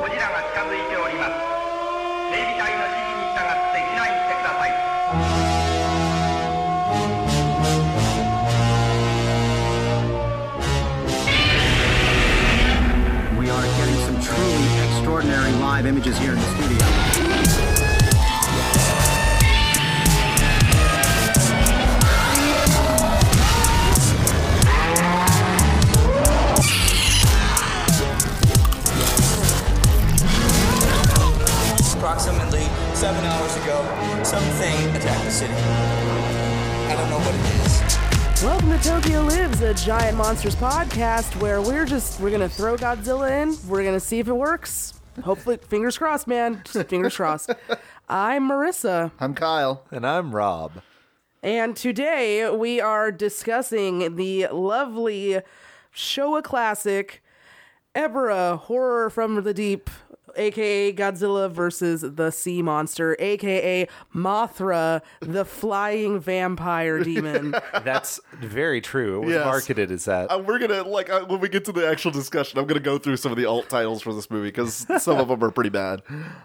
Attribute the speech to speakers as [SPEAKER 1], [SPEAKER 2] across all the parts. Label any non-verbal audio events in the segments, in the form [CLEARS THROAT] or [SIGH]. [SPEAKER 1] ゴジラが近づいております警備隊の指示に従って避難してください
[SPEAKER 2] We are getting some truly extraordinary live images here in the studio.
[SPEAKER 3] Approximately seven hours ago, something attacked the city. I don't know what it is.
[SPEAKER 4] Welcome to Tokyo Lives, a giant monsters podcast where we're just we're gonna throw Godzilla in. We're gonna see if it works. Hopefully, fingers crossed, man. Just fingers crossed. I'm Marissa,
[SPEAKER 5] I'm Kyle.
[SPEAKER 6] And I'm Rob.
[SPEAKER 4] and today we are discussing the lovely Showa classic, Ebra Horror from the Deep, aka Godzilla versus the Sea Monster, aka Mothra, the flying vampire demon.
[SPEAKER 6] That's very true. It was
[SPEAKER 5] Yes.
[SPEAKER 6] marketed as that.
[SPEAKER 5] Uh, we're gonna like uh, when we get to the actual discussion. I'm gonna go through some of the alt titles for this movie
[SPEAKER 6] [LAUGHS]
[SPEAKER 5] because some of them are pretty bad.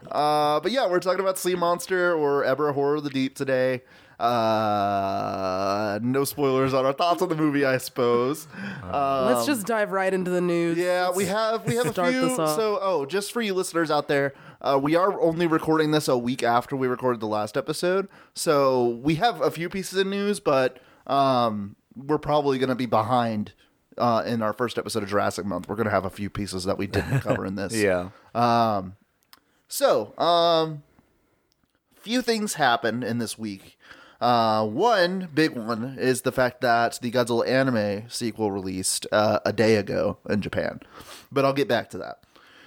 [SPEAKER 5] Uh, but yeah, we're talking about Sea Monster or Ever Horror of the Deep today. Uh, no spoilers on our thoughts on the movie, I suppose.
[SPEAKER 6] Uh,
[SPEAKER 4] Let's just dive right into the news.
[SPEAKER 5] Yeah, we have we have a
[SPEAKER 4] Start
[SPEAKER 5] few.
[SPEAKER 4] this off.
[SPEAKER 5] So, oh, just for you listeners out there, uh, we are only recording this a week after we recorded the last episode, so we have a few pieces of news, but um, we're probably going to be behind. Uh, in our first episode of Jurassic Month, we're going to have a few pieces that we didn't cover in this.
[SPEAKER 6] [LAUGHS] yeah.
[SPEAKER 5] So, um, few things happened in this week. Uh, one big one is the fact that the Godzilla anime sequel released uh, a day ago in Japan, but I'll get back to that.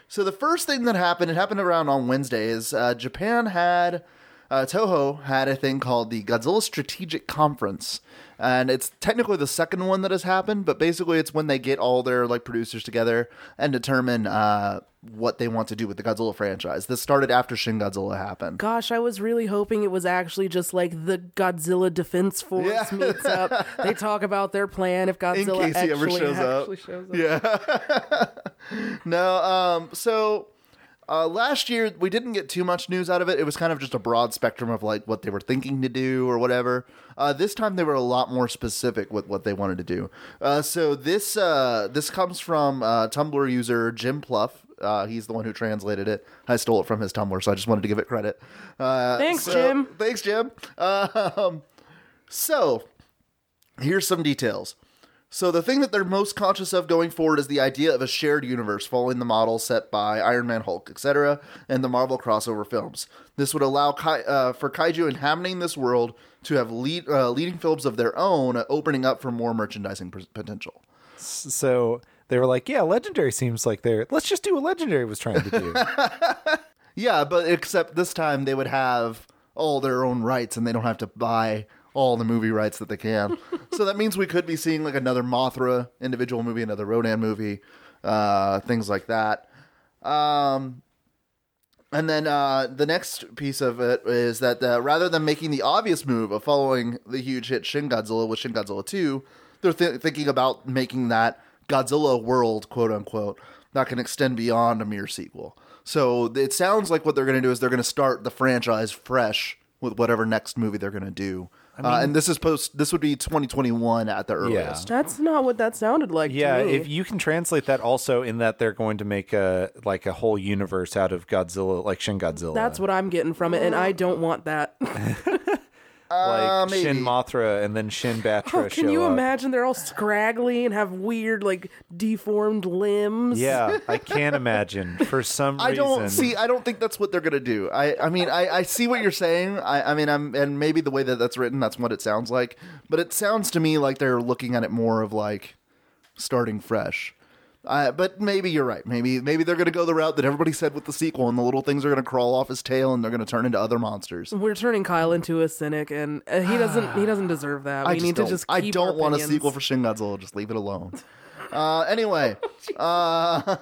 [SPEAKER 5] So the first thing that happened, it happened around on Wednesday, is uh, Japan had uh, Toho had a thing called the Godzilla Strategic Conference, and it's technically the second one that has happened, but basically it's when they get all their like producers together and determine uh, what they want to do with the Godzilla franchise. This started after Shin Godzilla happened.
[SPEAKER 4] Gosh, I was really hoping it was actually just like the Godzilla Defense Force
[SPEAKER 5] Yeah.
[SPEAKER 4] meets
[SPEAKER 5] [LAUGHS]
[SPEAKER 4] up. They talk about their plan if Godzilla
[SPEAKER 5] case he
[SPEAKER 4] actually,
[SPEAKER 5] ever shows up.
[SPEAKER 4] actually shows up.
[SPEAKER 5] No, um, so uh, last year we didn't get too much news out of it. It was kind of just a broad spectrum of like what they were thinking to do or whatever. Uh, this time they were a lot more specific with what they wanted to do. Uh, so this uh, this comes from uh, Tumblr user Jim Pluff. Uh, he's the one who translated it. I stole it from his Tumblr, so I just wanted to give it credit. Uh,
[SPEAKER 4] Thanks,
[SPEAKER 5] so-
[SPEAKER 4] Jim.
[SPEAKER 5] Thanks, Jim. [LAUGHS] Uh, um, so here's some details. So the thing that they're most conscious of going forward is the idea of a shared universe following the model set by Iron Man, Hulk, etc., and the Marvel crossover films. This would allow kai- uh, for kaiju inhabiting this world to have lead- uh, leading films of their own, uh, opening up for more merchandising pr- potential.
[SPEAKER 6] So they were like, yeah, Legendary seems like they're. Let's just do what Legendary was trying
[SPEAKER 5] [LAUGHS]
[SPEAKER 6] to do.
[SPEAKER 5] Yeah, but except this time they would have all their own rights and they don't have to buy all the movie rights that they can. so that means we could be seeing like another Mothra individual movie, another Rodan movie, uh, things like that. Um, and then uh, the next piece of it is that uh, rather than making the obvious move of following the huge hit Shin Godzilla with Shin Godzilla 2, they're th- thinking about making that Godzilla world, quote unquote, that can extend beyond a mere sequel. So it sounds like what they're going to do is they're going to start the franchise fresh with whatever next movie they're going to do. uh, and this is post. This would be 2021 at the earliest.
[SPEAKER 4] That's not what that sounded like. to
[SPEAKER 6] yeah,
[SPEAKER 4] me.
[SPEAKER 6] if you can translate that also in that they're going to make a like a whole universe out of Godzilla, like Shin Godzilla.
[SPEAKER 4] that's what I'm getting from it, and I don't want that.
[SPEAKER 5] Uh,
[SPEAKER 6] like
[SPEAKER 5] maybe.
[SPEAKER 6] Shin Mothra and
[SPEAKER 4] [LAUGHS]
[SPEAKER 6] then Shin Batra.
[SPEAKER 4] Oh, can
[SPEAKER 6] show
[SPEAKER 4] you
[SPEAKER 6] up.
[SPEAKER 4] imagine? They're all scraggly and have weird, like deformed limbs.
[SPEAKER 6] Yeah, I can't imagine. For some
[SPEAKER 5] I
[SPEAKER 6] reason,
[SPEAKER 5] don't see. I don't think that's what they're gonna do. I. I mean, I. I see what you're saying. I. I mean, I'm. And maybe the way that that's written, that's what it sounds like. But it sounds to me like they're looking at it more of like starting fresh. Uh, but maybe you're right. Maybe maybe they're gonna go the route that everybody said with the sequel, and the little things are gonna crawl off his tail, and they're gonna turn into other monsters.
[SPEAKER 4] We're turning Kyle into a cynic, and uh, he doesn't. He
[SPEAKER 6] [SIGHS]
[SPEAKER 4] doesn't deserve that.
[SPEAKER 5] I
[SPEAKER 4] we
[SPEAKER 5] just
[SPEAKER 4] need
[SPEAKER 5] don't,
[SPEAKER 4] to just.
[SPEAKER 5] I
[SPEAKER 4] keep
[SPEAKER 5] don't
[SPEAKER 4] our
[SPEAKER 5] want a
[SPEAKER 4] opinions.
[SPEAKER 5] sequel for Shin Godzilla. Just leave it alone. [LAUGHS] Uh, anyway, uh,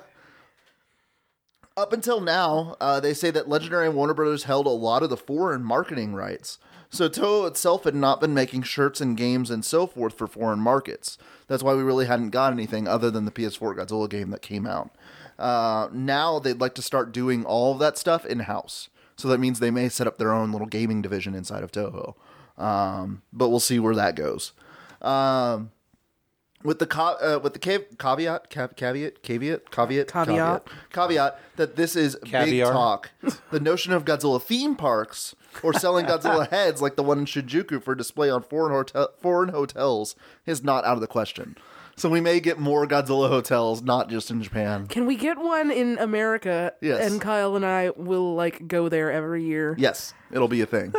[SPEAKER 5] up until now, uh, they say that Legendary and Warner Brothers held a lot of the foreign marketing rights. So Toho itself had not been making shirts and games and so forth for foreign markets. That's why we really hadn't got anything other than the PS4 Godzilla game that came out. Uh, now they'd like to start doing all of that stuff in house. So that means they may set up their own little gaming division inside of Toho. Um, but we'll see where that goes. Um, with the co- uh, with the ca- caveat, ca- caveat, caveat, caveat,
[SPEAKER 4] Caveat.
[SPEAKER 5] caveat that this is big
[SPEAKER 6] Caviar.
[SPEAKER 5] talk. The notion of Godzilla theme parks or
[SPEAKER 6] [LAUGHS]
[SPEAKER 5] selling Godzilla heads like the one in Shinjuku for display on foreign hotel- foreign hotels is not out of the question. So we may get more Godzilla hotels, not just in Japan.
[SPEAKER 4] Can we get one in America?
[SPEAKER 5] Yes.
[SPEAKER 4] And Kyle and I will like go there every year.
[SPEAKER 5] Yes, it'll be a
[SPEAKER 6] [LAUGHS]
[SPEAKER 5] thing.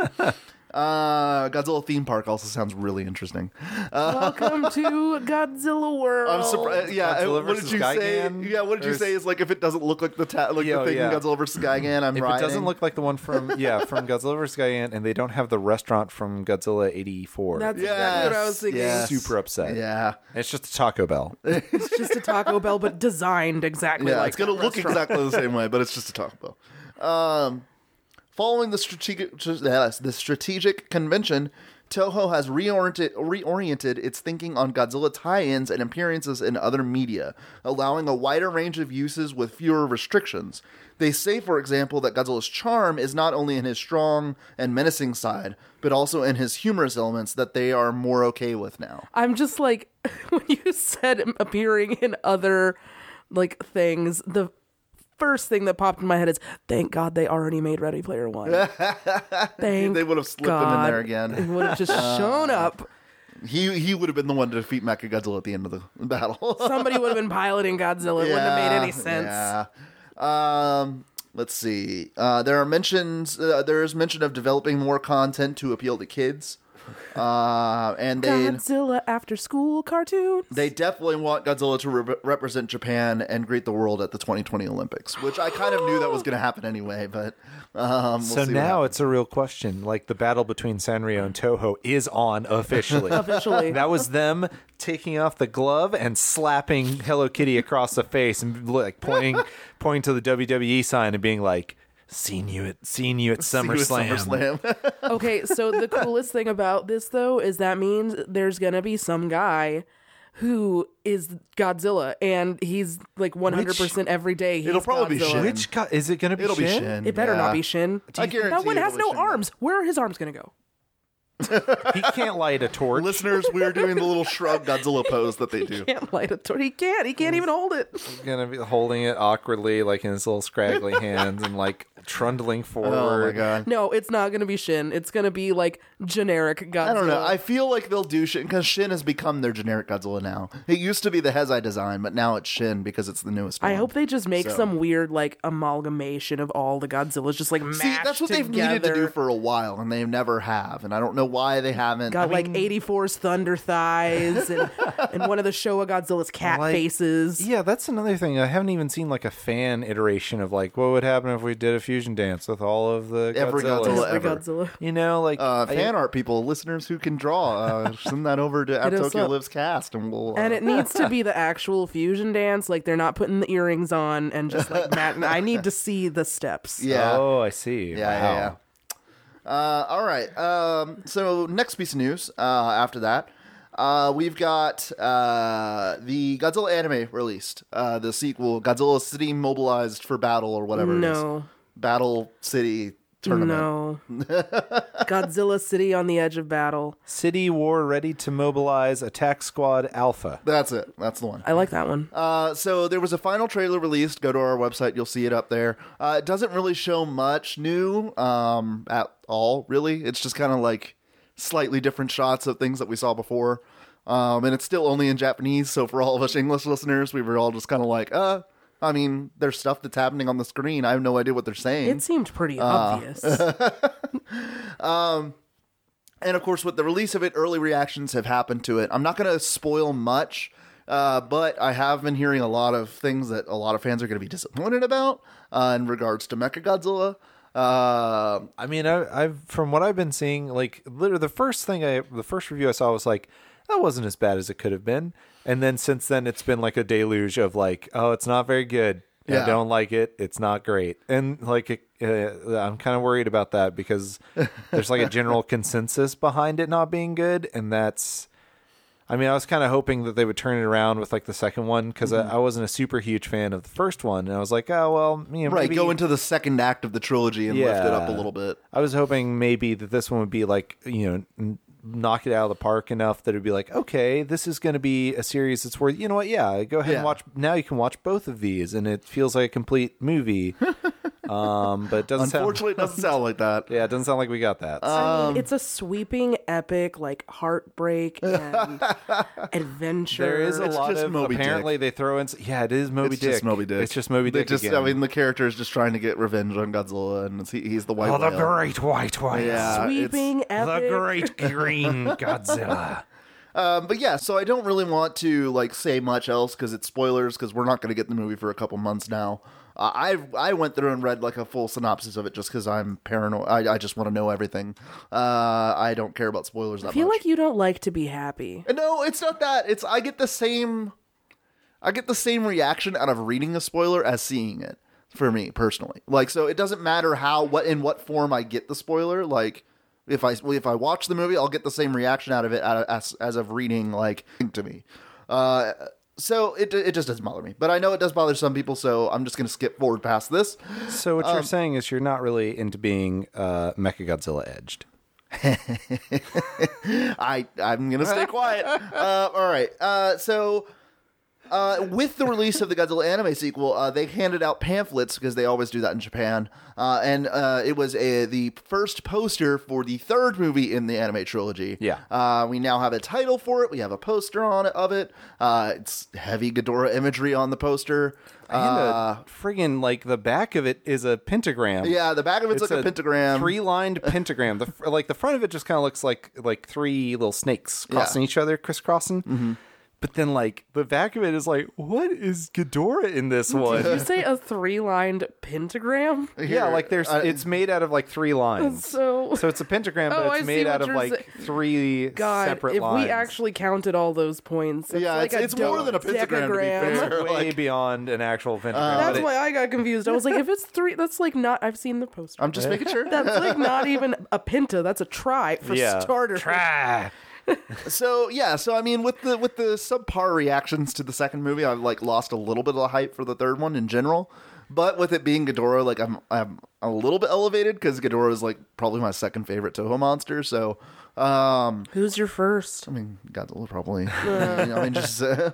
[SPEAKER 5] Uh, Godzilla theme park also sounds really interesting.
[SPEAKER 4] Welcome to Godzilla World.
[SPEAKER 5] I'm surprised. Yeah,
[SPEAKER 6] Oh, Godzilla
[SPEAKER 5] what did
[SPEAKER 6] versus
[SPEAKER 5] you
[SPEAKER 6] Gigan?
[SPEAKER 5] say? Yeah, what did you
[SPEAKER 6] Or-
[SPEAKER 5] say? Is like if it doesn't look like the ta- like
[SPEAKER 6] Yeah, oh,
[SPEAKER 5] the thing
[SPEAKER 6] yeah.
[SPEAKER 5] in Godzilla versus Gigan, I'm
[SPEAKER 6] If
[SPEAKER 5] right.
[SPEAKER 6] it doesn't look like the
[SPEAKER 5] [LAUGHS]
[SPEAKER 6] one from yeah from Godzilla vs Giant, and they don't have the restaurant from Godzilla '84,
[SPEAKER 4] That's
[SPEAKER 5] Yes,
[SPEAKER 4] exactly what I was thinking.
[SPEAKER 5] yes.
[SPEAKER 6] super upset.
[SPEAKER 5] Yeah,
[SPEAKER 6] it's just a Taco Bell.
[SPEAKER 4] It's just a Taco Bell, but designed exactly
[SPEAKER 5] yeah,
[SPEAKER 4] like
[SPEAKER 5] it's gonna
[SPEAKER 4] that
[SPEAKER 5] look
[SPEAKER 4] restaurant.
[SPEAKER 5] exactly the same way, but it's just a Taco Bell. Um, following the strategic yes, the strategic convention, Toho has reoriented reoriented its thinking on Godzilla tie-ins and appearances in other media, allowing a wider range of uses with fewer restrictions. They say, for example, that Godzilla's charm is not only in his strong and menacing side, but also in his humorous elements that they are more okay with now.
[SPEAKER 4] I'm just like [LAUGHS] when you said appearing in other like things, the first thing that popped in my head is thank God they already made Ready Player
[SPEAKER 5] [LAUGHS]
[SPEAKER 4] One. thank
[SPEAKER 5] They would have slipped him in there
[SPEAKER 4] It
[SPEAKER 5] again.
[SPEAKER 4] would have just
[SPEAKER 5] [LAUGHS]
[SPEAKER 4] shown up.
[SPEAKER 5] He he would have been the one to defeat Mechagodzilla at the [LAUGHS] end of the battle.
[SPEAKER 4] Somebody would have been piloting Godzilla. It wouldn't have made any sense.
[SPEAKER 5] Yeah. Um, let's see. Uh, there are mentions. Uh, there is mention of developing more content to appeal to kids, uh, and they
[SPEAKER 4] Godzilla after school cartoon.
[SPEAKER 5] they definitely want Godzilla to re- represent Japan and greet the world at the 2020 Olympics, which I kind of knew that was going to happen anyway. But um, we'll
[SPEAKER 6] so
[SPEAKER 5] see what
[SPEAKER 6] now
[SPEAKER 5] happens.
[SPEAKER 6] it's a real question. Like the battle between Sanrio and Toho is on
[SPEAKER 5] [LAUGHS]
[SPEAKER 6] officially.
[SPEAKER 4] Officially.
[SPEAKER 6] that was them taking off the glove and slapping Hello Kitty across the face and
[SPEAKER 5] [LAUGHS]
[SPEAKER 6] like pointing pointing to the WWE sign and being like, "Seen you at seen you at
[SPEAKER 5] See you at
[SPEAKER 6] SummerSlam."
[SPEAKER 5] SummerSlam. [LAUGHS]
[SPEAKER 4] Okay, so the coolest thing about this though is that means there's gonna be some guy who is Godzilla and he's like 100 percent every day. He's
[SPEAKER 5] It'll probably be
[SPEAKER 4] Godzilla.
[SPEAKER 5] Shin.
[SPEAKER 6] Which co- is it going to be?
[SPEAKER 5] It'll be
[SPEAKER 6] Shin?
[SPEAKER 5] Shin.
[SPEAKER 4] It better
[SPEAKER 5] yeah.
[SPEAKER 4] not be Shin.
[SPEAKER 5] I guarantee
[SPEAKER 4] that one
[SPEAKER 5] you
[SPEAKER 4] has
[SPEAKER 5] it'll
[SPEAKER 4] no
[SPEAKER 5] be Shin.
[SPEAKER 4] arms. Where are his arms gonna go? [LAUGHS]
[SPEAKER 6] He can't light a torch.
[SPEAKER 5] Listeners, we are doing the little shrug Godzilla pose that they do.
[SPEAKER 4] Can't light a torch. He can't. He can't even hold it.
[SPEAKER 6] gonna be holding it awkwardly, like in his
[SPEAKER 5] [LAUGHS]
[SPEAKER 6] little scraggly hands, and like trundling forward.
[SPEAKER 5] Oh my god.
[SPEAKER 4] No, it's not gonna be Shin. It's gonna be like generic Godzilla.
[SPEAKER 5] I don't know. I feel like they'll do Shin because Shin has become their generic Godzilla now. It used to be the Hezai design, but now it's Shin because it's the newest one.
[SPEAKER 4] I hope they just make
[SPEAKER 5] So-
[SPEAKER 4] some weird like amalgamation of all the Godzillas, just like mashed
[SPEAKER 5] See, that's what they've needed to
[SPEAKER 4] together.
[SPEAKER 5] do for a while, and they never have. And I don't know why they haven't.
[SPEAKER 4] Got like 84's thunder thighs
[SPEAKER 6] [LAUGHS]
[SPEAKER 4] and, and one of the Showa Godzilla's cat
[SPEAKER 6] Like-
[SPEAKER 4] faces.
[SPEAKER 6] Yeah, that's another thing. I haven't even seen like a fan iteration of like what would happen if we did a fusion dance with all of the
[SPEAKER 5] Every
[SPEAKER 6] Godzillas.
[SPEAKER 5] Godzilla
[SPEAKER 4] Every
[SPEAKER 5] ever.
[SPEAKER 4] Godzilla.
[SPEAKER 6] You know, like
[SPEAKER 5] uh,
[SPEAKER 6] I-
[SPEAKER 5] fan art people, listeners who can draw, uh, send that
[SPEAKER 4] [LAUGHS]
[SPEAKER 5] over to at
[SPEAKER 4] us
[SPEAKER 5] Tokyo
[SPEAKER 4] up.
[SPEAKER 5] Lives Cast, and we'll. Uh,
[SPEAKER 4] And it needs to be the actual fusion dance. Like they're not putting the earrings on and just
[SPEAKER 6] [LAUGHS]
[SPEAKER 4] like Matt and I need to see the steps.
[SPEAKER 5] yeah.
[SPEAKER 6] Oh, I see.
[SPEAKER 5] Yeah,
[SPEAKER 6] Wow.
[SPEAKER 5] yeah, yeah. Uh, all right. Um, so next piece of news. Uh, after that, uh, we've got uh, the Godzilla anime released. Uh, the sequel, Godzilla City Mobilized for Battle, or whatever. it is.
[SPEAKER 4] No.
[SPEAKER 5] Battle City Tournament.
[SPEAKER 4] No.
[SPEAKER 6] [LAUGHS]
[SPEAKER 4] Godzilla City on the edge of battle.
[SPEAKER 6] City War ready to mobilize attack squad Alpha.
[SPEAKER 5] That's it. That's the one.
[SPEAKER 4] I like that one.
[SPEAKER 6] Um,
[SPEAKER 5] Uh, so there was a final trailer released. Go to our website, you'll see it up there. Uh, it doesn't really show much new um, at all, really. It's just kind of like slightly different shots of things that we saw before. Um, and it's still only in Japanese, so for all of us English listeners, we were all just kind of like, uh, I mean, there's stuff that's happening on the screen. I have no idea what they're saying.
[SPEAKER 4] it seemed pretty
[SPEAKER 6] uh, [LAUGHS]
[SPEAKER 4] obvious.
[SPEAKER 5] And of course, with the release of it, early reactions have happened to it. I'm not going to spoil much, uh, but I have been hearing a lot of things that a lot of fans are going to be disappointed about uh, in regards to Mechagodzilla. Uh,
[SPEAKER 6] I mean, I, I've from what I've been seeing, like literally the first thing I, the first review I saw was like, that wasn't as bad as it could have been. And then since then, it's been like a deluge of like, oh, it's not very good.
[SPEAKER 5] Yeah.
[SPEAKER 6] I don't like it. It's not great. And like, it- uh, I'm kind of worried about that because there's like a
[SPEAKER 5] [LAUGHS]
[SPEAKER 6] general consensus behind it not being good. And that's, I mean, I was kind of hoping that they would turn it around with like the second one because
[SPEAKER 5] Mm-hmm.
[SPEAKER 6] I, I wasn't a super huge fan of the first one. And I was like, oh, well, you know,
[SPEAKER 5] Right,
[SPEAKER 6] maybe-
[SPEAKER 5] go into the second act of the trilogy and lift it up a
[SPEAKER 6] Yeah.
[SPEAKER 5] little bit.
[SPEAKER 6] I was hoping maybe that this one would be like, you know, n- knock it out of the park enough that it'd be like, okay, this is going to be a series that's worth, you know what? Yeah, go ahead
[SPEAKER 5] Yeah.
[SPEAKER 6] and watch. Now you can watch both of these and it feels like a
[SPEAKER 5] [LAUGHS]
[SPEAKER 6] complete movie. um, but it doesn't
[SPEAKER 5] Unfortunately, Uh, it
[SPEAKER 6] sound,
[SPEAKER 5] doesn't sound like that.
[SPEAKER 6] [LAUGHS] yeah, it doesn't sound like we got that.
[SPEAKER 4] I mean, it's a sweeping epic, like
[SPEAKER 6] [LAUGHS]
[SPEAKER 4] heartbreak and adventure.
[SPEAKER 6] there is a
[SPEAKER 5] It's
[SPEAKER 6] lot
[SPEAKER 5] just
[SPEAKER 6] of
[SPEAKER 5] Moby
[SPEAKER 6] apparently they throw in. s- Yeah, it is Moby
[SPEAKER 5] It's
[SPEAKER 6] Dick.
[SPEAKER 5] just Moby Dick.
[SPEAKER 6] It's just Moby
[SPEAKER 5] They
[SPEAKER 6] Dick.
[SPEAKER 5] just-
[SPEAKER 6] again.
[SPEAKER 5] I mean, the character is just trying to get revenge on Godzilla, and it's, he, he's the white
[SPEAKER 6] oh, the
[SPEAKER 5] whale.
[SPEAKER 6] great white whale.
[SPEAKER 5] Yeah, it's-
[SPEAKER 4] sweeping epic.
[SPEAKER 6] The great green
[SPEAKER 5] [LAUGHS]
[SPEAKER 6] Godzilla.
[SPEAKER 5] Um, but yeah, so I don't really want to like say much else because it's spoilers because we're not going to get the movie for a couple months now. Uh, I I went through and read like a full synopsis of it just because I'm paranoid. I, I just want to know everything. Uh, I don't care about spoilers that
[SPEAKER 4] I feel
[SPEAKER 5] much.
[SPEAKER 4] like you don't like to be happy.
[SPEAKER 5] And No, it's not that. It's I get the same I get the same reaction out of reading a spoiler as seeing it for me personally. Like so it doesn't matter how what in what form I get the spoiler like if I if I watch the movie, I'll get the same reaction out of it out of- as as of reading like to me. Uh so it it just doesn't bother me. But I know it does bother some people, so I'm just going to skip forward past this.
[SPEAKER 6] So what
[SPEAKER 5] Um,
[SPEAKER 6] you're saying is you're not really into being uh, Mechagodzilla edged.
[SPEAKER 5] I I'm gonna stay quiet. Uh, all right. Uh, so. Uh, with the release of the Godzilla anime sequel, uh, they handed out pamphlets because they always do that in Japan, uh, and uh, it was a, the first poster for the third movie in the anime trilogy.
[SPEAKER 6] Yeah.
[SPEAKER 5] uh, we now have a title for it. We have a poster on it, of it. Uh, it's heavy Ghidorah imagery on the poster.
[SPEAKER 6] And
[SPEAKER 5] Uh,
[SPEAKER 6] the friggin' like the back of it is a pentagram.
[SPEAKER 5] yeah, the back of it's, like a, pentagram.
[SPEAKER 6] three lined
[SPEAKER 5] [LAUGHS]
[SPEAKER 6] pentagram. The fr- like the front of it just kind of looks like like three little snakes crossing each other, crisscrossing.
[SPEAKER 5] Mm-hmm.
[SPEAKER 6] But then like the back of it is like, what is Ghidorah
[SPEAKER 5] [LAUGHS]
[SPEAKER 6] in this one?
[SPEAKER 4] Did you say a three-lined pentagram?
[SPEAKER 6] yeah, like there's
[SPEAKER 5] I-
[SPEAKER 6] it's made out of like three lines.
[SPEAKER 4] So-
[SPEAKER 6] it's a pentagram,
[SPEAKER 4] [LAUGHS]
[SPEAKER 6] but
[SPEAKER 4] Oh, I
[SPEAKER 6] it's
[SPEAKER 4] see
[SPEAKER 6] made
[SPEAKER 4] what
[SPEAKER 6] out of
[SPEAKER 4] you're
[SPEAKER 6] like
[SPEAKER 4] sa-
[SPEAKER 6] three
[SPEAKER 4] God,
[SPEAKER 6] separate
[SPEAKER 4] if
[SPEAKER 6] lines.
[SPEAKER 4] we actually counted all those points, it's
[SPEAKER 5] Yeah,
[SPEAKER 4] like
[SPEAKER 5] it's-
[SPEAKER 4] a
[SPEAKER 5] it's more
[SPEAKER 4] do-
[SPEAKER 5] than a pentagram, to be
[SPEAKER 4] decagram. [LAUGHS]
[SPEAKER 5] fair.
[SPEAKER 6] way beyond an actual pentagram.
[SPEAKER 5] Uh,
[SPEAKER 6] but
[SPEAKER 4] That's
[SPEAKER 6] it-
[SPEAKER 4] why I got confused. I was like, if it's three, that's like not. I've seen the poster.
[SPEAKER 5] I'm just making
[SPEAKER 4] [LAUGHS]
[SPEAKER 5] sure.
[SPEAKER 4] that's like not even a penta. That's a tri for
[SPEAKER 6] yeah.
[SPEAKER 4] starter.
[SPEAKER 6] Try.
[SPEAKER 5] So yeah, so I mean, with the with the subpar reactions to the second movie, I've like lost a little bit of the hype for the third one in general. But with it being Ghidorah, like I'm I'm a little bit elevated because Ghidorah is like probably my second favorite Toho monster. So um,
[SPEAKER 4] Who's your first?
[SPEAKER 5] [LAUGHS] I mean, Godzilla probably. [LAUGHS] You know, I mean, just [LAUGHS] uh,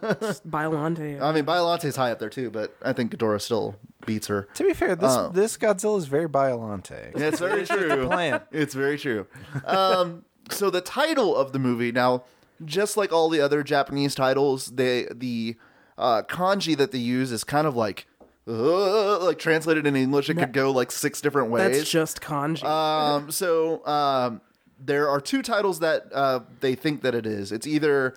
[SPEAKER 4] Biolante.
[SPEAKER 5] I mean, Biolante's high up there too, but I think Ghidorah still beats her.
[SPEAKER 6] To be fair, this
[SPEAKER 5] Um,
[SPEAKER 6] this Godzilla is very Biolante.
[SPEAKER 5] That's very true.
[SPEAKER 6] plant.
[SPEAKER 5] It's very true. Um, so the title of the movie now, just like all the other Japanese titles, they the uh, kanji that they use is kind of like uh, like translated in English. It could go like six different ways.
[SPEAKER 4] That's just kanji.
[SPEAKER 5] Um, so um, there are two titles that uh, they think that it is. It's either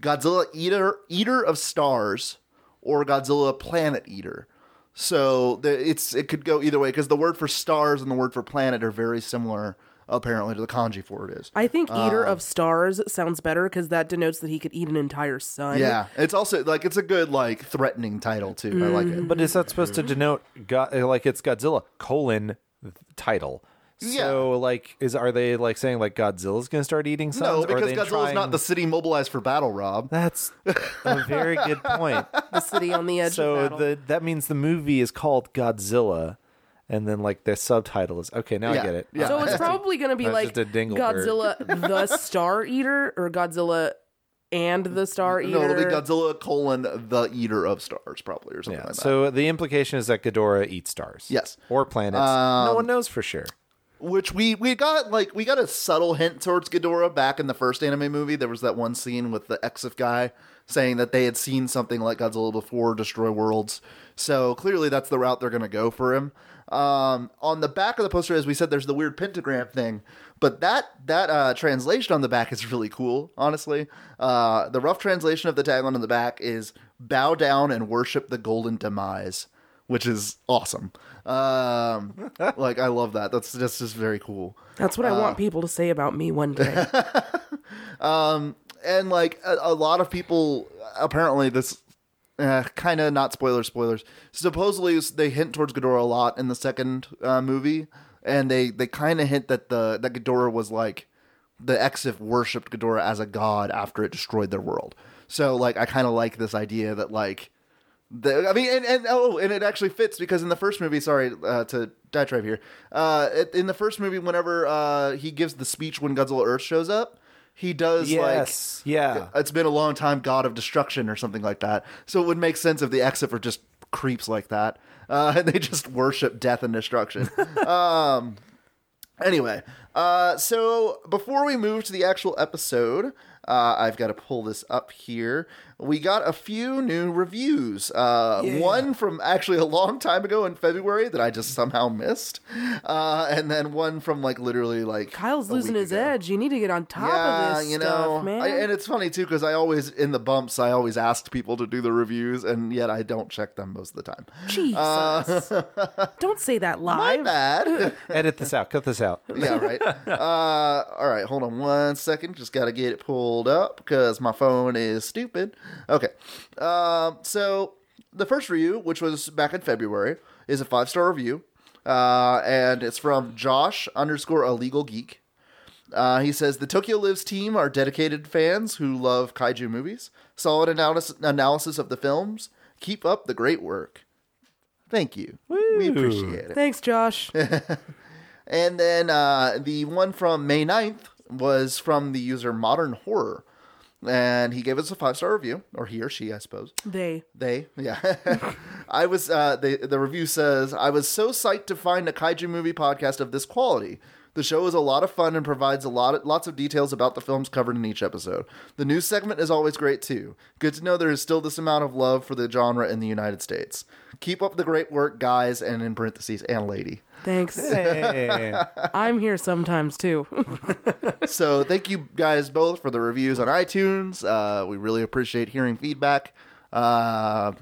[SPEAKER 5] Godzilla Eater Eater of Stars or Godzilla Planet Eater. So the, it's it could go either way because the word for stars and the word for planet are very similar apparently to the kanji for it is.
[SPEAKER 4] I think eater
[SPEAKER 5] um,
[SPEAKER 4] of stars sounds better because that denotes that he could eat an entire sun.
[SPEAKER 5] yeah, it's also like it's a good like threatening title too. I like it.
[SPEAKER 6] Mm. But is that supposed to denote go- uh, like it's Godzilla colon th- title? So like is are they like saying like Godzilla's gonna start eating suns?
[SPEAKER 5] No,
[SPEAKER 6] or are
[SPEAKER 5] because
[SPEAKER 6] they
[SPEAKER 5] Godzilla's
[SPEAKER 6] trying-
[SPEAKER 5] not the city mobilized for battle, Rob.
[SPEAKER 6] [LAUGHS] That's a very
[SPEAKER 5] [LAUGHS]
[SPEAKER 6] good point.
[SPEAKER 4] the city on
[SPEAKER 6] [LAUGHS]
[SPEAKER 4] the edge.
[SPEAKER 6] so
[SPEAKER 4] of battle.
[SPEAKER 6] the that means the movie is called Godzilla, and then like their subtitle is okay. Now
[SPEAKER 5] Yeah,
[SPEAKER 6] I get it.
[SPEAKER 5] yeah.
[SPEAKER 4] So
[SPEAKER 5] [LAUGHS]
[SPEAKER 4] it's probably going to be
[SPEAKER 6] That's
[SPEAKER 4] like
[SPEAKER 6] just a dingleberry.
[SPEAKER 4] Godzilla the Star Eater or Godzilla and the Star Eater.
[SPEAKER 5] No, it'll be Godzilla colon the Eater of Stars probably or something
[SPEAKER 6] Yeah,
[SPEAKER 5] like that.
[SPEAKER 6] Uh, so the implication is that Ghidorah eats stars.
[SPEAKER 5] Yes. Um,
[SPEAKER 6] Or planets. no one knows for sure.
[SPEAKER 5] which we we got like we got a subtle hint towards Ghidorah back in the first anime movie. There was that one scene with the Exif guy saying that they had seen something like Godzilla before, destroy worlds. So clearly, that's the route they're gonna go for him. Um, on the back of the poster, as we said, there's the weird pentagram thing, but that that uh, translation on the back is [LAUGHS] really cool. Honestly, uh, the rough translation of the tagline on the back is "Bow down and worship the golden demise." which is awesome. Um, like I love that. That's that's just very cool.
[SPEAKER 4] That's what I
[SPEAKER 5] uh,
[SPEAKER 4] want people to say about me one
[SPEAKER 5] [LAUGHS]
[SPEAKER 4] day.
[SPEAKER 5] And like a, a lot of people, apparently this uh, kind of not spoilers, spoilers. Supposedly they hint towards Ghidorah a lot in the second uh, movie, and they they kind of hint that the that Ghidorah was like the Exif worshipped Ghidorah as a god after it destroyed their world. So like I kind of like this idea that like the, I mean, and, and oh, and it actually fits because in the first movie, sorry uh, to diatribe here. Uh, it- in the first movie, whenever uh, he gives the speech when Godzilla Earth shows up, he does
[SPEAKER 6] Yes,
[SPEAKER 5] like,
[SPEAKER 6] yeah.
[SPEAKER 5] [LAUGHS] it's been a long time, God of Destruction or something like that. So it would make sense if the Exifer just creeps like that, uh, [LAUGHS] and they just worship death and destruction.
[SPEAKER 4] [LAUGHS]
[SPEAKER 5] Um, Anyway, uh, so before we move to the actual episode, uh, I've got to pull this up here. We got a few new reviews. Uh, One from actually a long time ago in February that I just somehow missed, uh, and then one from like literally like
[SPEAKER 4] Kyle's
[SPEAKER 5] a
[SPEAKER 4] losing
[SPEAKER 5] week
[SPEAKER 4] his
[SPEAKER 5] ago.
[SPEAKER 4] edge. You need to get on top
[SPEAKER 5] Yeah,
[SPEAKER 4] of this
[SPEAKER 5] you
[SPEAKER 4] stuff,
[SPEAKER 5] know,
[SPEAKER 4] man.
[SPEAKER 5] I- and it's funny too because I always in the bumps I always ask people to do the reviews, and yet I don't check them most of the time.
[SPEAKER 4] Jesus.
[SPEAKER 5] [LAUGHS]
[SPEAKER 4] Don't say that
[SPEAKER 5] My
[SPEAKER 4] live. [LAUGHS]
[SPEAKER 5] bad.
[SPEAKER 6] Edit this out. Cut
[SPEAKER 5] [LAUGHS]
[SPEAKER 6] this out.
[SPEAKER 5] yeah, right. Uh, all right, hold on one second. Just got to get it pulled up because my phone is stupid. Okay. Um, so the first review, which was back in February, is a five star review, uh, and it's from Josh underscore illegal geek. Uh, he says the Tokyo Lives team are dedicated fans who love kaiju movies. Solid analysis analysis of the films. Keep up the great work. Thank you. We appreciate it.
[SPEAKER 4] Thanks,
[SPEAKER 5] [LAUGHS]
[SPEAKER 4] Josh.
[SPEAKER 5] And then uh, the one from May 9th was from the user Modern Horror. And he gave us a five star review, or he or she, I suppose.
[SPEAKER 4] they.
[SPEAKER 5] They, yeah. [LAUGHS] I was, uh, the, the review says, I was so psyched to find a kaiju movie podcast of this quality. The show is a lot of fun and provides a lot of, lots of details about the films covered in each episode. The news segment is always great too. Good to know there is still this amount of love for the genre in the United States. Keep up the great work, guys, and in parentheses, and lady.
[SPEAKER 4] Thanks.
[SPEAKER 5] [LAUGHS]
[SPEAKER 6] Hey.
[SPEAKER 4] I'm here sometimes too.
[SPEAKER 5] so thank you guys both for the reviews on iTunes. Uh, we really appreciate hearing feedback. Uh,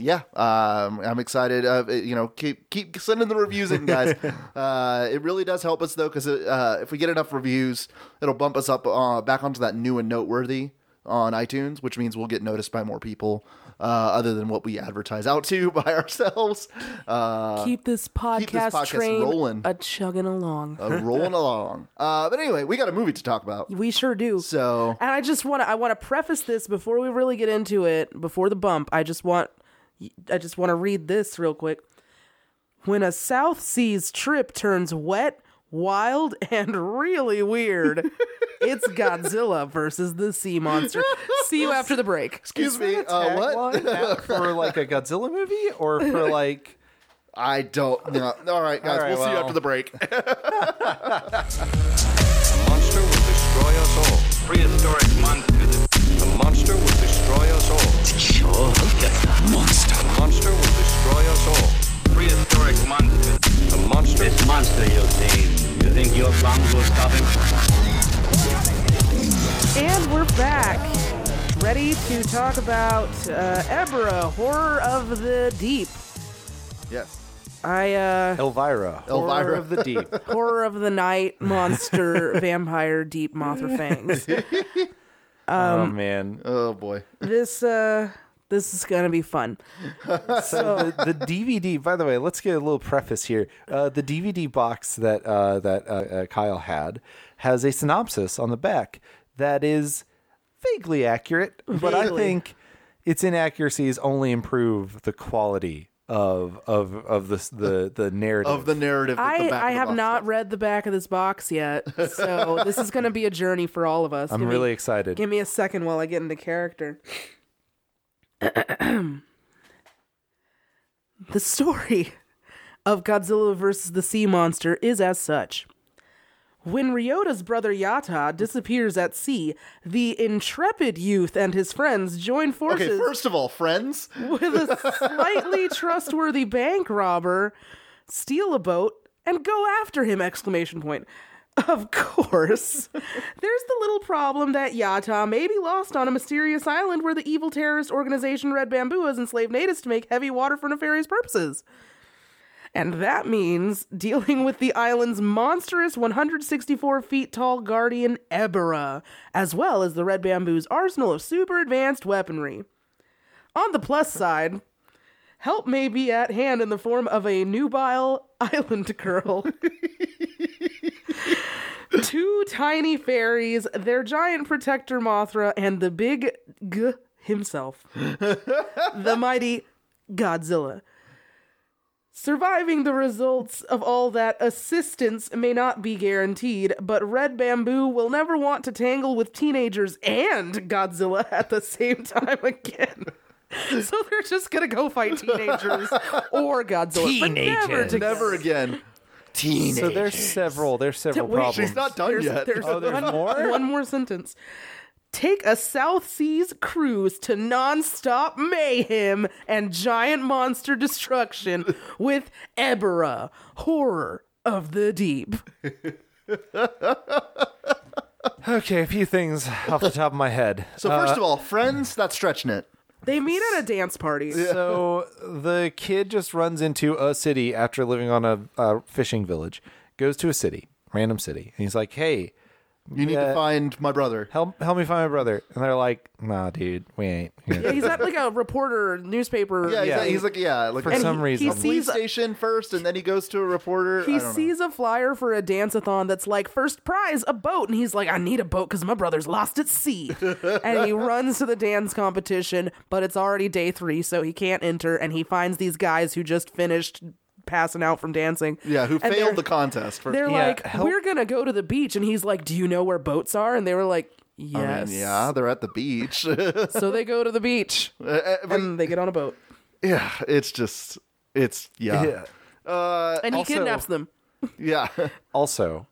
[SPEAKER 5] yeah, um, I'm excited. Uh, it- you know, keep keep sending the reviews in, guys. uh, it really does help us though, because uh, if we get enough reviews, it'll bump us up uh, back onto that new and noteworthy on iTunes, which means we'll get noticed by more people. Uh, other than what we advertise out to [LAUGHS] by ourselves, uh,
[SPEAKER 4] keep this podcast,
[SPEAKER 5] podcast
[SPEAKER 4] train
[SPEAKER 5] rolling.
[SPEAKER 4] a chugging along.
[SPEAKER 5] uh, rolling along. Uh, but anyway, we got a movie to talk about.
[SPEAKER 4] we sure do.
[SPEAKER 5] So
[SPEAKER 4] And I just want to I want to preface this before we really get into it, before the bump. I just want I just want to read this real quick. When a South Seas trip turns wet, wild, and really weird, it's Godzilla versus the sea monster. See you after the break.
[SPEAKER 5] Excuse me. Uh, what? [LAUGHS]
[SPEAKER 6] Tagline out for like a Godzilla movie or for like
[SPEAKER 5] I don't know. All right, guys.
[SPEAKER 6] All right,
[SPEAKER 5] we'll see you
[SPEAKER 6] well.
[SPEAKER 5] after the [LAUGHS] break.
[SPEAKER 7] The monster will destroy us all.
[SPEAKER 1] Prehistoric monsters.
[SPEAKER 7] The monster will destroy us all. Monster. The monster will destroy us all.
[SPEAKER 1] Prehistoric monsters.
[SPEAKER 7] The monster.
[SPEAKER 8] This monster you see, you think your bombs will stop him?
[SPEAKER 4] And we're back, ready to talk about uh, Ebra, Horror of the Deep.
[SPEAKER 5] yes.
[SPEAKER 4] I uh,
[SPEAKER 6] Elvira,
[SPEAKER 5] Elvira.
[SPEAKER 6] Horror of the
[SPEAKER 5] [LAUGHS]
[SPEAKER 6] Deep.
[SPEAKER 4] horror of the night monster vampire deep mothra fangs.
[SPEAKER 6] oh man.
[SPEAKER 5] Oh boy.
[SPEAKER 4] This uh this is gonna be fun.
[SPEAKER 6] So the, the DVD. By the way, let's get a little preface here. Uh, the DVD box that uh, that uh, uh, Kyle had has a synopsis on the back that is vaguely accurate, but I
[SPEAKER 4] Vaguely.
[SPEAKER 6] think its inaccuracies only improve the quality of of of the the, the narrative
[SPEAKER 5] Of the narrative. at
[SPEAKER 4] I
[SPEAKER 5] the back
[SPEAKER 4] I
[SPEAKER 5] of the
[SPEAKER 4] have
[SPEAKER 5] box.
[SPEAKER 4] not read the back of this box yet,
[SPEAKER 5] [LAUGHS]
[SPEAKER 4] so this is gonna be a journey for all of us.
[SPEAKER 6] I'm
[SPEAKER 4] Give me-
[SPEAKER 6] really excited.
[SPEAKER 4] Give me a second while I get into character. [CLEARS THROAT] the story of Godzilla vs. the sea monster is as such. When Ryota's brother Yata disappears at sea, the intrepid youth and his friends join forces
[SPEAKER 5] Okay. First of all, friends.
[SPEAKER 4] with a slightly trustworthy bank robber, steal a boat, and go after him! Exclamation point. Of course. There's the little problem that Yata may be lost on a mysterious island where the evil terrorist organization Red Bamboo has enslaved natives to make heavy water for nefarious purposes. And that means dealing with the island's monstrous 164 feet tall guardian Ebera, as well as the Red Bamboo's arsenal of super advanced weaponry. On the plus side, help may be at hand in the form of a nubile [LAUGHS] island girl. Two tiny fairies, their giant protector Mothra, and the big G himself, the mighty Godzilla. Surviving the results of all that assistance may not be guaranteed, but Red Bamboo will never want to tangle with teenagers and Godzilla at the same time again. [LAUGHS] So they're just gonna go fight teenagers or Godzilla. but never
[SPEAKER 6] Teenagers.
[SPEAKER 4] together.
[SPEAKER 5] Never again. Teen.
[SPEAKER 6] So there's several. There's several
[SPEAKER 4] Wait,
[SPEAKER 6] problems.
[SPEAKER 5] She's not done
[SPEAKER 4] There's-
[SPEAKER 5] yet. Uh,
[SPEAKER 4] there's
[SPEAKER 6] Oh, there's more.
[SPEAKER 4] [LAUGHS] One more sentence. Take a South Seas cruise to nonstop mayhem and giant monster destruction with Ebera, horror of the deep.
[SPEAKER 6] Okay, a few things off the top of my head.
[SPEAKER 5] So first
[SPEAKER 6] Uh,
[SPEAKER 5] of all, friends, that's stretching it.
[SPEAKER 4] They meet at a dance party.
[SPEAKER 6] So the kid just runs into a city after living on a, a fishing village, goes to a city, random city, and he's like, "Hey,
[SPEAKER 5] You need
[SPEAKER 6] Yeah.
[SPEAKER 5] to find my brother.
[SPEAKER 6] help help me find my brother." And they're like, "Nah, dude, we ain't."
[SPEAKER 4] Yeah,
[SPEAKER 6] [LAUGHS]
[SPEAKER 4] he's at like a reporter newspaper.
[SPEAKER 5] Yeah, he's,
[SPEAKER 6] Yeah.
[SPEAKER 5] Like, he's like yeah, like
[SPEAKER 6] For
[SPEAKER 5] a
[SPEAKER 6] some
[SPEAKER 4] he,
[SPEAKER 6] reason.
[SPEAKER 4] he
[SPEAKER 5] police
[SPEAKER 4] sees
[SPEAKER 5] station first, and then he goes to a reporter. I
[SPEAKER 4] he
[SPEAKER 5] don't know.
[SPEAKER 4] sees a flyer for a dance-a-thon that's like first prize a boat and he's like i need a boat because my brother's lost at
[SPEAKER 5] [LAUGHS]
[SPEAKER 4] sea and he runs to the dance competition but it's already day three so he can't enter and he finds these guys who just finished passing out from dancing
[SPEAKER 5] Yeah, who
[SPEAKER 4] And
[SPEAKER 5] failed
[SPEAKER 4] they're-
[SPEAKER 5] the contest for
[SPEAKER 4] they're
[SPEAKER 6] Yeah,
[SPEAKER 4] like
[SPEAKER 6] help-
[SPEAKER 4] we're gonna go to the beach and he's like do you know where boats are and they were like
[SPEAKER 5] I mean,
[SPEAKER 4] yes
[SPEAKER 5] yeah, Uh, they're at the beach. [LAUGHS]
[SPEAKER 4] so they go to the beach and they get on a boat
[SPEAKER 5] yeah, it's just it's yeah. uh,
[SPEAKER 4] and he
[SPEAKER 6] Also-
[SPEAKER 4] kidnaps them
[SPEAKER 5] Yeah. [LAUGHS] Yeah.
[SPEAKER 6] Also,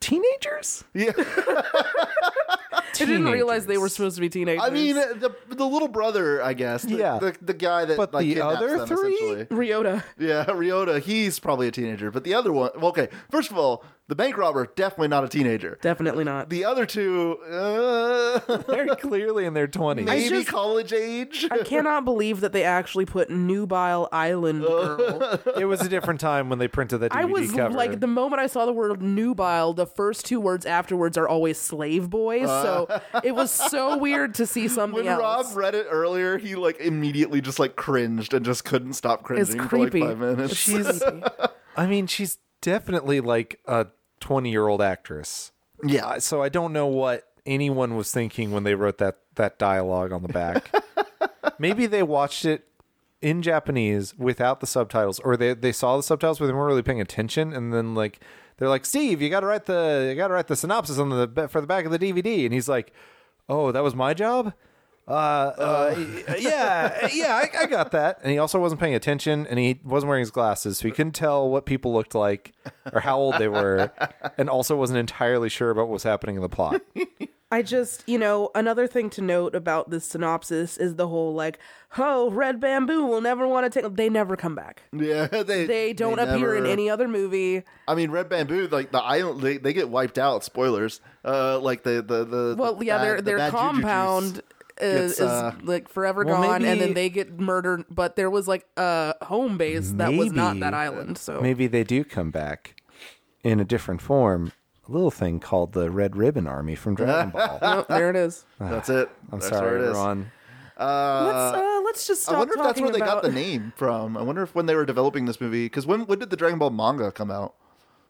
[SPEAKER 6] teenagers.
[SPEAKER 4] i didn't realize they were supposed to be teenagers
[SPEAKER 5] I mean the the little brother, I guess. The,
[SPEAKER 6] Yeah.
[SPEAKER 5] The, the guy that
[SPEAKER 6] But
[SPEAKER 5] like,
[SPEAKER 6] the
[SPEAKER 5] kidnaps
[SPEAKER 6] other
[SPEAKER 5] them,
[SPEAKER 6] three?
[SPEAKER 5] essentially.
[SPEAKER 4] Ryota.
[SPEAKER 5] Yeah, [LAUGHS] Ryota, he's probably a teenager, but the other one, well, okay. First of all, the bank robber definitely not a teenager.
[SPEAKER 4] Definitely not.
[SPEAKER 5] The other two, uh, [LAUGHS]
[SPEAKER 6] They're clearly in their twenties.
[SPEAKER 5] maybe
[SPEAKER 4] just-
[SPEAKER 5] college age.
[SPEAKER 4] I cannot believe that they actually put Nubile Island
[SPEAKER 5] [LAUGHS]
[SPEAKER 4] Girl.
[SPEAKER 6] it was a different time when they printed that DVD
[SPEAKER 4] I was
[SPEAKER 6] cover.
[SPEAKER 4] like, the moment I saw the word Nubile, the first two words afterwards are always slave boys. So it was
[SPEAKER 5] [LAUGHS]
[SPEAKER 4] so weird to see something
[SPEAKER 5] Uh. When Rob
[SPEAKER 4] else.
[SPEAKER 5] read it earlier, he like immediately just like cringed and just couldn't stop
[SPEAKER 4] it's
[SPEAKER 5] cringing
[SPEAKER 4] creepy.
[SPEAKER 5] for like five minutes.
[SPEAKER 4] She's
[SPEAKER 6] I mean, she's definitely like a twenty-year-old actress.
[SPEAKER 5] [LAUGHS] yeah,
[SPEAKER 6] I- so I don't know what anyone was thinking when they wrote that that dialogue on the [LAUGHS] back. Maybe they watched it in Japanese without the subtitles, or they they saw the subtitles but they weren't really paying attention, and then like they're like, Steve, you got to write the you got to write the synopsis on the ba- for the back of the DVD, and he's like, Oh, that was my job. Uh, uh, y- yeah, uh, yeah, I, I got that. And he also wasn't paying attention, and he wasn't wearing his glasses, so he couldn't tell what people looked like or how old they were, and also wasn't entirely sure about what was happening in the plot.
[SPEAKER 4] I just, you know, another thing to note about this synopsis is the whole like, oh, Red Bamboo will never want to take. They never come back.
[SPEAKER 5] yeah. They
[SPEAKER 4] They don't appear in
[SPEAKER 5] never-
[SPEAKER 4] any other movie.
[SPEAKER 5] I mean, Red Bamboo, like the island, they, they get wiped out. Spoilers. Uh, like the the the
[SPEAKER 4] Well,
[SPEAKER 5] the
[SPEAKER 4] yeah,
[SPEAKER 5] bad-
[SPEAKER 4] their
[SPEAKER 5] the
[SPEAKER 4] their
[SPEAKER 5] bad juju juice.
[SPEAKER 4] compound is,
[SPEAKER 5] It's, uh,
[SPEAKER 4] is like forever
[SPEAKER 6] well,
[SPEAKER 4] gone, and
[SPEAKER 6] maybe-
[SPEAKER 4] then they get murdered. But there was like a home base that was not
[SPEAKER 6] Maybe-
[SPEAKER 4] that island.
[SPEAKER 5] Oh.
[SPEAKER 4] So [LAUGHS]
[SPEAKER 6] Maybe they do come back in a different form, a little thing called the Red Ribbon Army from
[SPEAKER 5] [LAUGHS]
[SPEAKER 6] Dragon Ball.
[SPEAKER 4] Nope, there it is.
[SPEAKER 5] That's it.
[SPEAKER 6] [SIGHS] I'm
[SPEAKER 5] That's
[SPEAKER 6] sorry,
[SPEAKER 5] where it is.
[SPEAKER 6] everyone.
[SPEAKER 4] let's uh, let's just stop
[SPEAKER 5] I wonder if that's
[SPEAKER 4] talking
[SPEAKER 5] where they
[SPEAKER 4] about
[SPEAKER 5] got the name from. I wonder if when they were developing this movie, because when when did the Dragon Ball manga come out?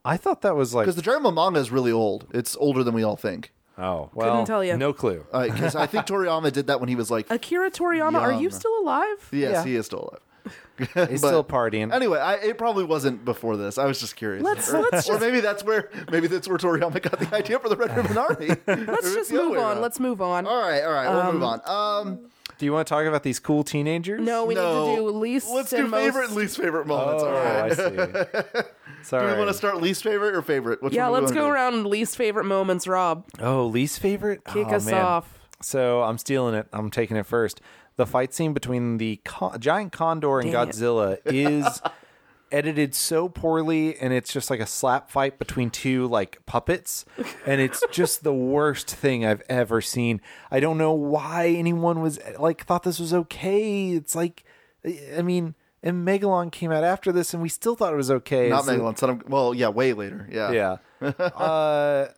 [SPEAKER 6] I thought that was like
[SPEAKER 5] Because the Dragon Ball manga is really old. It's older than we all think.
[SPEAKER 6] oh well,
[SPEAKER 4] tell ya.
[SPEAKER 6] no clue.
[SPEAKER 5] Because
[SPEAKER 4] [LAUGHS]
[SPEAKER 5] I think Toriyama did that when he was like,
[SPEAKER 4] Akira Toriyama. Are you
[SPEAKER 5] Yum.
[SPEAKER 4] still alive?
[SPEAKER 5] yes,
[SPEAKER 6] yeah.
[SPEAKER 5] he is still alive.
[SPEAKER 6] He's
[SPEAKER 5] Uh, But-
[SPEAKER 6] still partying.
[SPEAKER 5] Anyway, I, it probably wasn't before this. I was just curious.
[SPEAKER 4] Let's-
[SPEAKER 5] or,
[SPEAKER 4] let's
[SPEAKER 5] or maybe that's where maybe that's where Toriyama got the idea for
[SPEAKER 4] [LAUGHS]
[SPEAKER 5] the Red Ribbon Army.
[SPEAKER 4] Let's just move on. Let's move on.
[SPEAKER 5] All right, all right, we'll move on. Um,
[SPEAKER 6] do you want to talk about these cool teenagers?
[SPEAKER 4] No, we
[SPEAKER 5] no,
[SPEAKER 4] need to do least
[SPEAKER 5] Let's
[SPEAKER 4] and
[SPEAKER 5] do favorite and
[SPEAKER 4] most.
[SPEAKER 5] least favorite moments.
[SPEAKER 6] Oh,
[SPEAKER 5] all right. [LAUGHS]
[SPEAKER 6] I see. Sorry.
[SPEAKER 5] Do we want to start least favorite or favorite? Which
[SPEAKER 4] Yeah,
[SPEAKER 5] one do we
[SPEAKER 4] let's
[SPEAKER 5] wanna
[SPEAKER 4] go
[SPEAKER 5] do?
[SPEAKER 4] around least favorite moments. Rob,
[SPEAKER 6] Oh, least favorite?
[SPEAKER 4] Kick
[SPEAKER 6] Oh,
[SPEAKER 4] us
[SPEAKER 6] man.
[SPEAKER 4] off.
[SPEAKER 6] So I'm stealing it. I'm taking it first. The fight scene between the co- giant condor and
[SPEAKER 4] Dang it. [LAUGHS]
[SPEAKER 6] Godzilla is edited so poorly, and it's just like a slap fight between two like puppets,
[SPEAKER 4] [LAUGHS]
[SPEAKER 6] and it's just the worst thing I've ever seen. I don't know why anyone was like thought this was okay. It's like, I meon, and Megalon came out after this, and we still thought it was okay.
[SPEAKER 5] Not
[SPEAKER 6] It's like-
[SPEAKER 5] Megalon. Son of, well, yeah, way later. Yeah.
[SPEAKER 6] yeah. uh,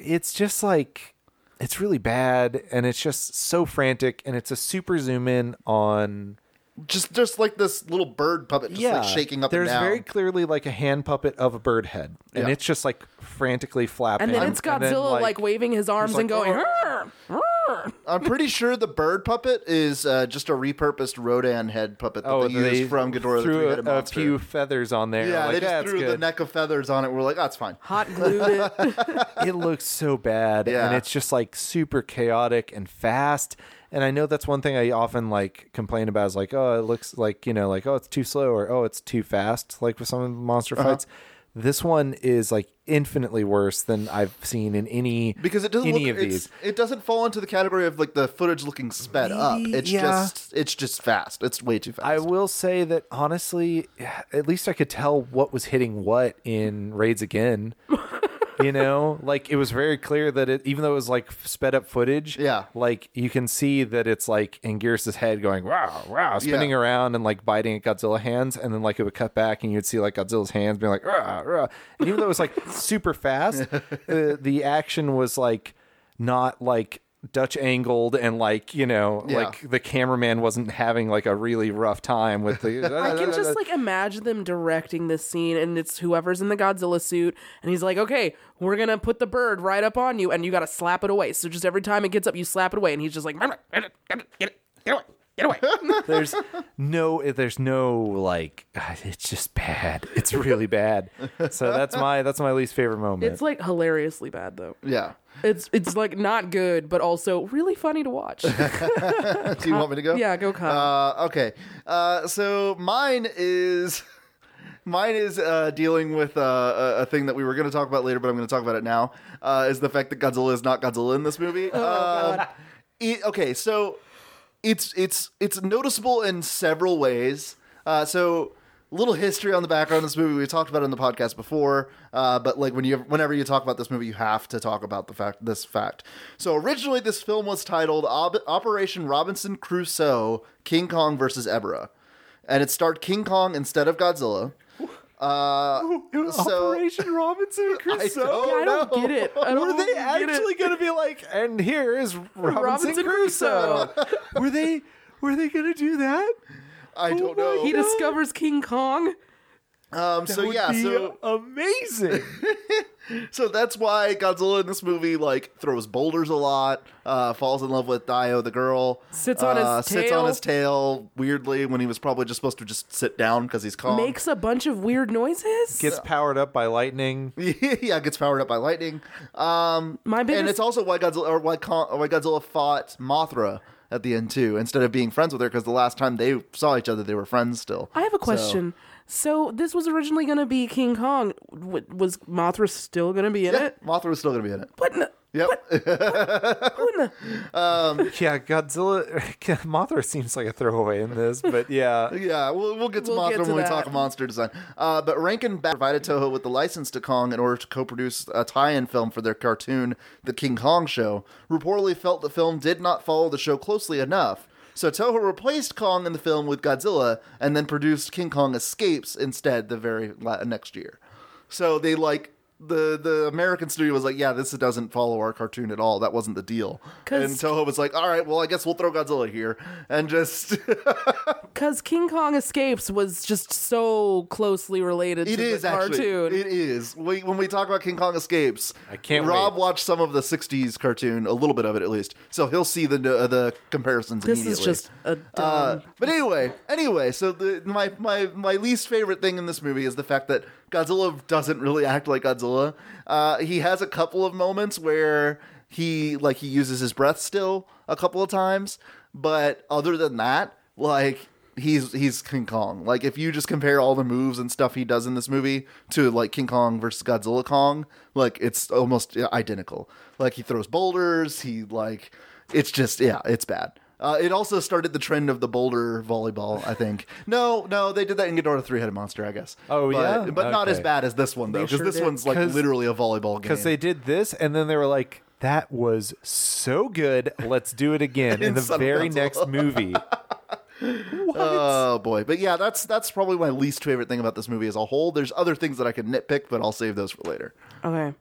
[SPEAKER 6] it's just like it's really bad and it's just so frantic and it's a super zoom in on
[SPEAKER 5] Just just like this little bird puppet just like shaking up
[SPEAKER 6] There's
[SPEAKER 5] and down.
[SPEAKER 6] very clearly like a hand puppet of a bird head, and
[SPEAKER 5] Yeah.
[SPEAKER 6] it's just like frantically flapping.
[SPEAKER 4] And then it's Godzilla
[SPEAKER 6] then,
[SPEAKER 4] like, waving his arms
[SPEAKER 6] like,
[SPEAKER 4] and going,
[SPEAKER 5] "Oh."
[SPEAKER 4] "Rrr, rrr."
[SPEAKER 5] I'm pretty
[SPEAKER 6] [LAUGHS]
[SPEAKER 5] sure the bird puppet is uh, just a repurposed Rodan head puppet that
[SPEAKER 6] Oh,
[SPEAKER 5] they, used from Ghidorah the
[SPEAKER 6] threw a,
[SPEAKER 5] Three-Headed
[SPEAKER 6] a
[SPEAKER 5] Monster.
[SPEAKER 6] few feathers on there.
[SPEAKER 5] yeah,
[SPEAKER 6] like,
[SPEAKER 5] they just
[SPEAKER 6] "That's
[SPEAKER 5] threw the
[SPEAKER 6] good."
[SPEAKER 5] neck of feathers on it. We're like, that's fine.
[SPEAKER 4] hot glued it.
[SPEAKER 6] it looks so bad
[SPEAKER 5] Yeah.
[SPEAKER 6] and it's just like super chaotic and fast and i know that's one thing i often like complain about is like oh it looks like you know like oh it's too slow or oh it's too fast like with some of the monster
[SPEAKER 5] Uh-huh.
[SPEAKER 6] fights this one is like infinitely worse than i've seen in any
[SPEAKER 5] Because it doesn't
[SPEAKER 6] any
[SPEAKER 5] look
[SPEAKER 6] of
[SPEAKER 5] it's-
[SPEAKER 6] these
[SPEAKER 5] it doesn't fall into the category of like the footage looking sped up. It's
[SPEAKER 6] Yeah.
[SPEAKER 5] just it's just fast. It's way too fast.
[SPEAKER 6] I will say that honestly, at least I could tell what was hitting what in
[SPEAKER 5] [LAUGHS]
[SPEAKER 6] Raids Again. you know, like it was very clear that it, even though it was like sped up footage,
[SPEAKER 5] Yeah.
[SPEAKER 6] like you can see that it's like Anguirus's head going wow, wow, spinning
[SPEAKER 5] Yeah.
[SPEAKER 6] around and like biting at Godzilla hands, and then like it would cut back and you'd see like Godzilla's hands being like rah, rah. And even though it was like super fast,
[SPEAKER 4] [LAUGHS]
[SPEAKER 6] the, the action was like not like. Dutch angled and like you know
[SPEAKER 5] Yeah.
[SPEAKER 6] like the cameraman wasn't having like a really rough time with the.
[SPEAKER 4] [LAUGHS]
[SPEAKER 6] [LAUGHS]
[SPEAKER 4] I can just like imagine them directing this scene, and it's whoever's in the Godzilla suit, and he's like, "Okay, we're gonna put the bird right up on you, and you gotta slap it away." So just every time it gets up, you slap it away, and he's just like, "Get it, get it, get it, get away, get away."
[SPEAKER 6] there's no there's no like [SIGHS] it's just bad. It's really bad. So that's my that's my least favorite moment.
[SPEAKER 4] it's like hilariously bad though.
[SPEAKER 5] yeah.
[SPEAKER 4] It's it's like not good, but also really funny to
[SPEAKER 5] [LAUGHS]
[SPEAKER 4] watch.
[SPEAKER 5] Do you want me to go?
[SPEAKER 4] yeah, go Kyle.
[SPEAKER 5] Uh, okay. Uh, so mine is [LAUGHS] mine is uh, dealing with uh, a, a thing that we were going to talk about later, but I'm going to talk about it now. Uh, is the fact that Godzilla is not Godzilla in this movie?
[SPEAKER 4] Oh,
[SPEAKER 5] Uh, it- okay, so it's it's it's noticeable in several ways. Uh, so little history on the background of this movie we talked about it on the podcast before uh, but like when you whenever you talk about this movie you have to talk about the fact this fact so originally this film was titled Ob- operation robinson crusoe king kong versus ebra and it starred king kong instead of godzilla
[SPEAKER 6] [LAUGHS]
[SPEAKER 5] so-
[SPEAKER 6] Operation Robinson [LAUGHS] Crusoe.
[SPEAKER 4] Yeah, I don't get it. I don't
[SPEAKER 6] Were they
[SPEAKER 4] get it.
[SPEAKER 6] actually going to be like, and here is Robinson,
[SPEAKER 4] Robinson
[SPEAKER 6] Crusoe? [LAUGHS] were they were they going to do that?
[SPEAKER 5] i don't know
[SPEAKER 4] He discovers King Kong.
[SPEAKER 5] um, so
[SPEAKER 6] Would
[SPEAKER 5] yeah
[SPEAKER 6] be
[SPEAKER 5] so
[SPEAKER 6] amazing.
[SPEAKER 5] So that's why Godzilla in this movie like throws boulders a lot, uh, falls in love with Dio the girl,
[SPEAKER 4] Sits on his
[SPEAKER 5] uh, sits
[SPEAKER 4] tail.
[SPEAKER 5] on his tail weirdly when he was probably just supposed to just sit down because he's calm.
[SPEAKER 4] Makes a bunch of weird noises.
[SPEAKER 6] [LAUGHS] Gets powered up by lightning.
[SPEAKER 5] [LAUGHS] yeah, gets powered up by lightning, Uh,
[SPEAKER 4] My biggest
[SPEAKER 5] and it's also why Godzilla or why, Con- or why Godzilla fought Mothra at the end too instead of being friends with her because the last time they saw each other they were friends still.
[SPEAKER 4] I have a
[SPEAKER 5] So-
[SPEAKER 4] question. So, this was originally going to be King Kong. W- was Mothra still going to be in
[SPEAKER 5] yeah,
[SPEAKER 4] it?
[SPEAKER 5] Mothra was still gonna be in it.
[SPEAKER 4] What? In the,
[SPEAKER 5] Yep.
[SPEAKER 4] who in the?
[SPEAKER 6] Yeah, Godzilla [LAUGHS] Mothra seems like a throwaway in this, but yeah. [LAUGHS]
[SPEAKER 5] Yeah, we'll, we'll get to
[SPEAKER 4] We'll
[SPEAKER 5] Mothra
[SPEAKER 4] get to
[SPEAKER 5] when we
[SPEAKER 4] that.
[SPEAKER 5] talk monster design. Uh, but Rankin Bass provided Toho with the license to Kong in order to co-produce a tie-in film for their cartoon, The King Kong Show. Reportedly felt the film did not follow the show closely enough, so Toho replaced Kong in the film with Godzilla, and then produced King Kong Escapes instead the very la- next year. So they like. The, the American studio was like, yeah, this doesn't follow our cartoon at all. That wasn't the deal.
[SPEAKER 4] 'Cause-
[SPEAKER 5] And Toho was like, all right, well, I guess we'll throw Godzilla here and just
[SPEAKER 4] Because King Kong Escapes was just so closely related
[SPEAKER 5] It
[SPEAKER 4] to
[SPEAKER 5] is
[SPEAKER 4] the cartoon.
[SPEAKER 5] actually. It is. We, when we talk about King Kong Escapes,
[SPEAKER 6] I can't
[SPEAKER 5] Rob
[SPEAKER 6] wait.
[SPEAKER 5] watched some of the '60s cartoon, a little bit of it at least, so he'll see the uh, the comparisons.
[SPEAKER 4] this is
[SPEAKER 5] immediately.
[SPEAKER 4] just a dumb.
[SPEAKER 5] Uh, but anyway, anyway, so the, my, my my least favorite thing in this movie is the fact that Godzilla doesn't really act like Godzilla. Uh, he has a couple of moments where he like he uses his breath still a couple of times, but other than that, like he's he's King Kong. Like if you just compare all the moves and stuff he does in this movie to like King Kong versus Godzilla Kong, like it's almost identical. Like he throws boulders, he like it's just yeah, it's bad. Uh, it also started the trend of the boulder volleyball, I think. [LAUGHS] no, no, they did that in Ghidorah Three Headed Monster, I guess.
[SPEAKER 6] Oh,
[SPEAKER 5] But-
[SPEAKER 6] yeah?
[SPEAKER 5] but not as
[SPEAKER 6] Okay.
[SPEAKER 5] bad as this one though, because
[SPEAKER 4] sure
[SPEAKER 5] this
[SPEAKER 4] did.
[SPEAKER 5] one's like
[SPEAKER 6] 'Cause-
[SPEAKER 5] literally a volleyball game.
[SPEAKER 6] because they did this and then they were like that was so good let's do it [LAUGHS] again in
[SPEAKER 5] In
[SPEAKER 6] the
[SPEAKER 5] Son of
[SPEAKER 6] very
[SPEAKER 5] Godzilla.
[SPEAKER 6] next [LAUGHS] movie
[SPEAKER 5] oh boy, but yeah, that's that's probably my least favorite thing about this movie as a whole. There's other things that I could nitpick, but I'll save those for later.
[SPEAKER 4] okay.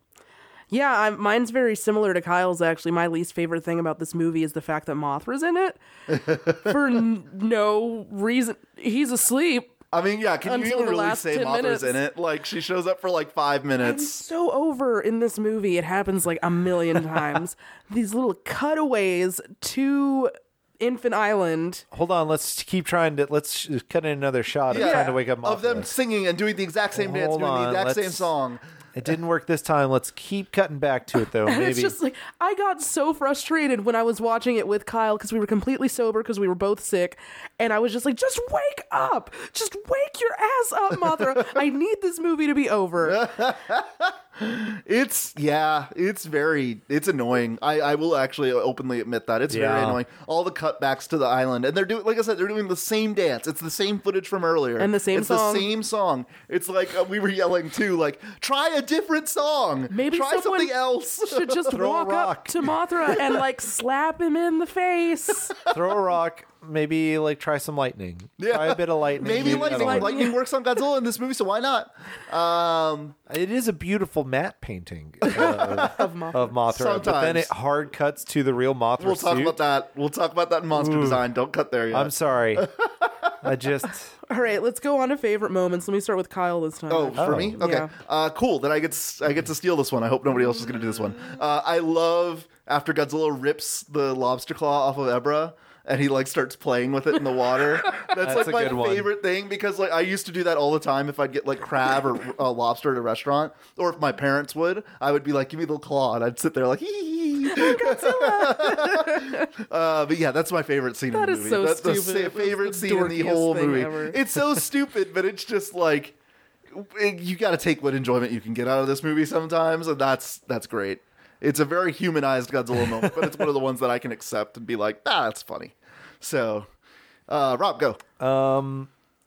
[SPEAKER 4] Yeah, i mine's very similar to Kyle's. Actually, my least favorite thing about this movie is the fact that Mothra's in it
[SPEAKER 5] [LAUGHS]
[SPEAKER 4] for n- no reason. He's asleep.
[SPEAKER 5] I mean, yeah, can
[SPEAKER 4] Until
[SPEAKER 5] you even
[SPEAKER 4] the
[SPEAKER 5] really
[SPEAKER 4] last
[SPEAKER 5] say
[SPEAKER 4] 10
[SPEAKER 5] Mothra's
[SPEAKER 4] minutes.
[SPEAKER 5] in it? Like, she shows up for like five
[SPEAKER 4] I'm
[SPEAKER 5] minutes.
[SPEAKER 4] so over in this movie. It happens like a
[SPEAKER 5] [LAUGHS]
[SPEAKER 4] million times. These little cutaways to Infant Island.
[SPEAKER 6] Hold on, let's keep trying to let's sh- cut in another shot of trying to wake up
[SPEAKER 5] of them
[SPEAKER 6] Mothra.
[SPEAKER 5] singing and doing the exact same dance,
[SPEAKER 6] Hold
[SPEAKER 5] doing the
[SPEAKER 6] on,
[SPEAKER 5] exact same
[SPEAKER 6] let's-
[SPEAKER 5] song.
[SPEAKER 6] It didn't work this time. Let's keep cutting back to
[SPEAKER 5] [LAUGHS]
[SPEAKER 6] it though.
[SPEAKER 4] And
[SPEAKER 6] Maybe
[SPEAKER 4] it's just like I got so frustrated when I was watching it with Kyle because we were completely sober because we were both sick, and I was just like, "Just wake up! Just wake your ass up, Mothra! I need this movie to be over."
[SPEAKER 5] It's yeah, it's very it's annoying. I I will actually openly admit that it's very
[SPEAKER 6] Yeah.
[SPEAKER 5] annoying. All the cutbacks to the island, and they're doing like I said, they're doing the same dance. It's the same footage from earlier,
[SPEAKER 4] And the same
[SPEAKER 5] it's
[SPEAKER 4] song.
[SPEAKER 5] the same song. It's like uh, we were yelling too, like try a different song,
[SPEAKER 4] Maybe
[SPEAKER 5] try
[SPEAKER 4] someone
[SPEAKER 5] something else.
[SPEAKER 4] Should just
[SPEAKER 6] [LAUGHS] Throw a
[SPEAKER 4] walk up
[SPEAKER 6] rock.
[SPEAKER 4] to Mothra and like slap him in the
[SPEAKER 6] [LAUGHS]
[SPEAKER 4] face.
[SPEAKER 6] throw a rock. Maybe like try some lightning.
[SPEAKER 5] Yeah.
[SPEAKER 6] Try a bit of lightning.
[SPEAKER 5] [LAUGHS] Maybe
[SPEAKER 6] that'll
[SPEAKER 5] lightning,
[SPEAKER 6] work.
[SPEAKER 5] lightning works on Godzilla in this movie, so why not? Um,
[SPEAKER 6] It is a beautiful matte
[SPEAKER 5] [LAUGHS]
[SPEAKER 6] painting uh, of, Mothra. but then
[SPEAKER 5] Sometimes.
[SPEAKER 6] it hard cuts to the real Mothra
[SPEAKER 5] we'll talk
[SPEAKER 6] suit.
[SPEAKER 5] about that. We'll talk about that in monster design. Don't cut there yet. [LAUGHS]
[SPEAKER 6] I'm sorry. I just
[SPEAKER 4] All right, let's go on to favorite moments. Let me start with Kyle this time.
[SPEAKER 5] Oh, for
[SPEAKER 6] Oh.
[SPEAKER 5] me? Okay.
[SPEAKER 4] Yeah.
[SPEAKER 5] Uh, cool. Then I get s- I get to steal this one. I hope nobody else is going to do this one. Uh, I love after Godzilla rips the lobster claw off of Ebra. And he like starts playing with it in the water. That's,
[SPEAKER 6] That's a
[SPEAKER 5] like
[SPEAKER 6] good
[SPEAKER 5] my
[SPEAKER 6] one.
[SPEAKER 5] favorite thing because like I used to do that all the time. If I'd get like crab or uh, lobster at a restaurant, or if my parents would, I would be like, "Give me the claw," and I'd sit there like, [LAUGHS] "Hee." uh, but yeah, that's my favorite scene
[SPEAKER 4] That
[SPEAKER 5] in
[SPEAKER 4] is
[SPEAKER 5] the movie.
[SPEAKER 4] so
[SPEAKER 5] that's
[SPEAKER 4] stupid.
[SPEAKER 5] the sa-
[SPEAKER 4] It was
[SPEAKER 5] favorite
[SPEAKER 4] the
[SPEAKER 5] scene in the
[SPEAKER 4] dorkiest
[SPEAKER 5] whole
[SPEAKER 4] thing
[SPEAKER 5] movie.
[SPEAKER 4] ever. [LAUGHS]
[SPEAKER 5] It's so stupid, but it's just like you got to take what enjoyment you can get out of this movie sometimes, and that's that's great. It's a very humanized Godzilla moment, but it's one of the ones that I can accept and be like, ah, that's funny. So, uh, Rob, go.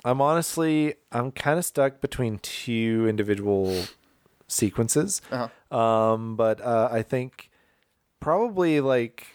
[SPEAKER 6] I'm honestly I'm kind of stuck between two individual sequences.
[SPEAKER 4] Uh-huh.
[SPEAKER 6] Um but uh I think probably like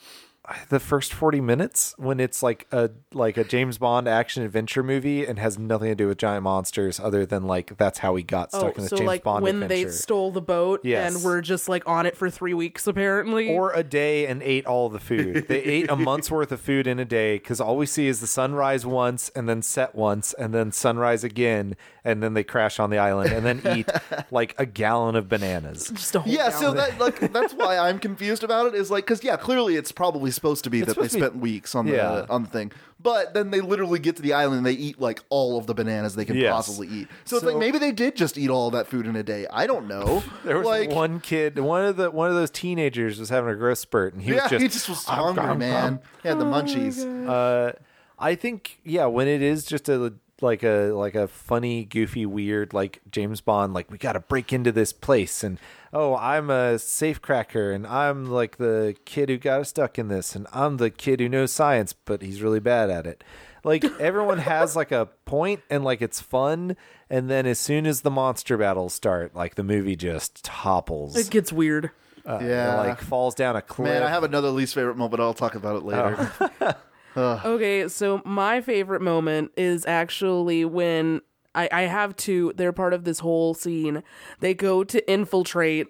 [SPEAKER 6] the first 40 minutes when it's like a like a James Bond action adventure movie and has nothing to do with giant monsters other than like that's how we got
[SPEAKER 4] Oh,
[SPEAKER 6] stuck in this
[SPEAKER 4] so
[SPEAKER 6] James
[SPEAKER 4] like
[SPEAKER 6] Bond
[SPEAKER 4] when
[SPEAKER 6] adventure.
[SPEAKER 4] they stole the boat
[SPEAKER 6] Yes.
[SPEAKER 4] and were just like on it for three weeks apparently.
[SPEAKER 6] or a day and ate all the
[SPEAKER 5] [LAUGHS]
[SPEAKER 6] food. They ate a month's worth of food in a day because all we see is the sunrise once and then set once and then sunrise again and then they crash on the island and
[SPEAKER 5] [LAUGHS]
[SPEAKER 6] then eat like a gallon of bananas.
[SPEAKER 4] just a whole
[SPEAKER 5] Yeah, so
[SPEAKER 4] gallon.
[SPEAKER 6] [LAUGHS]
[SPEAKER 5] that like that's why I'm confused about it is like because yeah, clearly it's probably supposed to be that they
[SPEAKER 6] supposed to be-
[SPEAKER 5] spent weeks on the
[SPEAKER 6] Yeah.
[SPEAKER 5] on the thing, but then they literally get to the island and they eat like all of the bananas they can
[SPEAKER 6] Yes.
[SPEAKER 5] possibly eat. So, it's
[SPEAKER 6] So-
[SPEAKER 5] like maybe they did just eat all that food in a day. I don't know.
[SPEAKER 6] [LAUGHS] There was
[SPEAKER 5] like
[SPEAKER 6] one kid, one of the one of those teenagers was having a growth spurt and he
[SPEAKER 5] yeah,
[SPEAKER 6] was just
[SPEAKER 5] he just
[SPEAKER 6] [LAUGHS]
[SPEAKER 5] was hungry, man. He
[SPEAKER 6] Oh
[SPEAKER 5] had the munchies.
[SPEAKER 6] I think yeah, when it is just a like a like a funny, goofy, weird like James Bond, like we got to break into this place, and oh, I'm a safecracker, and I'm like the kid who got us stuck in this, and I'm the kid who knows science, but he's really bad at it.
[SPEAKER 5] [LAUGHS]
[SPEAKER 6] Like everyone has like a point, and like it's fun, and then as soon as the monster battles start, like the movie just topples,
[SPEAKER 4] it gets weird.
[SPEAKER 5] yeah,
[SPEAKER 6] like Oh, falls down a cliff.
[SPEAKER 5] man, I have another least favorite moment. I'll talk about it later.
[SPEAKER 6] [LAUGHS]
[SPEAKER 4] Okay, so my favorite moment is actually when I, I have two. They're part of this whole scene. They go to infiltrate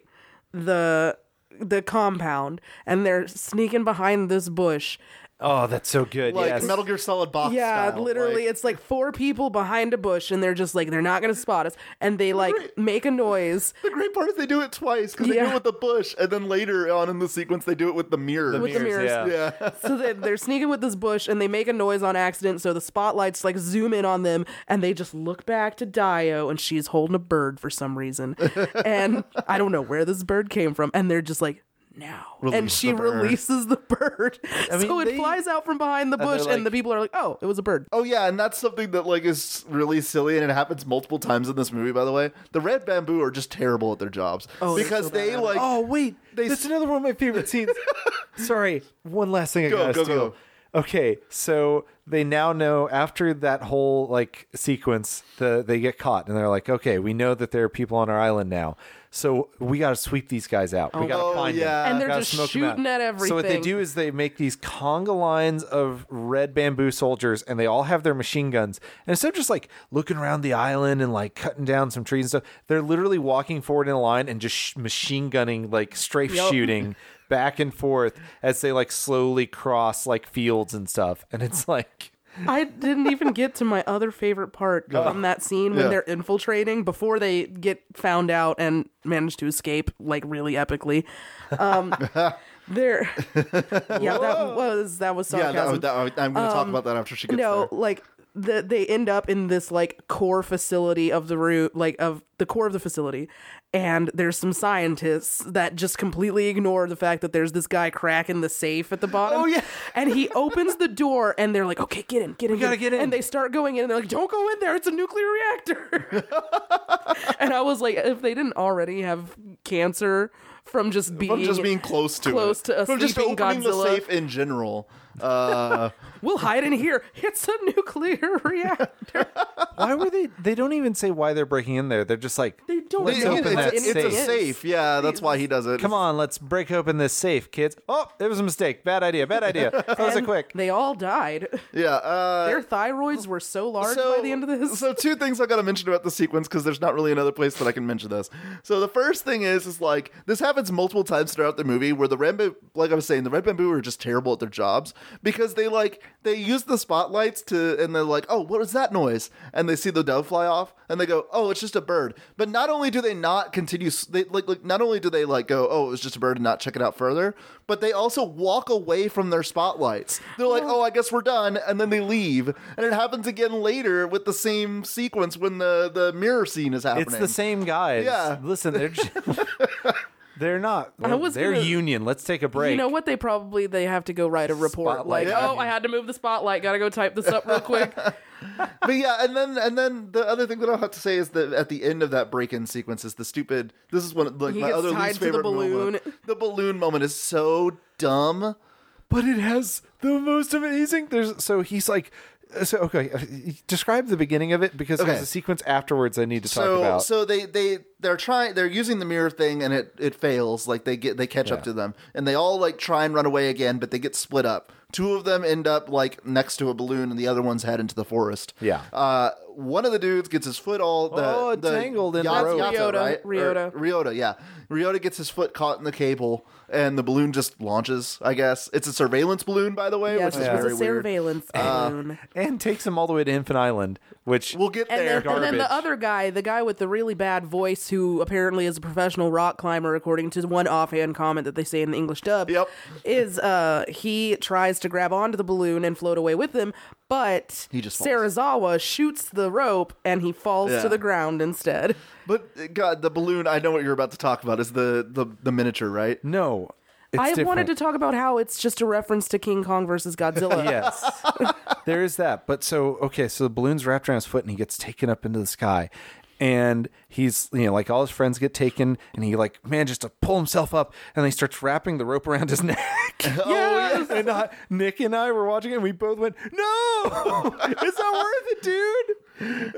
[SPEAKER 4] the the compound, and they're sneaking behind this bush.
[SPEAKER 6] oh, that's so good.
[SPEAKER 5] Like
[SPEAKER 6] yes.
[SPEAKER 5] Metal Gear Solid box.
[SPEAKER 4] Yeah,
[SPEAKER 5] style,
[SPEAKER 4] literally,
[SPEAKER 5] like-
[SPEAKER 4] it's like four people behind a bush, and they're just like they're not gonna spot us, and they like make a noise
[SPEAKER 5] The great part is they do it twice because they do
[SPEAKER 4] Yeah.
[SPEAKER 5] it with the bush, and then later on in the sequence they do it with the mirror.
[SPEAKER 4] with the
[SPEAKER 6] mirrors,
[SPEAKER 4] mirrors.
[SPEAKER 6] yeah.
[SPEAKER 5] yeah.
[SPEAKER 4] so they, they're sneaking with this bush and they make a noise on accident so the spotlights like zoom in on them and they just look back to dio and she's holding a bird for some reason and i don't know where this bird came from and they're just like now and
[SPEAKER 5] Release
[SPEAKER 4] she
[SPEAKER 5] the bird.
[SPEAKER 4] releases the bird [LAUGHS]
[SPEAKER 6] mean,
[SPEAKER 4] so it
[SPEAKER 6] they-
[SPEAKER 4] flies out from behind the
[SPEAKER 6] they're
[SPEAKER 4] bush and,
[SPEAKER 6] like-
[SPEAKER 4] the people are like oh it was a bird
[SPEAKER 5] Oh yeah, and that's something that like is really silly, and it happens multiple times in this movie. By the way, the red bamboo are just terrible at their jobs
[SPEAKER 4] they're
[SPEAKER 5] because
[SPEAKER 4] so bad
[SPEAKER 5] they
[SPEAKER 4] at it.
[SPEAKER 5] like.
[SPEAKER 6] Oh wait,
[SPEAKER 5] They
[SPEAKER 6] that's
[SPEAKER 5] s- [LAUGHS]
[SPEAKER 6] another one of my favorite scenes. Sorry, one last thing I
[SPEAKER 5] Go,
[SPEAKER 6] gotta
[SPEAKER 5] go,
[SPEAKER 6] steal.
[SPEAKER 5] go.
[SPEAKER 6] Okay, so they now know after that whole like sequence, the they get caught and they're like, okay, we know that there are people on our island now, so we got to sweep these guys out. we got to
[SPEAKER 5] Oh,
[SPEAKER 6] find
[SPEAKER 5] yeah.
[SPEAKER 6] them.
[SPEAKER 5] And
[SPEAKER 4] they're
[SPEAKER 6] Gotta
[SPEAKER 4] just
[SPEAKER 6] smoke them out.
[SPEAKER 4] shooting at
[SPEAKER 6] So what they
[SPEAKER 4] everything.
[SPEAKER 6] do is they make these conga lines of red bamboo soldiers, and they all have their machine guns. And instead of just like looking around the island and like cutting down some trees and stuff, they're literally walking forward in a line and just sh- machine gunning, like strafe
[SPEAKER 4] Yup. [LAUGHS]
[SPEAKER 6] shooting back and forth as they like slowly cross like fields and stuff. And it's like.
[SPEAKER 4] I didn't even get to my other favorite part from that scene when
[SPEAKER 5] Yeah.
[SPEAKER 4] they're infiltrating before they get found out and manage to escape like really epically.
[SPEAKER 5] [LAUGHS]
[SPEAKER 4] Um, there, yeah, that was that was
[SPEAKER 5] Yeah,
[SPEAKER 4] sarcasm.
[SPEAKER 5] that, that, I'm going to talk about that after she gets
[SPEAKER 4] Um, no,
[SPEAKER 5] there.
[SPEAKER 4] like the, they end up in this like core facility of the root, like of the core of the facility, and there's some scientists that just completely ignore the fact that there's this guy cracking the safe at the bottom.
[SPEAKER 6] Oh, yeah.
[SPEAKER 4] and he opens the door, and they're like, "Okay, get in, get in,
[SPEAKER 6] gotta get in."
[SPEAKER 4] And they start going in, and they're like, "Don't go in there! It's a nuclear reactor." [LAUGHS] and I was like, if they didn't already have cancer from just being
[SPEAKER 5] From just being close to
[SPEAKER 4] close
[SPEAKER 5] it.
[SPEAKER 4] to a
[SPEAKER 5] From just
[SPEAKER 4] sleeping
[SPEAKER 5] opening the
[SPEAKER 4] Godzilla.
[SPEAKER 5] safe in general. Uh,
[SPEAKER 4] we'll hide in here. It's a nuclear [LAUGHS] reactor.
[SPEAKER 6] Why were they? They don't even say why they're breaking in there. They're just like
[SPEAKER 4] They don't
[SPEAKER 6] Let's
[SPEAKER 4] know. It's-
[SPEAKER 6] open
[SPEAKER 5] [LAUGHS]
[SPEAKER 6] that
[SPEAKER 5] it's,
[SPEAKER 6] safe.
[SPEAKER 5] it's a safe. Yeah, that's why he does it.
[SPEAKER 6] Come on, let's break open this safe, kids. Oh, it was a mistake. Bad idea. Bad idea. Close it
[SPEAKER 4] And
[SPEAKER 6] quick.
[SPEAKER 4] They all died. [LAUGHS]
[SPEAKER 5] Yeah. Uh,
[SPEAKER 4] Their thyroids were so large by the end of this.
[SPEAKER 5] So two things I got to mention about the sequence because there's not really another place that I can mention this. So the first thing is, is like this happens multiple times throughout the movie where the red, Bam- like I was saying, the red bamboo are just terrible at their jobs because they like they use the spotlights to, and they're like, oh, what was that noise? And they see the dove fly off, and they go, oh, it's just a bird. But not only do they not continue, s- they like, like not only do they like go, oh, it was just a bird, and not check it out further, but they also walk away from their spotlights. They're like, oh, I guess we're done, and then they leave. And it happens again later with the same sequence when the the mirror scene is happening.
[SPEAKER 6] It's the same guys.
[SPEAKER 5] Yeah.
[SPEAKER 6] Listen, they're [LAUGHS] just, they're not.
[SPEAKER 4] was
[SPEAKER 6] they're
[SPEAKER 4] gonna-
[SPEAKER 6] union. Let's take a break.
[SPEAKER 4] You know what? They probably they have to go write a report.
[SPEAKER 6] Spotlight.
[SPEAKER 4] Like,
[SPEAKER 6] Yeah.
[SPEAKER 4] oh, I had to move the spotlight. Got to go type this up real quick.
[SPEAKER 5] but yeah, and then and then the other thing that I'll have to say is that at the end of that break-in sequence is the stupid. This is one of, like
[SPEAKER 4] He
[SPEAKER 5] my
[SPEAKER 4] gets
[SPEAKER 5] other
[SPEAKER 4] tied to
[SPEAKER 5] least
[SPEAKER 4] the
[SPEAKER 5] favorite moment.
[SPEAKER 4] balloon.
[SPEAKER 5] The balloon moment is so dumb.
[SPEAKER 6] But it has the most amazing. There's so he's like. So okay, uh, describe the beginning of it because
[SPEAKER 5] Okay.
[SPEAKER 6] there's a sequence afterwards I need to talk
[SPEAKER 5] so,
[SPEAKER 6] about.
[SPEAKER 5] So they they they're trying they're using the mirror thing and it it fails. Like they get they catch up to them and they all like try and run away again, but they get split up. Two of them end up like next to a balloon and the other one's head into the forest.
[SPEAKER 6] Yeah.
[SPEAKER 5] Uh, one of the dudes gets his foot all the,
[SPEAKER 6] Oh,
[SPEAKER 5] the
[SPEAKER 6] tangled in the
[SPEAKER 5] Yat-
[SPEAKER 6] rope.
[SPEAKER 5] Yatta,
[SPEAKER 4] Ryota,
[SPEAKER 5] right? Or-
[SPEAKER 4] Ryota.
[SPEAKER 5] Ryota, yeah. Ryota gets his foot caught in the cable and the balloon just launches, I guess. It's a surveillance balloon, by the way,
[SPEAKER 4] yes,
[SPEAKER 5] which is
[SPEAKER 4] it was
[SPEAKER 5] very
[SPEAKER 4] a
[SPEAKER 5] weird.
[SPEAKER 4] surveillance balloon.
[SPEAKER 6] and takes him all the way to Infant Island, which
[SPEAKER 5] We'll get
[SPEAKER 4] And
[SPEAKER 5] there.
[SPEAKER 4] then, and then
[SPEAKER 6] garbage.
[SPEAKER 4] the other guy, the guy with the really bad voice, who apparently is a professional rock climber, according to one offhand comment that they say in the English dub,
[SPEAKER 5] Yep.
[SPEAKER 4] is uh, he tries to grab onto the balloon and float away with him, but
[SPEAKER 5] He just falls.
[SPEAKER 4] Sarazawa shoots the rope and he falls
[SPEAKER 5] Yeah.
[SPEAKER 4] to the ground instead.
[SPEAKER 5] But uh, God, the balloon. I know what you're about to talk about. Is the the, the
[SPEAKER 4] [LAUGHS]
[SPEAKER 5] miniature, right?
[SPEAKER 6] no, it's
[SPEAKER 4] I
[SPEAKER 6] different.
[SPEAKER 4] wanted to talk about how it's just a reference to King Kong versus Godzilla.
[SPEAKER 6] yes. there is that. But so okay, so the balloon's wrapped around his foot and he gets taken up into the sky. And he's you know, like all his friends get taken and he like manages to pull himself up and then he starts wrapping the rope around his
[SPEAKER 5] [LAUGHS]
[SPEAKER 6] [LAUGHS] neck.
[SPEAKER 5] Oh,
[SPEAKER 4] Yes!
[SPEAKER 6] and I, Nick and I were watching it and we both went,
[SPEAKER 5] [LAUGHS]
[SPEAKER 6] No, it's not worth it, dude.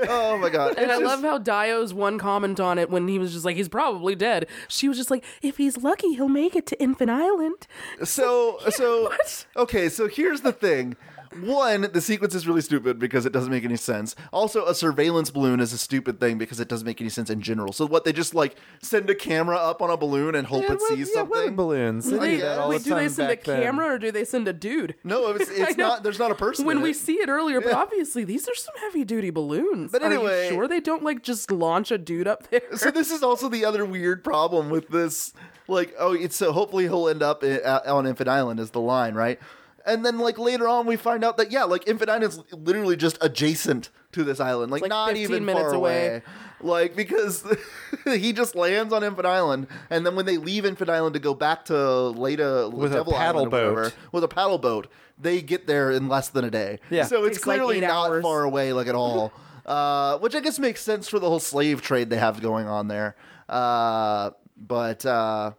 [SPEAKER 5] Oh my God!
[SPEAKER 4] And I love how Dio's one comment on it when he was just like, he's probably dead. She was just like, if he's lucky, he'll make it to Infant Island.
[SPEAKER 5] So so okay. So here's the thing. One, the sequence is really stupid because it doesn't make any sense. Also, a surveillance balloon is a stupid thing because it doesn't make any sense in general. So what they just like send a camera up on a balloon and hope it
[SPEAKER 6] Yeah,
[SPEAKER 5] sees
[SPEAKER 6] yeah, weather
[SPEAKER 5] something.
[SPEAKER 6] balloons. They do
[SPEAKER 4] They-
[SPEAKER 6] that all
[SPEAKER 4] wait,
[SPEAKER 6] the
[SPEAKER 4] do they
[SPEAKER 6] time
[SPEAKER 4] send a
[SPEAKER 6] back then.
[SPEAKER 4] camera or do they send a dude? [LAUGHS]
[SPEAKER 5] No, it's,
[SPEAKER 4] I
[SPEAKER 5] it's
[SPEAKER 4] know.
[SPEAKER 5] not. There's not a person.
[SPEAKER 4] When
[SPEAKER 5] in
[SPEAKER 4] we
[SPEAKER 5] it.
[SPEAKER 4] see it earlier, but obviously these are some heavy duty balloons.
[SPEAKER 5] But
[SPEAKER 4] Are you
[SPEAKER 5] anyway-
[SPEAKER 4] sure they don't like just launch a dude up there?
[SPEAKER 5] so this is also the other weird problem with this like oh it's so hopefully he'll end up i- uh, on infant island is the line right and then like later on we find out that yeah like infant island's literally just adjacent to this island like,
[SPEAKER 4] like
[SPEAKER 5] not
[SPEAKER 4] 15
[SPEAKER 5] even
[SPEAKER 4] minutes
[SPEAKER 5] far away.
[SPEAKER 4] away.
[SPEAKER 5] like because [LAUGHS] he just lands on infant island and then when they leave infant island to go back to Leda
[SPEAKER 6] With a
[SPEAKER 5] Devil
[SPEAKER 6] paddle
[SPEAKER 5] Island or
[SPEAKER 6] boat.
[SPEAKER 5] whatever, with a paddle boat they get there in less than a day
[SPEAKER 6] Yeah.
[SPEAKER 5] so it's
[SPEAKER 4] Takes like
[SPEAKER 5] clearly
[SPEAKER 4] eight
[SPEAKER 5] not
[SPEAKER 4] hours.
[SPEAKER 5] far away like
[SPEAKER 4] [LAUGHS]
[SPEAKER 5] at all uh, which i guess makes sense for the whole slave trade they have going on there uh, but uh,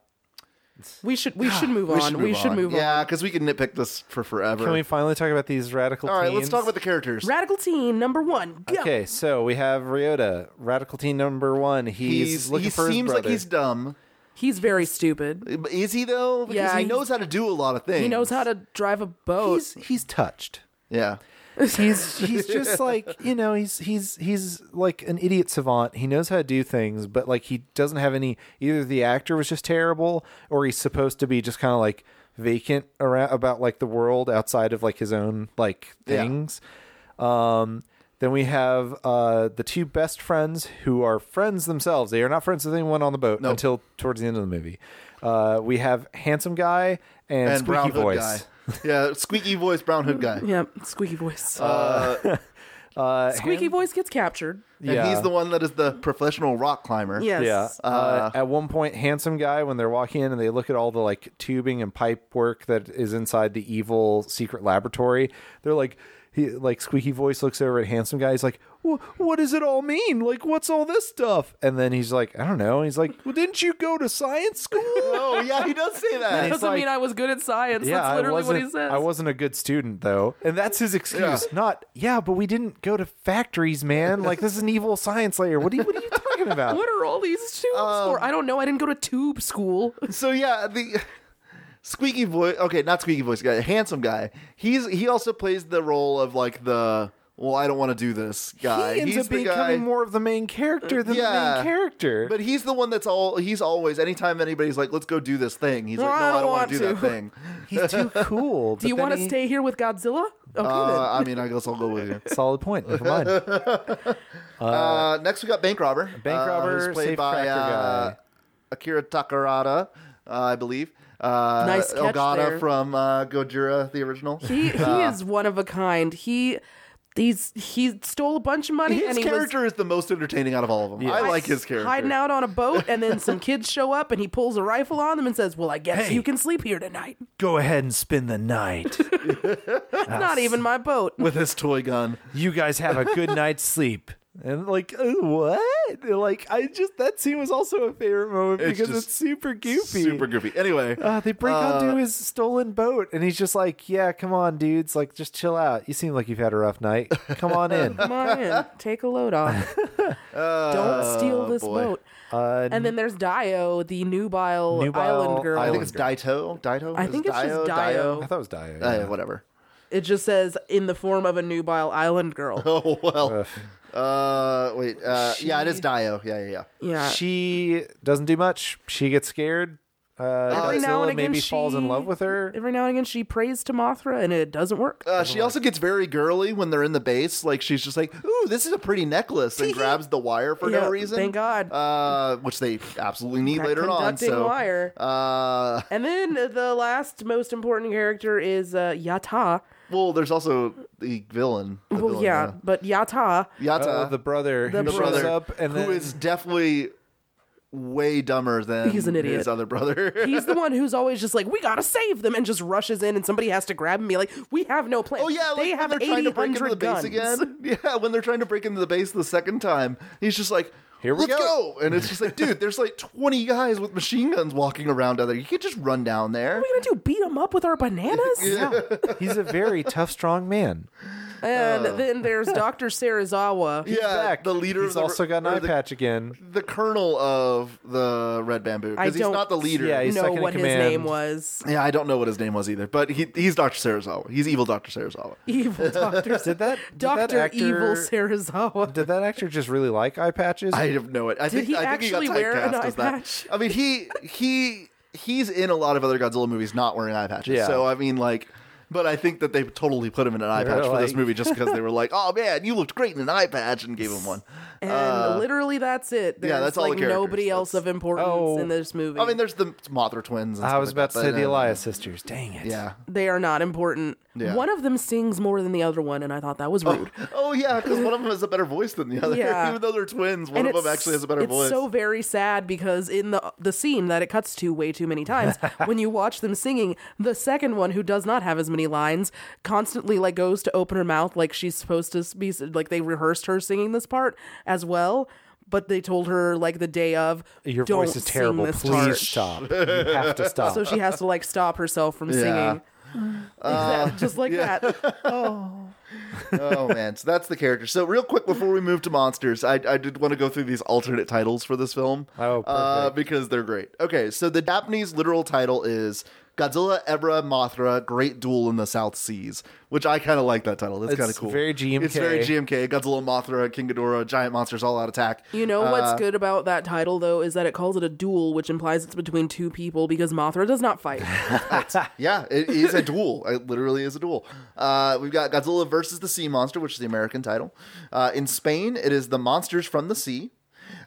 [SPEAKER 4] We should we should move on. We should move, on.
[SPEAKER 5] Yeah, because we can nitpick this for forever.
[SPEAKER 6] Can we finally talk about these radical?
[SPEAKER 5] All right, let's
[SPEAKER 6] teens?
[SPEAKER 5] talk about the characters.
[SPEAKER 4] Radical teen number one. Go.
[SPEAKER 6] Okay, so we have Ryota, radical teen number one. He's,
[SPEAKER 5] he's,
[SPEAKER 6] looking
[SPEAKER 5] he
[SPEAKER 6] for
[SPEAKER 5] seems
[SPEAKER 6] his
[SPEAKER 5] like
[SPEAKER 6] brother.
[SPEAKER 5] he's dumb.
[SPEAKER 4] He's very stupid.
[SPEAKER 5] But Is he though? Because
[SPEAKER 4] Yeah,
[SPEAKER 5] he
[SPEAKER 4] he's-
[SPEAKER 5] knows how to do a lot of things.
[SPEAKER 4] He knows how to drive a boat.
[SPEAKER 6] he's he's touched.
[SPEAKER 5] Yeah.
[SPEAKER 6] He's [LAUGHS] he's just like you know he's he's he's like an idiot savant. He knows how to do things, but like he doesn't have any. Either the actor was just terrible, or he's supposed to be just kind of like vacant around about like the world outside of like his own like
[SPEAKER 5] Yeah.
[SPEAKER 6] things. Um, then we have uh, the two best friends who are friends themselves. They are not friends with anyone on the boat
[SPEAKER 5] Nope.
[SPEAKER 6] until towards the end of the movie. Uh, we have handsome guy and,
[SPEAKER 5] And
[SPEAKER 6] squeaky
[SPEAKER 5] brown hood
[SPEAKER 6] voice.
[SPEAKER 5] guy. Yeah, squeaky voice, brown
[SPEAKER 4] [LAUGHS]
[SPEAKER 5] hood guy.
[SPEAKER 4] Yep, squeaky voice. [LAUGHS]
[SPEAKER 6] Uh,
[SPEAKER 4] squeaky
[SPEAKER 6] hand-
[SPEAKER 4] voice gets captured.
[SPEAKER 5] And he's the one that is the professional rock climber.
[SPEAKER 4] Yes.
[SPEAKER 6] Yeah. Uh, at one point, handsome guy, when they're walking in and they look at all the like tubing and pipe work that is inside the evil secret laboratory, they're like, he, like squeaky voice looks over at handsome guy. He's like, "Wh- "What does it all mean? Like, what's all this stuff?" And then he's like, "I don't know." He's like, well, "Didn't you go to science school?"
[SPEAKER 5] Oh yeah, he
[SPEAKER 4] [LAUGHS]
[SPEAKER 5] does say that.
[SPEAKER 4] Doesn't
[SPEAKER 6] Uh, like-
[SPEAKER 4] mean I was good at science. That's
[SPEAKER 6] I
[SPEAKER 4] literally what he
[SPEAKER 6] wasn't-
[SPEAKER 4] says.
[SPEAKER 6] I wasn't a good student though, and that's his excuse.
[SPEAKER 5] Yeah.
[SPEAKER 6] Not yeah, but we didn't go to factories, man. Like this is an evil science layer. What are you, what are you talking
[SPEAKER 4] [LAUGHS]
[SPEAKER 6] about?
[SPEAKER 4] What are all these tubes
[SPEAKER 6] Um,
[SPEAKER 4] for? I don't know. I didn't go to tube school.
[SPEAKER 5] so yeah, the squeaky voice. Okay, not squeaky voice guy, handsome guy. He's he also plays the role of like the well, I don't want to do this guy.
[SPEAKER 6] he ends
[SPEAKER 5] he's
[SPEAKER 6] up
[SPEAKER 5] the guy,
[SPEAKER 6] becoming more of the main character than the
[SPEAKER 5] Yeah.
[SPEAKER 6] main character.
[SPEAKER 5] But he's the one that's all. He's always anytime anybody's like, "Let's go do this thing." He's like, "No, I don't, want to do that thing."
[SPEAKER 6] he's [LAUGHS] too cool.
[SPEAKER 4] Do you want to stay here with Godzilla? Okay,
[SPEAKER 5] Uh, I mean, I guess I'll go with you.
[SPEAKER 6] Solid point. Never mind. Bank
[SPEAKER 5] Uh, next, we got bank robber. uh,
[SPEAKER 6] robber,
[SPEAKER 5] who's played
[SPEAKER 6] safe
[SPEAKER 5] by
[SPEAKER 6] cracker
[SPEAKER 5] uh,
[SPEAKER 6] guy.
[SPEAKER 5] Akira Takarada, uh, I believe. Uh,
[SPEAKER 4] Nice catch
[SPEAKER 5] Elgata
[SPEAKER 4] there.
[SPEAKER 5] from uh, Gojira, the original.
[SPEAKER 4] then. He, he
[SPEAKER 6] uh,
[SPEAKER 4] is one of a kind. He he's he stole a bunch of money
[SPEAKER 5] his
[SPEAKER 4] and he
[SPEAKER 5] character is the most entertaining out of all of them. I
[SPEAKER 4] was
[SPEAKER 5] like his character.
[SPEAKER 4] hiding out on a boat, and then some kids show up, and he pulls a rifle on them and says, "Well, I guess
[SPEAKER 6] Hey.
[SPEAKER 4] you can sleep here tonight."
[SPEAKER 6] [LAUGHS] Go ahead and spend the night.
[SPEAKER 4] Not even my boat.
[SPEAKER 5] with his toy gun.
[SPEAKER 6] you guys have a good night's sleep. And like uh, what? Like I just that scene was also a favorite moment
[SPEAKER 5] It's
[SPEAKER 6] because
[SPEAKER 5] just
[SPEAKER 6] it's super goofy.
[SPEAKER 5] Super goofy. Anyway,
[SPEAKER 6] Uh, they break onto his stolen boat, and he's just like, "Yeah, come on, dudes. Like, just chill out. You seem like you've had a rough night. Come on in."
[SPEAKER 4] Come on in, take a load
[SPEAKER 5] [LAUGHS]
[SPEAKER 4] off. Don't steal this
[SPEAKER 5] Oh, boy.
[SPEAKER 4] boat.
[SPEAKER 6] Uh,
[SPEAKER 4] And then there's Dio, the nubile,
[SPEAKER 6] Nubile
[SPEAKER 4] island girl.
[SPEAKER 5] I think
[SPEAKER 6] island-
[SPEAKER 5] it's Daito. Daito.
[SPEAKER 4] I
[SPEAKER 5] Is it
[SPEAKER 4] think it's just
[SPEAKER 5] Dio?
[SPEAKER 4] Dio.
[SPEAKER 6] I thought it was Dio.
[SPEAKER 5] Uh, whatever.
[SPEAKER 4] It just says in the form of a nubile island girl.
[SPEAKER 5] Oh well. Uh, wait. Uh, yeah, it is Dio. Yeah, yeah, yeah.
[SPEAKER 4] Yeah.
[SPEAKER 6] she doesn't do much. She gets scared.
[SPEAKER 5] Oh,
[SPEAKER 6] Uh,
[SPEAKER 4] Every
[SPEAKER 6] Godzilla
[SPEAKER 4] now and again,
[SPEAKER 6] maybe
[SPEAKER 4] she
[SPEAKER 6] falls in love with her.
[SPEAKER 4] Every now and again, she prays to Mothra, and it doesn't
[SPEAKER 5] [LAUGHS]
[SPEAKER 4] work.
[SPEAKER 5] Uh, she also gets very girly when they're in the base. Like she's just like, "Ooh, this is a pretty necklace," and grabs the wire for
[SPEAKER 4] Yeah,
[SPEAKER 5] no reason.
[SPEAKER 4] thank God.
[SPEAKER 5] Uh, which they absolutely need
[SPEAKER 4] That
[SPEAKER 5] later on.
[SPEAKER 4] conducting
[SPEAKER 5] So,
[SPEAKER 4] wire.
[SPEAKER 5] uh,
[SPEAKER 4] and then the last most important character is uh, Yata.
[SPEAKER 5] well, there's also the villain. the
[SPEAKER 4] Well,
[SPEAKER 5] villain,
[SPEAKER 4] yeah, but Yata.
[SPEAKER 5] Yata,
[SPEAKER 6] Uh, the brother who
[SPEAKER 5] the
[SPEAKER 6] shows
[SPEAKER 5] brother,
[SPEAKER 6] up and then
[SPEAKER 5] who
[SPEAKER 6] [LAUGHS]
[SPEAKER 5] is definitely way dumber than
[SPEAKER 4] He's an idiot.
[SPEAKER 5] his other brother.
[SPEAKER 4] He's the one who's always just like, we gotta save them, and just rushes in, and somebody has to grab him. and Be like, we have no plan.
[SPEAKER 5] [LAUGHS] Oh yeah, like
[SPEAKER 4] they
[SPEAKER 5] when
[SPEAKER 4] have
[SPEAKER 5] they're trying to break into the
[SPEAKER 4] 800 guns.
[SPEAKER 5] base again. [LAUGHS] Yeah, when they're trying to break into the base the second time, he's just like,
[SPEAKER 6] Here we
[SPEAKER 5] Let's
[SPEAKER 6] go."
[SPEAKER 5] go. and it's just like, dude, there's like 20 guys with machine guns walking around out there. You can't just run down there.
[SPEAKER 4] What are we gonna do? Beat them up with our bananas?
[SPEAKER 6] he's a very tough,
[SPEAKER 5] [LAUGHS]
[SPEAKER 6] strong man.
[SPEAKER 4] And then there's Doctor Sarazawa.
[SPEAKER 5] Uh. yeah,
[SPEAKER 6] Back.
[SPEAKER 5] Uh, the leader
[SPEAKER 6] He's
[SPEAKER 5] of the
[SPEAKER 6] also got an
[SPEAKER 5] or
[SPEAKER 6] eye
[SPEAKER 5] the,
[SPEAKER 6] patch again.
[SPEAKER 5] the colonel of the Red Bamboo
[SPEAKER 4] I
[SPEAKER 5] because he's
[SPEAKER 4] don't-
[SPEAKER 5] not the leader.
[SPEAKER 6] Yeah, he's-
[SPEAKER 4] know
[SPEAKER 6] second in
[SPEAKER 4] what his
[SPEAKER 6] command.
[SPEAKER 4] name was.
[SPEAKER 5] Yeah, I don't know what his name was either, but he, he's Dr. Sarazawa. He's evil Dr. Sarazawa.
[SPEAKER 4] Evil
[SPEAKER 5] [LAUGHS]
[SPEAKER 4] Doctor.
[SPEAKER 6] Did that did that
[SPEAKER 4] Doctor
[SPEAKER 6] actor,
[SPEAKER 4] Evil Sarazawa.
[SPEAKER 6] Did that actor just really like eye patches?
[SPEAKER 5] I have no idea. I
[SPEAKER 4] Did
[SPEAKER 5] think,
[SPEAKER 4] he
[SPEAKER 5] I think
[SPEAKER 4] actually
[SPEAKER 5] he got
[SPEAKER 4] wear an
[SPEAKER 5] typecast
[SPEAKER 4] eye
[SPEAKER 5] as that.
[SPEAKER 4] patch?
[SPEAKER 5] I mean, he he he's in a lot of other Godzilla movies not wearing eye patches.
[SPEAKER 6] Yeah.
[SPEAKER 5] So I mean, like, but I think that they totally put him in an eye
[SPEAKER 6] They're
[SPEAKER 5] patch for this
[SPEAKER 6] like-
[SPEAKER 5] movie just because
[SPEAKER 6] [LAUGHS]
[SPEAKER 5] they were like, "Oh man, you looked great in an eye patch," and gave him one. Uh,
[SPEAKER 4] And literally, that's it. There's
[SPEAKER 5] yeah, that's all the
[SPEAKER 4] like
[SPEAKER 5] characters.
[SPEAKER 4] nobody else
[SPEAKER 5] That's-
[SPEAKER 4] of importance
[SPEAKER 6] Oh.
[SPEAKER 4] in this movie.
[SPEAKER 5] I mean, there's the Mothra twins. And
[SPEAKER 6] I
[SPEAKER 5] stuff
[SPEAKER 6] was
[SPEAKER 5] like
[SPEAKER 6] about to
[SPEAKER 5] that,
[SPEAKER 6] say
[SPEAKER 5] but,
[SPEAKER 6] the
[SPEAKER 5] uh,
[SPEAKER 6] Elias sisters. Dang it!
[SPEAKER 5] Yeah.
[SPEAKER 4] they are not important.
[SPEAKER 5] Yeah.
[SPEAKER 4] One of them sings more than the other one, and I thought that was
[SPEAKER 5] [LAUGHS]
[SPEAKER 4] rude.
[SPEAKER 5] Oh yeah, because one of them has a better voice than the other.
[SPEAKER 4] Yeah.
[SPEAKER 5] [LAUGHS] Even though they're twins, one
[SPEAKER 4] and
[SPEAKER 5] of them
[SPEAKER 4] it's-
[SPEAKER 5] actually has a better
[SPEAKER 4] it's
[SPEAKER 5] voice.
[SPEAKER 4] so very sad because in the the scene that it cuts to way too many times, [LAUGHS] when you watch them singing, the second one who does not have as many lines constantly like goes to open her mouth like she's supposed to be like they rehearsed her singing this part as well. but they told her like the day of,
[SPEAKER 6] Your
[SPEAKER 4] "Don't
[SPEAKER 6] voice is
[SPEAKER 4] sing
[SPEAKER 6] terrible.
[SPEAKER 4] this
[SPEAKER 6] Please
[SPEAKER 4] part."
[SPEAKER 6] stop.
[SPEAKER 5] [LAUGHS]
[SPEAKER 6] You have to stop.
[SPEAKER 4] So she has to like stop herself from singing. [SIGHS] Uh, Exact- just like that.
[SPEAKER 5] oh man, so that's the character. So real quick before we move to monsters, I, I did want to go through these alternate titles for this film.
[SPEAKER 6] Oh,
[SPEAKER 5] uh,
[SPEAKER 6] perfect.
[SPEAKER 5] because they're great. Okay, so the Japanese literal title is Godzilla, Ebra, Mothra, Great Duel in the South Seas, which I kind of like that title. That's
[SPEAKER 6] It's
[SPEAKER 5] kind of cool.
[SPEAKER 6] very GMK.
[SPEAKER 5] It's very GMK. Godzilla, Mothra, King Ghidorah, giant monsters all out attack.
[SPEAKER 4] You know what's good about that title though is that it calls it a duel, which implies it's between two people because Mothra does not
[SPEAKER 6] [LAUGHS]
[SPEAKER 4] fight.
[SPEAKER 5] [LAUGHS] Yeah, it is a duel. It literally is a duel. Uh, we've got Godzilla versus the Sea Monster, which is the American title. Uh, in Spain, it is the Monsters from the Sea.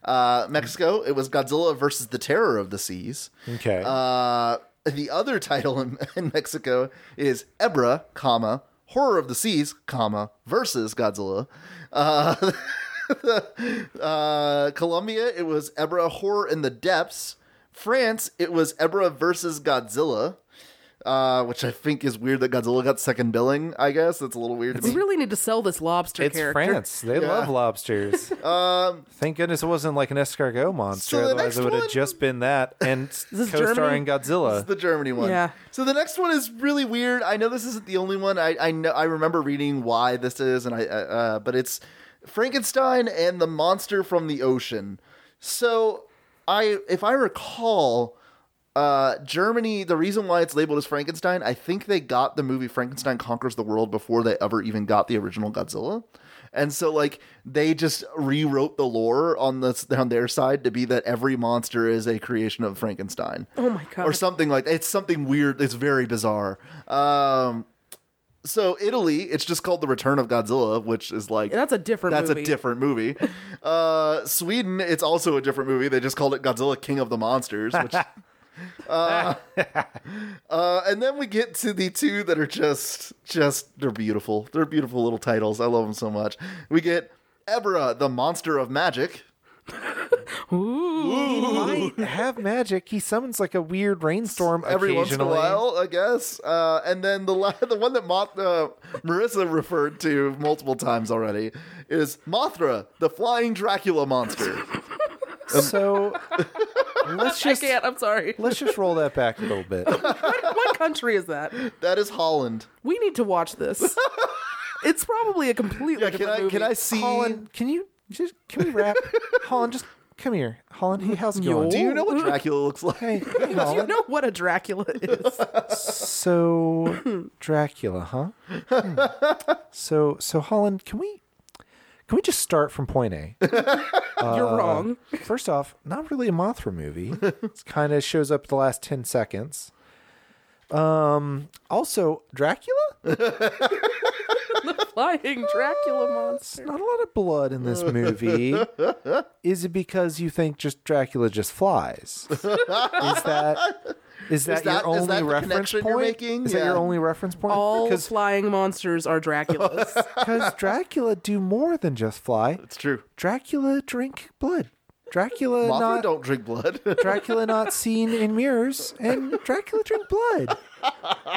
[SPEAKER 5] Uh, Mexico, it was Godzilla versus the Terror of the Seas.
[SPEAKER 6] okay.
[SPEAKER 5] Uh, the other title in, [LAUGHS] in Mexico is Ebra, comma Horror of the Seas, comma versus Godzilla. Uh, [LAUGHS] uh, Colombia, it was Ebra Horror in the Depths. France, it was Ebra versus Godzilla, uh, which I think is weird that Godzilla got second billing. I guess that's a little weird to
[SPEAKER 4] we
[SPEAKER 5] me.
[SPEAKER 4] really need to sell this lobster
[SPEAKER 6] it's
[SPEAKER 4] character.
[SPEAKER 6] France. They love
[SPEAKER 5] [LAUGHS]
[SPEAKER 6] lobsters. um, Thank goodness it wasn't like an escargot monster.
[SPEAKER 5] So the
[SPEAKER 6] Otherwise,
[SPEAKER 5] next
[SPEAKER 6] it would
[SPEAKER 5] one-
[SPEAKER 6] have just been that and
[SPEAKER 4] This is Germany?
[SPEAKER 5] [LAUGHS]
[SPEAKER 6] co-starring
[SPEAKER 5] This
[SPEAKER 6] Godzilla.
[SPEAKER 5] is the Germany one.
[SPEAKER 4] Yeah.
[SPEAKER 5] So the next one is really weird. I know this isn't the only one. I I know I remember reading why this is, and I uh, uh, but it's Frankenstein and the monster from the ocean. So I if I recall. Uh, Germany. The reason why it's labeled as Frankenstein, I think they got the movie Frankenstein Conquers the World before they ever even got the original Godzilla, and so like they just rewrote the lore on this on their side to be that every monster is a creation of Frankenstein
[SPEAKER 4] Oh my god.
[SPEAKER 5] or something like that. It's something weird. It's very bizarre. Um, so Italy, it's just called the Return of Godzilla, which is like
[SPEAKER 4] That's a different
[SPEAKER 5] that's
[SPEAKER 4] movie.
[SPEAKER 5] a
[SPEAKER 4] [LAUGHS]
[SPEAKER 5] different movie. Uh, Sweden, it's also a different movie. They just called it Godzilla King of the Monsters,
[SPEAKER 4] [LAUGHS]
[SPEAKER 5] which. uh, uh, and then we get to the two that are just, just they're beautiful. They're beautiful little titles. I love them so much. We get Ebra, the Monster of Magic.
[SPEAKER 6] He might [LAUGHS] have magic. He summons like a weird rainstorm
[SPEAKER 5] every once in a
[SPEAKER 6] occasionally.
[SPEAKER 5] while, I guess. Uh, and then the la- [LAUGHS] the one that Moth- uh, Marissa referred to multiple times already is Mothra, the flying Dracula monster.
[SPEAKER 6] [LAUGHS] So let's
[SPEAKER 4] I
[SPEAKER 6] just
[SPEAKER 4] can't. I'm sorry.
[SPEAKER 6] let's just roll that back a little bit.
[SPEAKER 4] What country is that?
[SPEAKER 5] that is Holland.
[SPEAKER 4] We need to watch
[SPEAKER 5] [LAUGHS]
[SPEAKER 4] this. it's probably a completely
[SPEAKER 5] Yeah, can
[SPEAKER 4] different
[SPEAKER 5] I
[SPEAKER 4] movie.
[SPEAKER 5] [LAUGHS] can I see?
[SPEAKER 6] Holland, can you just can
[SPEAKER 5] [LAUGHS]
[SPEAKER 6] we wrap? Holland, just come here. Holland, hey, how's it going?
[SPEAKER 5] Do you know what Dracula looks like?
[SPEAKER 6] Hey,
[SPEAKER 5] [LAUGHS]
[SPEAKER 6] hey,
[SPEAKER 4] You
[SPEAKER 6] Holland.
[SPEAKER 4] know what a Dracula is.
[SPEAKER 5] [COUGHS]
[SPEAKER 6] So Dracula, huh? Hmm. So so Holland, can we can we just start from
[SPEAKER 5] [LAUGHS]
[SPEAKER 6] point A?
[SPEAKER 5] Uh,
[SPEAKER 4] You're wrong.
[SPEAKER 6] First off, not really a Mothra
[SPEAKER 5] [LAUGHS]
[SPEAKER 6] movie. It kind of shows up the last 10 seconds. Um, also, Dracula?
[SPEAKER 4] Flying
[SPEAKER 5] [LAUGHS]
[SPEAKER 4] Dracula monster.
[SPEAKER 6] Not a lot of blood in this movie. Is it because you think just Dracula just flies? Is that
[SPEAKER 5] [LAUGHS]
[SPEAKER 6] is that,
[SPEAKER 5] that- is
[SPEAKER 6] your only
[SPEAKER 5] that the
[SPEAKER 6] reference
[SPEAKER 5] connection
[SPEAKER 6] point?
[SPEAKER 5] you're making?
[SPEAKER 6] Is that your
[SPEAKER 5] Yeah.
[SPEAKER 6] only reference point?
[SPEAKER 4] All
[SPEAKER 6] Because
[SPEAKER 4] flying monsters are
[SPEAKER 5] [LAUGHS]
[SPEAKER 4] Draculas.
[SPEAKER 6] Dracula do more than just fly.
[SPEAKER 5] It's true.
[SPEAKER 6] Dracula drink blood. Dracula
[SPEAKER 5] Mothra
[SPEAKER 6] not
[SPEAKER 5] don't [LAUGHS] drink blood.
[SPEAKER 6] Dracula not seen in mirrors and Dracula drink blood.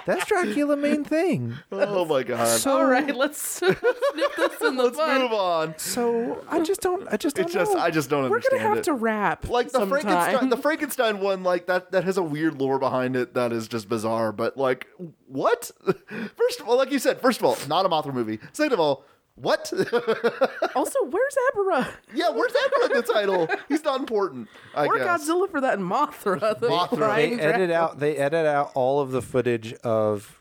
[SPEAKER 6] That's Dracula main thing.
[SPEAKER 5] oh my god.
[SPEAKER 6] So
[SPEAKER 4] All right, let's [LAUGHS] snip this in the bud.
[SPEAKER 5] Move on.
[SPEAKER 6] so I just don't I just don't
[SPEAKER 5] It just
[SPEAKER 6] know.
[SPEAKER 5] I just don't
[SPEAKER 4] We're
[SPEAKER 5] understand
[SPEAKER 4] gonna have
[SPEAKER 5] it.
[SPEAKER 4] to wrap
[SPEAKER 5] like the
[SPEAKER 4] sometime.
[SPEAKER 5] Frankenstein, the Frankenstein one, like that that has a weird lore behind it that is just bizarre. But like, what? [LAUGHS] First of all, like you said, first of all, not a Mothra movie. Second of all, what? [LAUGHS]
[SPEAKER 4] also, where's Abra
[SPEAKER 5] yeah, where's that part in the title? He's not important. I
[SPEAKER 4] or
[SPEAKER 5] guess.
[SPEAKER 4] Godzilla for that and Mothra? The
[SPEAKER 5] Mothra.
[SPEAKER 6] they
[SPEAKER 4] flying
[SPEAKER 6] edit
[SPEAKER 4] Dracula.
[SPEAKER 6] out they edit out all of the footage
[SPEAKER 5] [LAUGHS]
[SPEAKER 6] of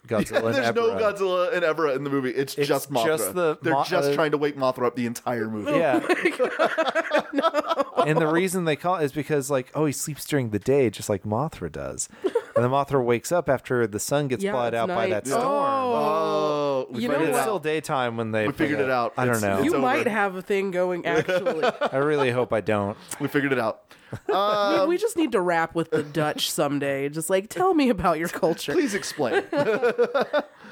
[SPEAKER 5] [LAUGHS]
[SPEAKER 6] Godzilla
[SPEAKER 5] There's
[SPEAKER 6] and
[SPEAKER 5] no
[SPEAKER 6] Ebra.
[SPEAKER 5] Godzilla and Evra in the movie. It's,
[SPEAKER 6] It's
[SPEAKER 5] just Mothra.
[SPEAKER 6] just the
[SPEAKER 5] They're
[SPEAKER 6] Mo-
[SPEAKER 5] just
[SPEAKER 6] uh,
[SPEAKER 5] trying to wake Mothra up the entire movie. [LAUGHS]
[SPEAKER 6] Yeah.
[SPEAKER 5] Oh
[SPEAKER 6] And the reason they call it is because like, oh, he sleeps during the day just like Mothra does. And then Mothra wakes up after the sun gets
[SPEAKER 4] Yeah,
[SPEAKER 6] blotted
[SPEAKER 4] it's
[SPEAKER 6] out by
[SPEAKER 4] night.
[SPEAKER 6] that storm.
[SPEAKER 5] Oh,
[SPEAKER 4] You
[SPEAKER 5] we figured
[SPEAKER 4] know
[SPEAKER 6] But
[SPEAKER 5] it
[SPEAKER 6] it's
[SPEAKER 4] what?
[SPEAKER 6] still
[SPEAKER 5] out.
[SPEAKER 6] daytime when they
[SPEAKER 5] We figured
[SPEAKER 6] figure
[SPEAKER 5] it out.
[SPEAKER 6] I don't
[SPEAKER 5] It's-
[SPEAKER 6] know.
[SPEAKER 5] it's
[SPEAKER 4] You
[SPEAKER 5] over.
[SPEAKER 4] might have a thing going.
[SPEAKER 5] [LAUGHS]
[SPEAKER 4] Actually,
[SPEAKER 6] I really hope I don't.
[SPEAKER 5] we figured it out.
[SPEAKER 4] we,
[SPEAKER 5] Um,
[SPEAKER 4] we just need to wrap with the Dutch someday. Just like tell me about your culture.
[SPEAKER 5] [LAUGHS] Please
[SPEAKER 6] [LAUGHS]
[SPEAKER 5] explain.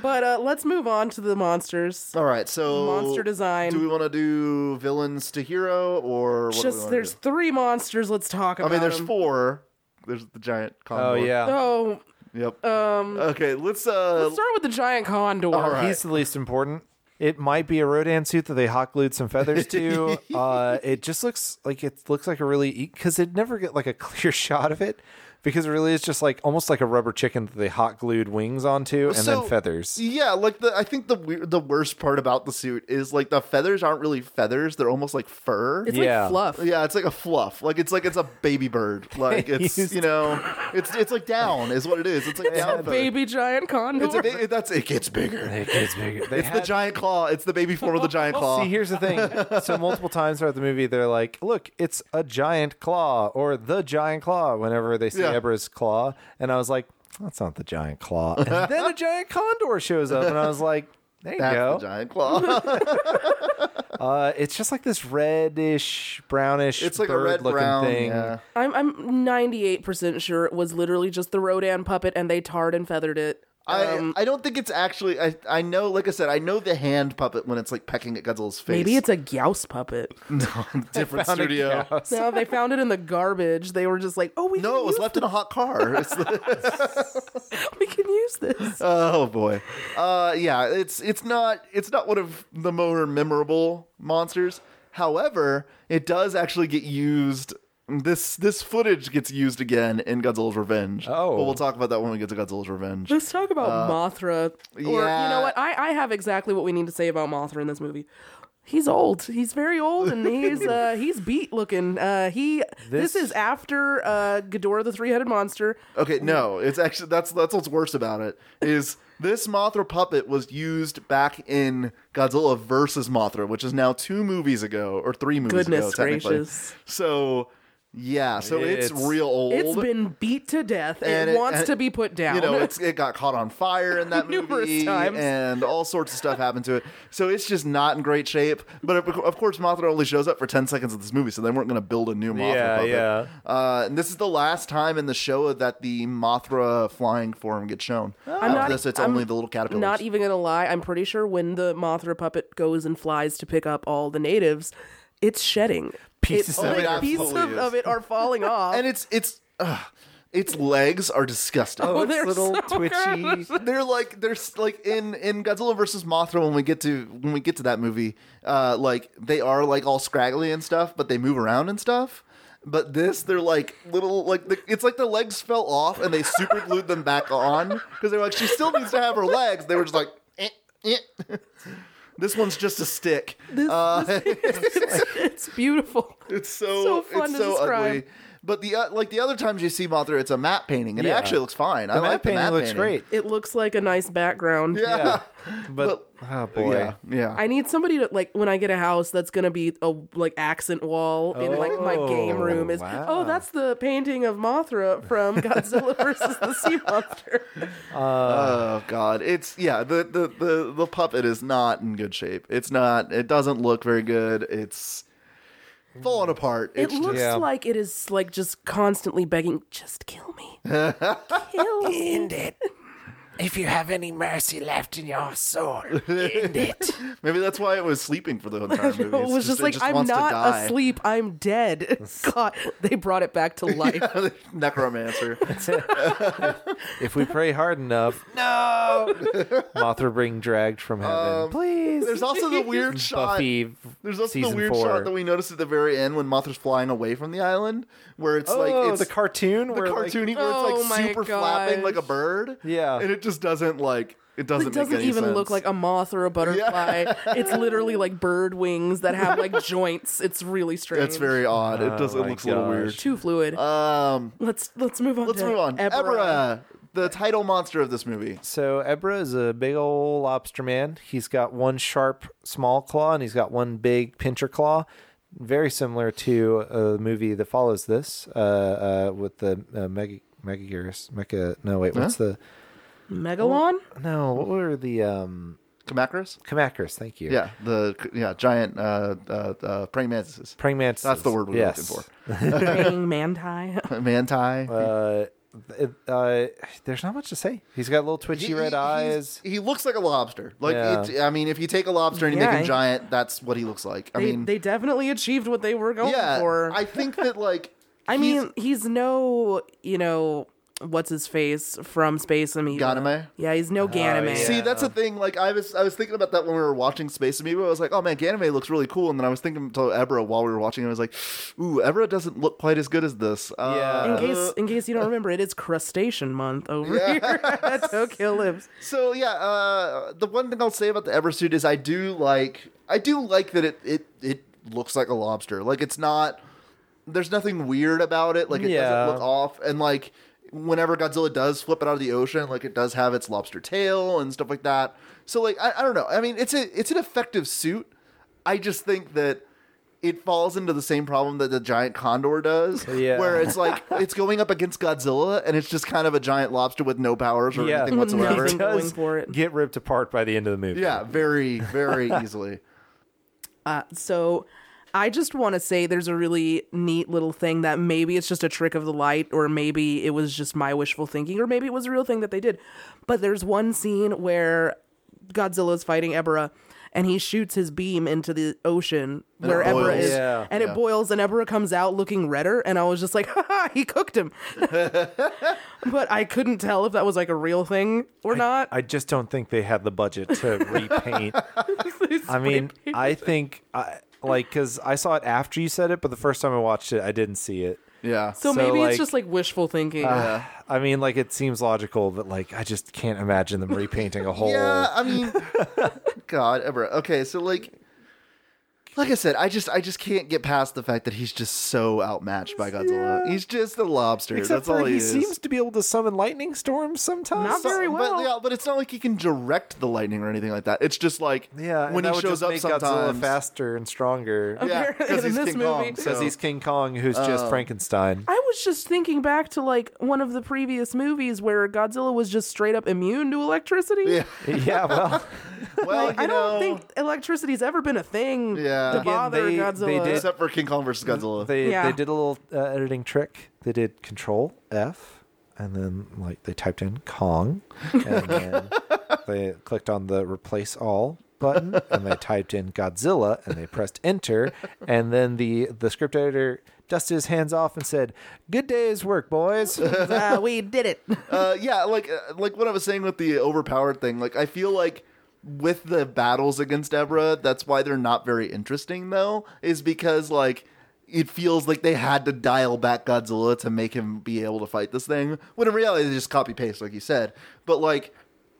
[SPEAKER 4] But uh, let's move on to the monsters.
[SPEAKER 5] All right, so
[SPEAKER 4] Monster design.
[SPEAKER 5] Do we want to do villains to hero or what do we
[SPEAKER 4] Just
[SPEAKER 5] wanna
[SPEAKER 4] there's
[SPEAKER 5] do?
[SPEAKER 4] three monsters. Let's talk
[SPEAKER 5] I
[SPEAKER 4] about.
[SPEAKER 5] mean, there's
[SPEAKER 4] 'em.
[SPEAKER 5] four. There's the giant condor.
[SPEAKER 6] Oh yeah.
[SPEAKER 4] Oh,
[SPEAKER 5] Yep. Um. Okay. Let's. Uh.
[SPEAKER 4] let's start with the giant condor.
[SPEAKER 5] all right.
[SPEAKER 6] He's the least important. It might be a Rodan suit that they hot glued some
[SPEAKER 5] [LAUGHS]
[SPEAKER 6] feathers to. uh, it just looks like it looks like a really because it never get like a [LAUGHS] clear shot of it because it really is just like almost like a rubber chicken that they hot glued wings onto and
[SPEAKER 5] So,
[SPEAKER 6] then feathers.
[SPEAKER 5] Yeah, like the I think the weir- the worst part about the suit is like the feathers aren't really feathers; they're almost like fur.
[SPEAKER 4] It's
[SPEAKER 6] Yeah.
[SPEAKER 4] like fluff.
[SPEAKER 5] yeah, it's like a fluff. Like it's like it's a baby
[SPEAKER 6] [LAUGHS]
[SPEAKER 5] bird. Like it's
[SPEAKER 6] used-
[SPEAKER 5] you know, it's it's like down is what it is. It's like down feather.
[SPEAKER 4] Baby giant condor.
[SPEAKER 5] It's a, ba- that's it gets bigger.
[SPEAKER 6] It gets bigger. They
[SPEAKER 5] It's the
[SPEAKER 6] had-
[SPEAKER 5] giant claw. It's the baby
[SPEAKER 6] [LAUGHS]
[SPEAKER 5] form of the giant claw.
[SPEAKER 6] See, here's the thing. So multiple times throughout the movie, they're like, "Look, it's a giant claw," or "the giant claw." Whenever they see
[SPEAKER 5] Yeah.
[SPEAKER 6] Ebra's claw, and I was like, "That's not the giant claw." And then a giant condor shows up, and I was like, "There you
[SPEAKER 5] That's
[SPEAKER 6] go."
[SPEAKER 5] the giant claw. [LAUGHS]
[SPEAKER 6] Uh, it's just like this reddish, brownish,
[SPEAKER 5] it's like a
[SPEAKER 6] bird
[SPEAKER 5] red
[SPEAKER 6] looking
[SPEAKER 5] brown.
[SPEAKER 6] thing.
[SPEAKER 5] Yeah.
[SPEAKER 4] I'm I'm 98% sure it was literally just the Rodan puppet and they tarred and feathered it.
[SPEAKER 5] I,
[SPEAKER 4] Um,
[SPEAKER 5] I don't think it's actually I I know like I said I know the hand puppet when it's like pecking at Godzilla's face.
[SPEAKER 4] Maybe
[SPEAKER 5] [LAUGHS]
[SPEAKER 4] it's a Gauss puppet.
[SPEAKER 5] different
[SPEAKER 6] Found a
[SPEAKER 5] studio.
[SPEAKER 6] cow.
[SPEAKER 4] no, they found it in the garbage. They were just like, "Oh, we
[SPEAKER 5] No,
[SPEAKER 4] can
[SPEAKER 5] it was
[SPEAKER 4] use
[SPEAKER 5] left in a hot
[SPEAKER 4] [LAUGHS]
[SPEAKER 5] car. It's [LAUGHS] the-
[SPEAKER 4] we can use this."
[SPEAKER 5] Oh boy. Uh, yeah, it's it's not it's not one of the more memorable monsters. However, it does actually get used. This this footage gets used again in Godzilla's Revenge.
[SPEAKER 6] Oh.
[SPEAKER 5] but we'll talk about that when we get to Godzilla's Revenge.
[SPEAKER 4] Let's talk about Mothra. Or you
[SPEAKER 5] Uh, yeah.
[SPEAKER 4] know what? I, I have exactly what we need to say about Mothra in this movie. He's old. He's very old, and
[SPEAKER 5] [LAUGHS]
[SPEAKER 4] he's uh, he's beat looking. Uh, he this,
[SPEAKER 6] This-
[SPEAKER 4] is after uh, Ghidorah the three headed monster.
[SPEAKER 5] Okay, no, it's actually that's that's what's worse about it is this Mothra puppet was used back in Godzilla versus Mothra, which is now two movies ago or three movies ago.
[SPEAKER 4] Goodness
[SPEAKER 5] technically.
[SPEAKER 4] gracious.
[SPEAKER 5] So yeah, so it's,
[SPEAKER 6] It's-
[SPEAKER 5] real old.
[SPEAKER 4] It's been beat to death.
[SPEAKER 5] And
[SPEAKER 4] It,
[SPEAKER 5] it-
[SPEAKER 4] wants
[SPEAKER 5] and-
[SPEAKER 4] to be put down. [LAUGHS]
[SPEAKER 5] You know, it's, it got caught on fire in that
[SPEAKER 4] Numerous
[SPEAKER 5] movie,
[SPEAKER 4] times.
[SPEAKER 5] and all sorts of stuff happened to it. So it's just not in great shape. But of, of course, Mothra only shows up for ten seconds of this movie, so they weren't going to build a new Mothra.
[SPEAKER 6] Yeah,
[SPEAKER 5] puppet.
[SPEAKER 6] yeah.
[SPEAKER 5] Uh, and this is the last time in the show that the Mothra flying form gets shown.
[SPEAKER 4] I'm
[SPEAKER 5] After
[SPEAKER 4] not- e-
[SPEAKER 5] this, it's
[SPEAKER 4] I'm
[SPEAKER 5] only the little caterpillars.
[SPEAKER 4] Not even gonna lie, I'm pretty sure when the Mothra puppet goes and flies to pick up all the natives, it's shedding.
[SPEAKER 6] Pieces
[SPEAKER 4] It-
[SPEAKER 6] of
[SPEAKER 5] it
[SPEAKER 4] like, pieces
[SPEAKER 5] absolutely
[SPEAKER 4] of,
[SPEAKER 5] is.
[SPEAKER 4] of it are
[SPEAKER 5] [LAUGHS]
[SPEAKER 4] falling off.
[SPEAKER 5] and it's it's ugh, its legs are disgusting.
[SPEAKER 6] Oh, it's
[SPEAKER 4] they're
[SPEAKER 6] little
[SPEAKER 4] so
[SPEAKER 6] twitchy.
[SPEAKER 5] [LAUGHS] they're like they're s- like in in Godzilla versus Mothra when we get to when we get to that movie, uh, like they are like all scraggly and stuff, but they move around and stuff. But this, they're like little like the, it's like the legs fell off and they super glued them back on because they were like she still needs to have her legs. They were just like. Eh, eh. [LAUGHS] This one's just a stick. Uh,
[SPEAKER 4] [LAUGHS] it's beautiful.
[SPEAKER 5] [LAUGHS] It's so,
[SPEAKER 4] So fun
[SPEAKER 5] it's
[SPEAKER 4] to
[SPEAKER 5] so
[SPEAKER 4] describe.
[SPEAKER 5] ugly. But the uh, like the other times you see Mothra, it's a matte painting, and it
[SPEAKER 6] Yeah.
[SPEAKER 5] actually looks fine. I
[SPEAKER 6] The
[SPEAKER 5] like
[SPEAKER 6] map
[SPEAKER 5] the
[SPEAKER 6] painting
[SPEAKER 5] matte
[SPEAKER 6] looks
[SPEAKER 5] painting.
[SPEAKER 6] great.
[SPEAKER 4] It looks like a nice background.
[SPEAKER 5] [LAUGHS] Yeah,
[SPEAKER 6] But, oh boy.
[SPEAKER 5] yeah, yeah.
[SPEAKER 4] I need somebody to like when I get a house that's gonna be a like accent wall in like my game
[SPEAKER 6] Oh,
[SPEAKER 4] room is
[SPEAKER 6] wow.
[SPEAKER 4] oh that's the painting of Mothra from
[SPEAKER 5] [LAUGHS]
[SPEAKER 4] Godzilla versus the Sea Monster.
[SPEAKER 5] Oh God, it's yeah. The, the the the puppet is not in good shape. It's not. It doesn't look very good. It's falling apart.
[SPEAKER 4] It
[SPEAKER 5] It's
[SPEAKER 4] looks
[SPEAKER 6] yeah.
[SPEAKER 4] like it is like just constantly begging, just kill
[SPEAKER 5] [LAUGHS]
[SPEAKER 4] me, kill me. End it.
[SPEAKER 9] If you have any mercy left in your soul, end it.
[SPEAKER 5] maybe that's why it was sleeping
[SPEAKER 4] [LAUGHS]
[SPEAKER 5] for the entire
[SPEAKER 4] [LAUGHS]
[SPEAKER 5] movie.
[SPEAKER 4] it
[SPEAKER 5] It's
[SPEAKER 4] was just,
[SPEAKER 5] it
[SPEAKER 4] like I'm
[SPEAKER 5] wants to
[SPEAKER 4] not
[SPEAKER 5] die."
[SPEAKER 4] asleep. I'm dead. God, they brought it back to life.
[SPEAKER 5] [LAUGHS] Necromancer.
[SPEAKER 6] If we pray
[SPEAKER 5] [LAUGHS]
[SPEAKER 6] hard enough, [LAUGHS] no, Mothra being dragged from heaven. Please,
[SPEAKER 5] Um, There's also the weird
[SPEAKER 6] [LAUGHS]
[SPEAKER 5] shot.
[SPEAKER 6] Buffy.
[SPEAKER 5] There's also
[SPEAKER 6] season
[SPEAKER 5] the weird
[SPEAKER 6] four.
[SPEAKER 5] shot that we noticed at the very end when Mothra's flying away from the island, where it's like
[SPEAKER 6] oh,
[SPEAKER 5] it's
[SPEAKER 6] the cartoon.
[SPEAKER 5] the cartoony, where
[SPEAKER 4] Oh
[SPEAKER 5] it's
[SPEAKER 4] my
[SPEAKER 5] like super flapping like a
[SPEAKER 4] gosh.
[SPEAKER 5] bird.
[SPEAKER 6] Yeah.
[SPEAKER 5] and it just doesn't like it doesn't.
[SPEAKER 4] It doesn't
[SPEAKER 5] make any
[SPEAKER 4] even
[SPEAKER 5] sense.
[SPEAKER 4] look like a moth or a butterfly. it's literally like bird wings that have
[SPEAKER 5] [LAUGHS]
[SPEAKER 4] like joints. It's really strange.
[SPEAKER 5] That's very odd. It does.
[SPEAKER 6] Oh
[SPEAKER 5] It
[SPEAKER 6] my
[SPEAKER 5] looks a little
[SPEAKER 6] gosh.
[SPEAKER 5] weird.
[SPEAKER 4] too fluid.
[SPEAKER 5] Um.
[SPEAKER 4] let's let's move on.
[SPEAKER 5] Let's
[SPEAKER 4] to
[SPEAKER 5] move on.
[SPEAKER 4] Ebra.
[SPEAKER 5] Ebra, the title monster of this movie.
[SPEAKER 6] So Ebra is a big old lobster man. He's got one sharp small claw and he's got one big pincher claw. Very similar to a movie that follows this, uh, uh, with the uh, Mega Megaguirus. Mecha. No, wait. What's
[SPEAKER 5] [LAUGHS]
[SPEAKER 4] Megalon.
[SPEAKER 6] the? No, what were the um,
[SPEAKER 5] Kamakaris?
[SPEAKER 6] Kamakaris? Thank you.
[SPEAKER 5] Yeah, the yeah giant uh, uh, uh, praying mantises.
[SPEAKER 6] Praying mantises.
[SPEAKER 5] That's the word we were
[SPEAKER 6] yes.
[SPEAKER 5] looking for.
[SPEAKER 4] Praying
[SPEAKER 5] [LAUGHS]
[SPEAKER 4] manti.
[SPEAKER 5] Manti.
[SPEAKER 6] Uh, th- uh, there's not much to say. He's got little twitchy red
[SPEAKER 5] he's-
[SPEAKER 6] eyes.
[SPEAKER 5] He looks like a lobster. Like
[SPEAKER 6] Yeah.
[SPEAKER 5] it, I mean, if you take a lobster and you make
[SPEAKER 4] Yeah.
[SPEAKER 5] him giant, that's what he looks like. I
[SPEAKER 4] They,
[SPEAKER 5] mean,
[SPEAKER 4] they definitely achieved what they were going
[SPEAKER 5] yeah.
[SPEAKER 4] for.
[SPEAKER 5] I think that like.
[SPEAKER 4] I mean, he's no, you know, what's his face from Space Amoeba.
[SPEAKER 5] Ganame?
[SPEAKER 4] Yeah, he's no Ganame.
[SPEAKER 5] See, that's the thing. Like, I was, I was thinking about that when we were watching Space Amoeba. I was like, "Oh man, Ganame looks really cool." And then I was thinking to Ebra while we were watching. it. I was like, "Ooh, Ebra doesn't look quite as good as this."
[SPEAKER 4] In
[SPEAKER 5] Uh,
[SPEAKER 4] case, in case you don't remember, it is crustacean month over here [LAUGHS] at Tokyo Lips.
[SPEAKER 5] So yeah, uh, the one thing I'll say about the Ever suit is I do like, I do like that it it it looks like a lobster. Like it's not. There's nothing weird about it. Like it
[SPEAKER 6] Yeah.
[SPEAKER 5] doesn't look off, and like whenever Godzilla does flip it out of the ocean, like it does have its lobster tail and stuff like that. So like I, I don't know. I mean, it's a it's an effective suit. I just think that it falls into the same problem that the giant condor does,
[SPEAKER 6] [LAUGHS] Yeah.
[SPEAKER 5] where it's like it's going up against Godzilla, and it's just kind of a giant lobster with no powers or
[SPEAKER 6] Yeah.
[SPEAKER 5] anything whatsoever.
[SPEAKER 4] Nothing going
[SPEAKER 6] Does
[SPEAKER 4] for it.
[SPEAKER 6] Get ripped apart by the end of the movie.
[SPEAKER 5] Yeah, very, very easily.
[SPEAKER 4] So I just want to say there's a really neat little thing that maybe it's just a trick of the light, or maybe it was just my wishful thinking, or maybe it was a real thing that they did. But there's one scene where Godzilla's fighting Ebra. And he shoots his beam into the ocean where Ebra
[SPEAKER 5] boils.
[SPEAKER 4] is,
[SPEAKER 6] Yeah.
[SPEAKER 4] and it boils, and Ebra comes out looking redder, and I was just like, [LAUGHS] "Ha ha, he cooked
[SPEAKER 6] [LAUGHS]
[SPEAKER 4] him." but I couldn't tell if that was like a real thing or not.
[SPEAKER 6] I just don't think they had the budget
[SPEAKER 5] [LAUGHS]
[SPEAKER 6] to repaint. I mean, I think I like because I saw it after you said it, but the first time I watched it, I didn't see it.
[SPEAKER 5] Yeah.
[SPEAKER 4] so,
[SPEAKER 6] so,
[SPEAKER 4] maybe
[SPEAKER 6] like- uh,
[SPEAKER 4] it's just like wishful thinking.
[SPEAKER 6] I mean, like it seems logical, but like I just can't imagine them repainting a
[SPEAKER 5] [LAUGHS]
[SPEAKER 6] whole.
[SPEAKER 5] yeah, I mean, God, ever. Okay, so like, like I said, I just, I just can't get past the fact that he's just so outmatched by Godzilla. He's just a lobster.
[SPEAKER 6] Except
[SPEAKER 5] That's all
[SPEAKER 6] for
[SPEAKER 5] he,
[SPEAKER 6] he
[SPEAKER 5] is.
[SPEAKER 6] seems to be able to summon lightning storms sometimes.
[SPEAKER 4] Not very well.
[SPEAKER 5] But, yeah, but it's not like he can direct the lightning or anything like that. It's just like
[SPEAKER 6] Yeah, and
[SPEAKER 5] when he
[SPEAKER 6] that would
[SPEAKER 5] shows
[SPEAKER 6] just
[SPEAKER 5] up
[SPEAKER 6] make
[SPEAKER 5] sometimes.
[SPEAKER 6] Godzilla faster and stronger.
[SPEAKER 5] [LAUGHS] Yeah,
[SPEAKER 4] Apparently,
[SPEAKER 5] because
[SPEAKER 4] in
[SPEAKER 5] he's [LAUGHS]
[SPEAKER 4] this
[SPEAKER 5] King
[SPEAKER 4] movie.
[SPEAKER 5] Kong.
[SPEAKER 6] Because
[SPEAKER 5] so- um,
[SPEAKER 6] he's King Kong, who's just Frankenstein. [LAUGHS]
[SPEAKER 4] I was just thinking back to like one of the previous movies where Godzilla was just straight up immune to electricity.
[SPEAKER 5] Yeah.
[SPEAKER 6] yeah, well,
[SPEAKER 5] [LAUGHS] Well,
[SPEAKER 4] Like,
[SPEAKER 5] you
[SPEAKER 4] I don't
[SPEAKER 5] know,
[SPEAKER 4] think electricity's ever been a thing
[SPEAKER 5] Yeah.
[SPEAKER 4] to
[SPEAKER 5] Again,
[SPEAKER 4] bother
[SPEAKER 6] they- they
[SPEAKER 4] Godzilla.
[SPEAKER 5] [LAUGHS]
[SPEAKER 6] did-
[SPEAKER 5] except for King Kong versus Godzilla.
[SPEAKER 6] they
[SPEAKER 4] Yeah.
[SPEAKER 6] they did a little uh, editing trick. They did Control F, and then like they typed in Kong, and
[SPEAKER 5] [LAUGHS]
[SPEAKER 6] then they clicked on the Replace All button, and they typed in Godzilla, and they pressed Enter, and then the the script editor dusted his hands off and said, "Good day's
[SPEAKER 5] [LAUGHS]
[SPEAKER 6] work, boys."
[SPEAKER 4] Ah, we did it.
[SPEAKER 5] uh, yeah, like uh, like what I was saying with the overpowered thing. Like I feel like with the battles against Ebra, that's why they're not very interesting though, is because like it feels like they had to dial back Godzilla to make him be able to fight this thing. When in reality, they just copy paste, like you said. But like.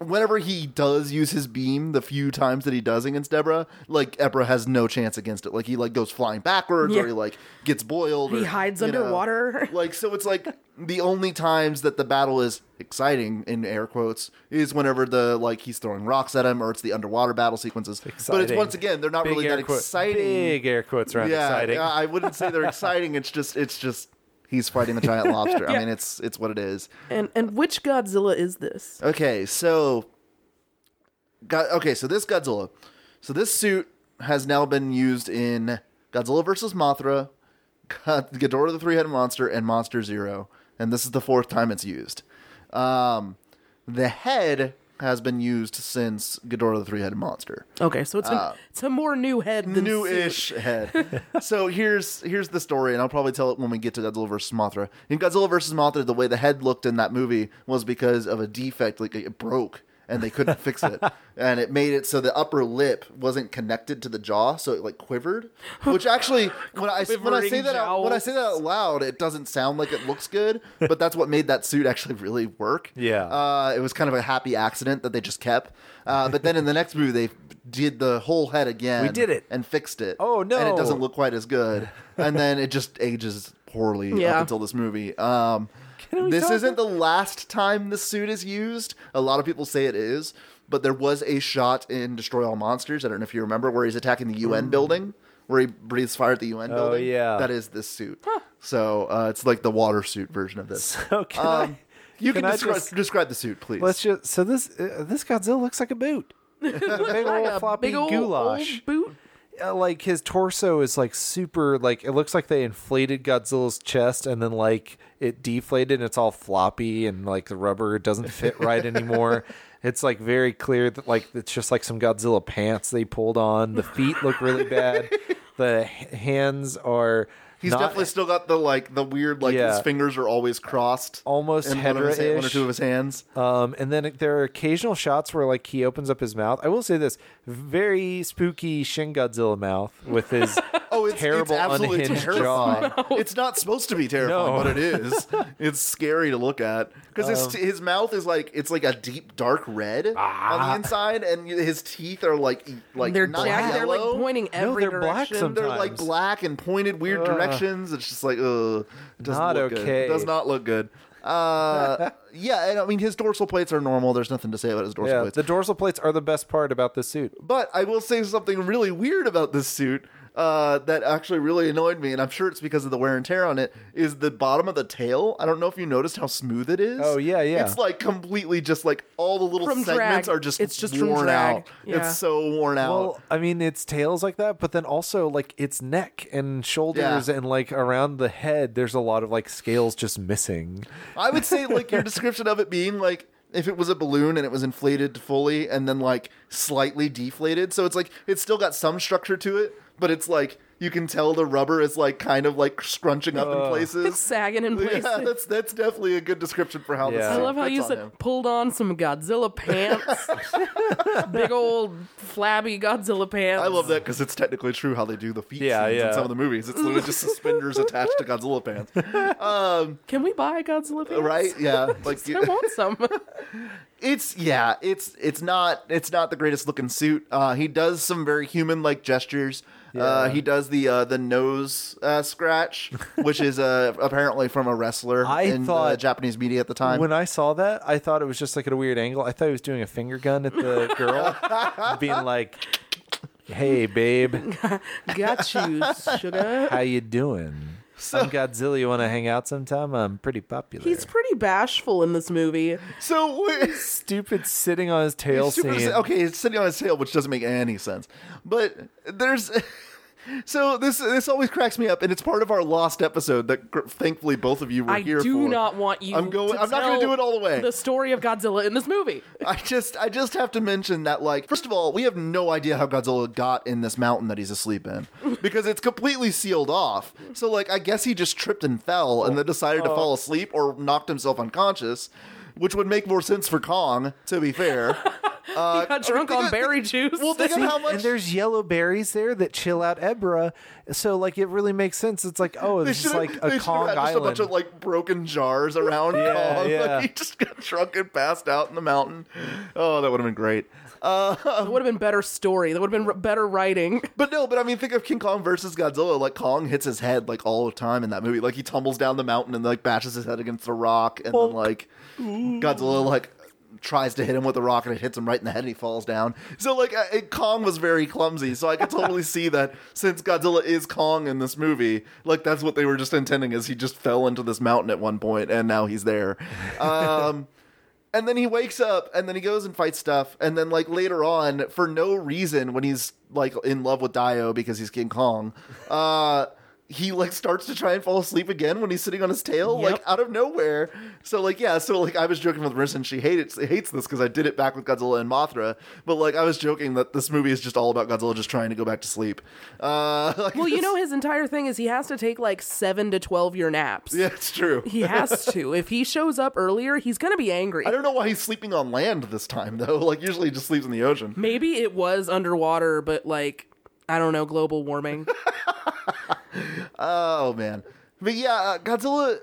[SPEAKER 5] Whenever he does use his beam, the few times that he does against Ebra, like Ebra has no chance against it. Like he like goes flying backwards,
[SPEAKER 4] Yeah.
[SPEAKER 5] or he like gets boiled.
[SPEAKER 4] He
[SPEAKER 5] or,
[SPEAKER 4] hides
[SPEAKER 5] you know,
[SPEAKER 4] underwater. [LAUGHS]
[SPEAKER 5] like so it's like the only times that the battle is exciting in air quotes is whenever the like he's throwing rocks at him or it's the underwater battle sequences but it's
[SPEAKER 6] Exciting.
[SPEAKER 5] once again they're not
[SPEAKER 6] Big
[SPEAKER 5] really
[SPEAKER 6] air
[SPEAKER 5] that
[SPEAKER 6] quote-
[SPEAKER 5] exciting
[SPEAKER 6] Big air quotes around
[SPEAKER 5] yeah
[SPEAKER 6] exciting.
[SPEAKER 5] yeah, i wouldn't say they're exciting it's just it's just he's fighting a giant lobster
[SPEAKER 6] [LAUGHS]
[SPEAKER 5] i mean it's it's what it is
[SPEAKER 4] [LAUGHS] And and which Godzilla is this?
[SPEAKER 5] okay so got okay so this godzilla so this suit has now been used in godzilla versus mothra God, Ghidorah the Three-Headed Monster and Monster Zero, and this is the fourth time it's used. Um, the head has been used since Ghidorah the Three-Headed Monster.
[SPEAKER 4] Okay, so it's a, it's a more new head than
[SPEAKER 5] Uh, New-ish head. [LAUGHS] so here's here's the story, and I'll probably tell it when we get to Godzilla versus Mothra. In Godzilla versus Mothra, the way the head looked in that movie was because of a defect, like it broke. And they couldn't
[SPEAKER 4] [LAUGHS]
[SPEAKER 5] fix it, and it made it so the upper lip wasn't connected to the jaw, so it like quivered. Which actually, when I when I say
[SPEAKER 4] Quivering
[SPEAKER 5] that out, when I say that out loud, it doesn't sound like it looks good, but that's what made that suit actually
[SPEAKER 4] [LAUGHS]
[SPEAKER 5] really work.
[SPEAKER 6] Yeah.
[SPEAKER 5] Uh, it was kind of a happy accident that they just kept. Uh, but then in the next movie, they did the whole head again.
[SPEAKER 6] We did it.
[SPEAKER 5] And fixed it.
[SPEAKER 6] Oh,
[SPEAKER 5] And
[SPEAKER 6] no.
[SPEAKER 5] it doesn't look quite as
[SPEAKER 6] [LAUGHS]
[SPEAKER 5] good. And then it just ages poorly
[SPEAKER 4] Yeah.
[SPEAKER 5] up until this movie. Um,
[SPEAKER 6] we
[SPEAKER 5] this
[SPEAKER 6] talk
[SPEAKER 5] isn't the last time this suit is used. A lot of people say it is, but there was a shot in Destroy All Monsters. I don't know if you remember where he's attacking the UN building, where he breathes fire at the UN building.
[SPEAKER 6] Mm. Oh, yeah.
[SPEAKER 5] that is this suit. So uh, it's like the water suit version of this.
[SPEAKER 6] [LAUGHS] So can I-
[SPEAKER 5] Um, you can,
[SPEAKER 6] can I
[SPEAKER 5] descri-
[SPEAKER 6] just-
[SPEAKER 5] describe the suit, please.
[SPEAKER 6] Let's just so this uh, this Godzilla looks like
[SPEAKER 4] [LAUGHS]
[SPEAKER 6] a boot. It's a big old
[SPEAKER 4] a
[SPEAKER 6] floppy
[SPEAKER 4] big old,
[SPEAKER 6] goulash.
[SPEAKER 4] old boot.
[SPEAKER 6] Uh, like his torso is like super like it looks like they inflated Godzilla's chest and then like it deflated and it's all floppy and like the rubber doesn't fit right
[SPEAKER 4] [LAUGHS]
[SPEAKER 6] anymore. It's like very clear that like it's just like some Godzilla
[SPEAKER 4] [LAUGHS]
[SPEAKER 6] pants they pulled on. The feet look really bad. the h- hands are
[SPEAKER 5] He's
[SPEAKER 6] Not-
[SPEAKER 5] definitely still got the like the weird like
[SPEAKER 6] Yeah.
[SPEAKER 5] his fingers are always crossed,
[SPEAKER 6] Almost
[SPEAKER 5] in one, of his hand- one or
[SPEAKER 6] Hedera-ish.
[SPEAKER 5] two of his hands.
[SPEAKER 6] Um, and then there are occasional shots where like he opens up his mouth. I will say this very spooky Shin Godzilla mouth with his
[SPEAKER 5] [LAUGHS] Oh, it's
[SPEAKER 6] terrible
[SPEAKER 5] it's absolutely
[SPEAKER 6] unhinged
[SPEAKER 5] terrifying.
[SPEAKER 6] jaw.
[SPEAKER 5] [LAUGHS] It's not supposed to be terrifying,
[SPEAKER 6] No.
[SPEAKER 5] but it
[SPEAKER 6] [LAUGHS]
[SPEAKER 5] is. it's scary to look at because
[SPEAKER 6] Um,
[SPEAKER 5] his, his mouth is like it's like a deep dark red
[SPEAKER 6] Ah.
[SPEAKER 5] on the inside, and his teeth are like e- like
[SPEAKER 4] they're
[SPEAKER 5] not
[SPEAKER 4] jagged. They're like
[SPEAKER 5] yellow.
[SPEAKER 4] pointing
[SPEAKER 6] No,
[SPEAKER 4] every
[SPEAKER 6] they're black
[SPEAKER 4] direction.
[SPEAKER 6] sometimes.
[SPEAKER 5] They're like black and pointed weird
[SPEAKER 6] Ugh.
[SPEAKER 5] directions. It's just like ugh, it doesn't
[SPEAKER 6] Not
[SPEAKER 5] look Good. It
[SPEAKER 6] okay.
[SPEAKER 5] does not look good.
[SPEAKER 6] [LAUGHS]
[SPEAKER 5] Uh, yeah, and I mean his dorsal plates are normal. There's nothing to say about his dorsal
[SPEAKER 6] Yeah,
[SPEAKER 5] plates.
[SPEAKER 6] the dorsal plates are the best part about this suit.
[SPEAKER 5] But I will say something really weird about this suit uh, that actually really annoyed me, and I'm sure it's because of the wear and tear on it. Is the bottom of the tail? I don't know if you noticed how smooth it is.
[SPEAKER 6] Oh, yeah, yeah.
[SPEAKER 5] It's like completely just like all the little
[SPEAKER 4] From
[SPEAKER 5] segments
[SPEAKER 4] drag.
[SPEAKER 5] are just
[SPEAKER 4] It's just from
[SPEAKER 5] worn
[SPEAKER 4] drag.
[SPEAKER 5] out.
[SPEAKER 4] Yeah.
[SPEAKER 5] It's so worn out.
[SPEAKER 6] Well, I mean, its tails like that, but then also like its neck and shoulders
[SPEAKER 5] Yeah.
[SPEAKER 6] and like around the head, there's a lot of like scales just missing.
[SPEAKER 5] I would say like
[SPEAKER 6] [LAUGHS]
[SPEAKER 5] your description of it being like if it was a balloon and it was inflated fully and then like slightly deflated. So it's like it's still got some structure to it, but it's like you can tell the rubber is like kind of like scrunching up in places.
[SPEAKER 4] It's sagging in places.
[SPEAKER 5] [LAUGHS] Yeah, that's that's definitely a good description for how this.
[SPEAKER 6] Yeah.
[SPEAKER 4] I
[SPEAKER 5] suit
[SPEAKER 4] love how
[SPEAKER 5] fits
[SPEAKER 4] you
[SPEAKER 5] on
[SPEAKER 4] said
[SPEAKER 5] him.
[SPEAKER 4] pulled on some
[SPEAKER 5] [LAUGHS]
[SPEAKER 4] Godzilla pants. Big old flabby Godzilla pants.
[SPEAKER 5] I love that because it's technically true how they do the feet
[SPEAKER 6] Yeah,
[SPEAKER 5] scenes
[SPEAKER 6] yeah.
[SPEAKER 5] in some of the movies. It's literally just suspenders attached to Godzilla pants,
[SPEAKER 4] Can we buy Godzilla pants?
[SPEAKER 5] right?
[SPEAKER 6] [LAUGHS]
[SPEAKER 5] Yeah, like
[SPEAKER 4] I want [LAUGHS] some.
[SPEAKER 5] it's yeah, it's it's not it's not the greatest looking suit. Uh, he does some very human like gestures. Uh, he does the uh, the nose uh, scratch, which is uh, apparently from a wrestler
[SPEAKER 6] [LAUGHS] I
[SPEAKER 5] in the
[SPEAKER 6] thought-
[SPEAKER 5] Japanese media at the time.
[SPEAKER 6] When I saw that, I thought it was just like at a weird angle. I thought he was doing a finger gun at the
[SPEAKER 5] [LAUGHS]
[SPEAKER 6] girl, being like, "Hey, babe,
[SPEAKER 4] Got you, sugar.
[SPEAKER 6] how you doing? I'm Godzilla. You want to hang out sometime? I'm pretty popular."
[SPEAKER 4] He's pretty bashful in this movie.
[SPEAKER 5] so we-
[SPEAKER 6] stupid sitting on his tail
[SPEAKER 5] Super-
[SPEAKER 6] scene.
[SPEAKER 5] okay, it's sitting on his tail, which doesn't make any sense. But there's [LAUGHS] so this this always cracks me up, and it's part of our lost episode that gr- thankfully both of you were
[SPEAKER 4] I
[SPEAKER 5] here.
[SPEAKER 4] do
[SPEAKER 5] for.
[SPEAKER 4] not want you.
[SPEAKER 5] I'm going.
[SPEAKER 4] to
[SPEAKER 5] I'm not going to
[SPEAKER 4] tell
[SPEAKER 5] do it all the way.
[SPEAKER 4] The story of Godzilla in this movie.
[SPEAKER 5] I just I just have to mention that like first of all, we have no idea how Godzilla got in this mountain that he's
[SPEAKER 4] [LAUGHS]
[SPEAKER 5] asleep in because it's completely sealed off. So like I guess he just tripped and fell and then decided to
[SPEAKER 4] Oh.
[SPEAKER 5] fall asleep or knocked himself unconscious, which would make more sense for Kong to be fair.
[SPEAKER 4] [LAUGHS] he got drunk
[SPEAKER 5] think
[SPEAKER 4] on
[SPEAKER 5] of-
[SPEAKER 4] berry juice.
[SPEAKER 5] well, think of how much
[SPEAKER 6] and there's yellow berries there that chill out Ebra, so like it really makes sense. It's like oh, this is
[SPEAKER 5] should've-
[SPEAKER 6] like
[SPEAKER 5] they
[SPEAKER 6] a
[SPEAKER 5] should've
[SPEAKER 6] Kong
[SPEAKER 5] had Just a bunch
[SPEAKER 6] island.
[SPEAKER 5] of like broken jars around
[SPEAKER 6] Yeah,
[SPEAKER 5] Kong. [LAUGHS]
[SPEAKER 6] yeah.
[SPEAKER 5] Like, he just got drunk and passed out in the mountain. Oh, that would have been great.
[SPEAKER 4] that would have been better story. That would have been r- better writing.
[SPEAKER 5] But no, but I mean, think of King Kong versus Godzilla. Like Kong hits his head like all the time in that movie. Like he tumbles down the mountain and like bashes his head against the rock, and then like Godzilla like tries to hit him with the rock and it hits him right in the head and he falls down. So like I, it- Kong was very clumsy. So I could totally see that since Godzilla is Kong in this movie, like that's what they were just intending is he just fell into this mountain at one point and now he's there. Um and then he wakes up and then he goes and fights stuff and then like later on for no reason when he's like in love with Dio because he's King Kong [LAUGHS] uh he like starts to try and fall asleep again when he's sitting on his tail like out of nowhere so like yeah so like I was joking with Riss and she hated hates this cuz I did it back with Godzilla and Mothra but like I was joking that this movie is just all about Godzilla just trying to go back to sleep uh [LAUGHS] like,
[SPEAKER 4] [LAUGHS] Well, you
[SPEAKER 5] this-
[SPEAKER 4] know, his entire thing is he has to take like seven to twelve year naps.
[SPEAKER 5] yeah it's true
[SPEAKER 4] [LAUGHS] He has to. If he shows up earlier, he's gonna be angry.
[SPEAKER 5] I don't know why he's sleeping on land this time though [LAUGHS] like usually he just sleeps in the ocean
[SPEAKER 4] Maybe it was underwater, but like I don't know, global warming. [LAUGHS]
[SPEAKER 5] Oh man, but yeah, uh, Godzilla.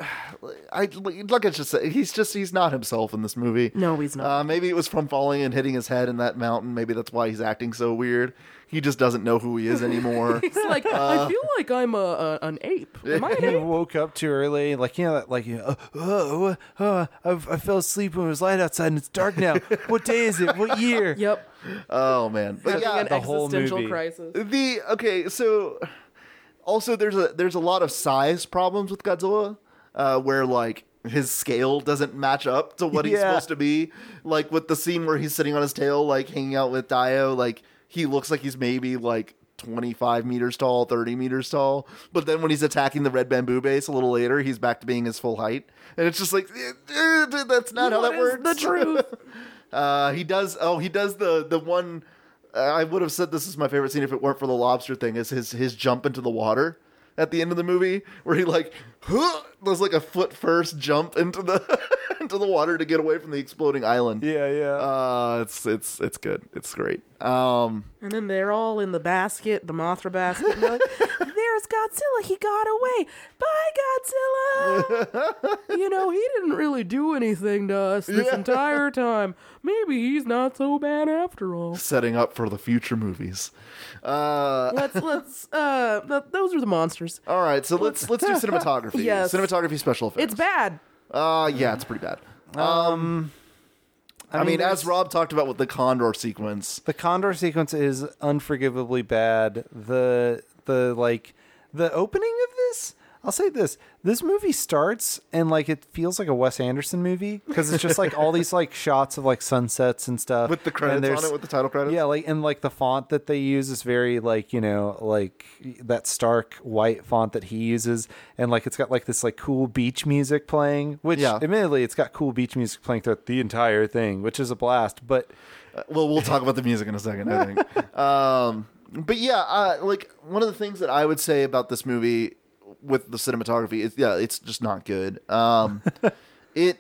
[SPEAKER 5] I like I just said, he's just he's not himself in this movie.
[SPEAKER 4] No, he's not.
[SPEAKER 5] Uh, maybe it was from falling and hitting his head in that mountain. Maybe that's why he's acting so weird. He just doesn't know who he is anymore.
[SPEAKER 4] [LAUGHS] He's like,
[SPEAKER 5] Uh.
[SPEAKER 4] I feel like I'm a, a an ape. Am
[SPEAKER 5] [LAUGHS]
[SPEAKER 4] I an
[SPEAKER 6] he
[SPEAKER 4] ape?
[SPEAKER 6] woke up too early, like you know, that- like you know, oh, oh, oh, I, I fell asleep when it was light outside and it's dark now. what day is it? What year?
[SPEAKER 4] Yep.
[SPEAKER 5] oh man, but
[SPEAKER 4] Having
[SPEAKER 5] yeah,
[SPEAKER 4] an
[SPEAKER 6] the whole
[SPEAKER 4] existential
[SPEAKER 6] movie.
[SPEAKER 4] crisis.
[SPEAKER 5] the okay so also there's a there's a lot of size problems with godzilla uh where like his scale doesn't match up to what he's
[SPEAKER 6] Yeah.
[SPEAKER 5] supposed to be like with the scene where he's sitting on his tail like hanging out with dio like he looks like he's maybe like 25 meters tall 30 meters tall but then when he's attacking the red bamboo base a little later he's back to being his full height and it's just like eh, eh, that's not how
[SPEAKER 4] What
[SPEAKER 5] that
[SPEAKER 4] is
[SPEAKER 5] works [LAUGHS]
[SPEAKER 4] the truth?
[SPEAKER 5] uh, he does. Oh, he does the the one. Uh, I would have said this is my favorite scene if it weren't for the lobster thing. Is his his jump into the water at the end of the movie where he like [LAUGHS] huh, does like a foot first jump into the [LAUGHS] into the water to get away from the exploding island.
[SPEAKER 6] Yeah, yeah.
[SPEAKER 5] Uh, it's it's it's good. It's great. Um,
[SPEAKER 4] And then they're all in the basket, the Mothra basket. and they're
[SPEAKER 5] [LAUGHS]
[SPEAKER 4] like, There's Godzilla. He got away. Bye,
[SPEAKER 5] [LAUGHS]
[SPEAKER 4] Godzilla. you know, he didn't really do anything to us this
[SPEAKER 5] Yeah.
[SPEAKER 4] entire time. Maybe he's not so bad after all.
[SPEAKER 5] setting up for the future movies. Uh,
[SPEAKER 4] Let's, let's, uh, th- those are the monsters.
[SPEAKER 5] all right, so let's [LAUGHS] let's do cinematography.
[SPEAKER 4] Yes.
[SPEAKER 5] Cinematography special effects.
[SPEAKER 4] It's bad.
[SPEAKER 5] Uh, yeah, it's pretty bad. Um, I, mean, as Rob talked about with the condor sequence,
[SPEAKER 6] The condor sequence is unforgivably bad. The the like the opening of this, I'll say this. This movie starts and like it feels like a Wes Anderson movie because it's just like all these like [LAUGHS] shots of like sunsets and stuff
[SPEAKER 5] With the
[SPEAKER 6] and
[SPEAKER 5] credits on
[SPEAKER 6] there's-
[SPEAKER 5] it, with the title credits?
[SPEAKER 6] Yeah, like and like the font that they use is very like you know like that stark white font that he uses, and like it's got like this like cool beach music playing, which
[SPEAKER 5] Yeah.
[SPEAKER 6] admittedly it's got cool beach music playing throughout the entire thing, which is a blast, but.
[SPEAKER 5] well, we'll talk about the music in a second, I think. um, but yeah, uh, like one of the things that I would say about this movie with the cinematography is, yeah, it's just not good.
[SPEAKER 6] [LAUGHS]
[SPEAKER 5] Um, it.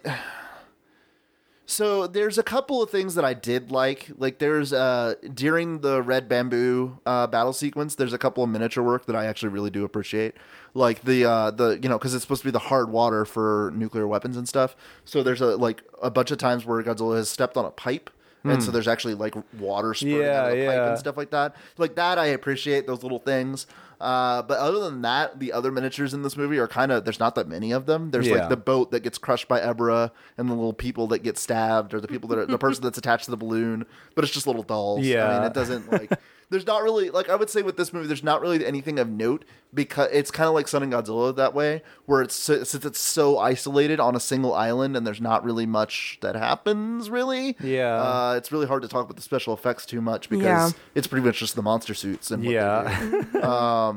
[SPEAKER 5] So there's a couple of things that I did like. Like there's uh during the red bamboo uh, battle sequence, there's a couple of miniature work that I actually really do appreciate. Like the uh the you know because it's supposed to be the hard water for nuclear weapons and stuff. So there's a like a bunch of times where Godzilla has stepped on a pipe. And so there's actually like water spurting out
[SPEAKER 6] Hmm. Yeah,
[SPEAKER 5] of the pipe
[SPEAKER 6] yeah.
[SPEAKER 5] and stuff like that. Like that, I appreciate those little things. Uh, but other than that, the other miniatures in this movie are kind of there's not that many of them. There's
[SPEAKER 6] Yeah.
[SPEAKER 5] like the boat that gets crushed by Ebra and the little people that get stabbed or the people that are the person that's attached to the balloon, but it's just little dolls. I mean,
[SPEAKER 6] Yeah.
[SPEAKER 5] it doesn't like there's not really like I would say with this movie there's not really anything of note because it's kind of like Sun and Godzilla that way where it's so- since it's so isolated on a single island and there's not really much that happens really.
[SPEAKER 6] Yeah.
[SPEAKER 5] Uh, it's really hard to talk about the special effects too much because
[SPEAKER 4] Yeah.
[SPEAKER 5] it's pretty much just the monster suits and what they do
[SPEAKER 6] Yeah.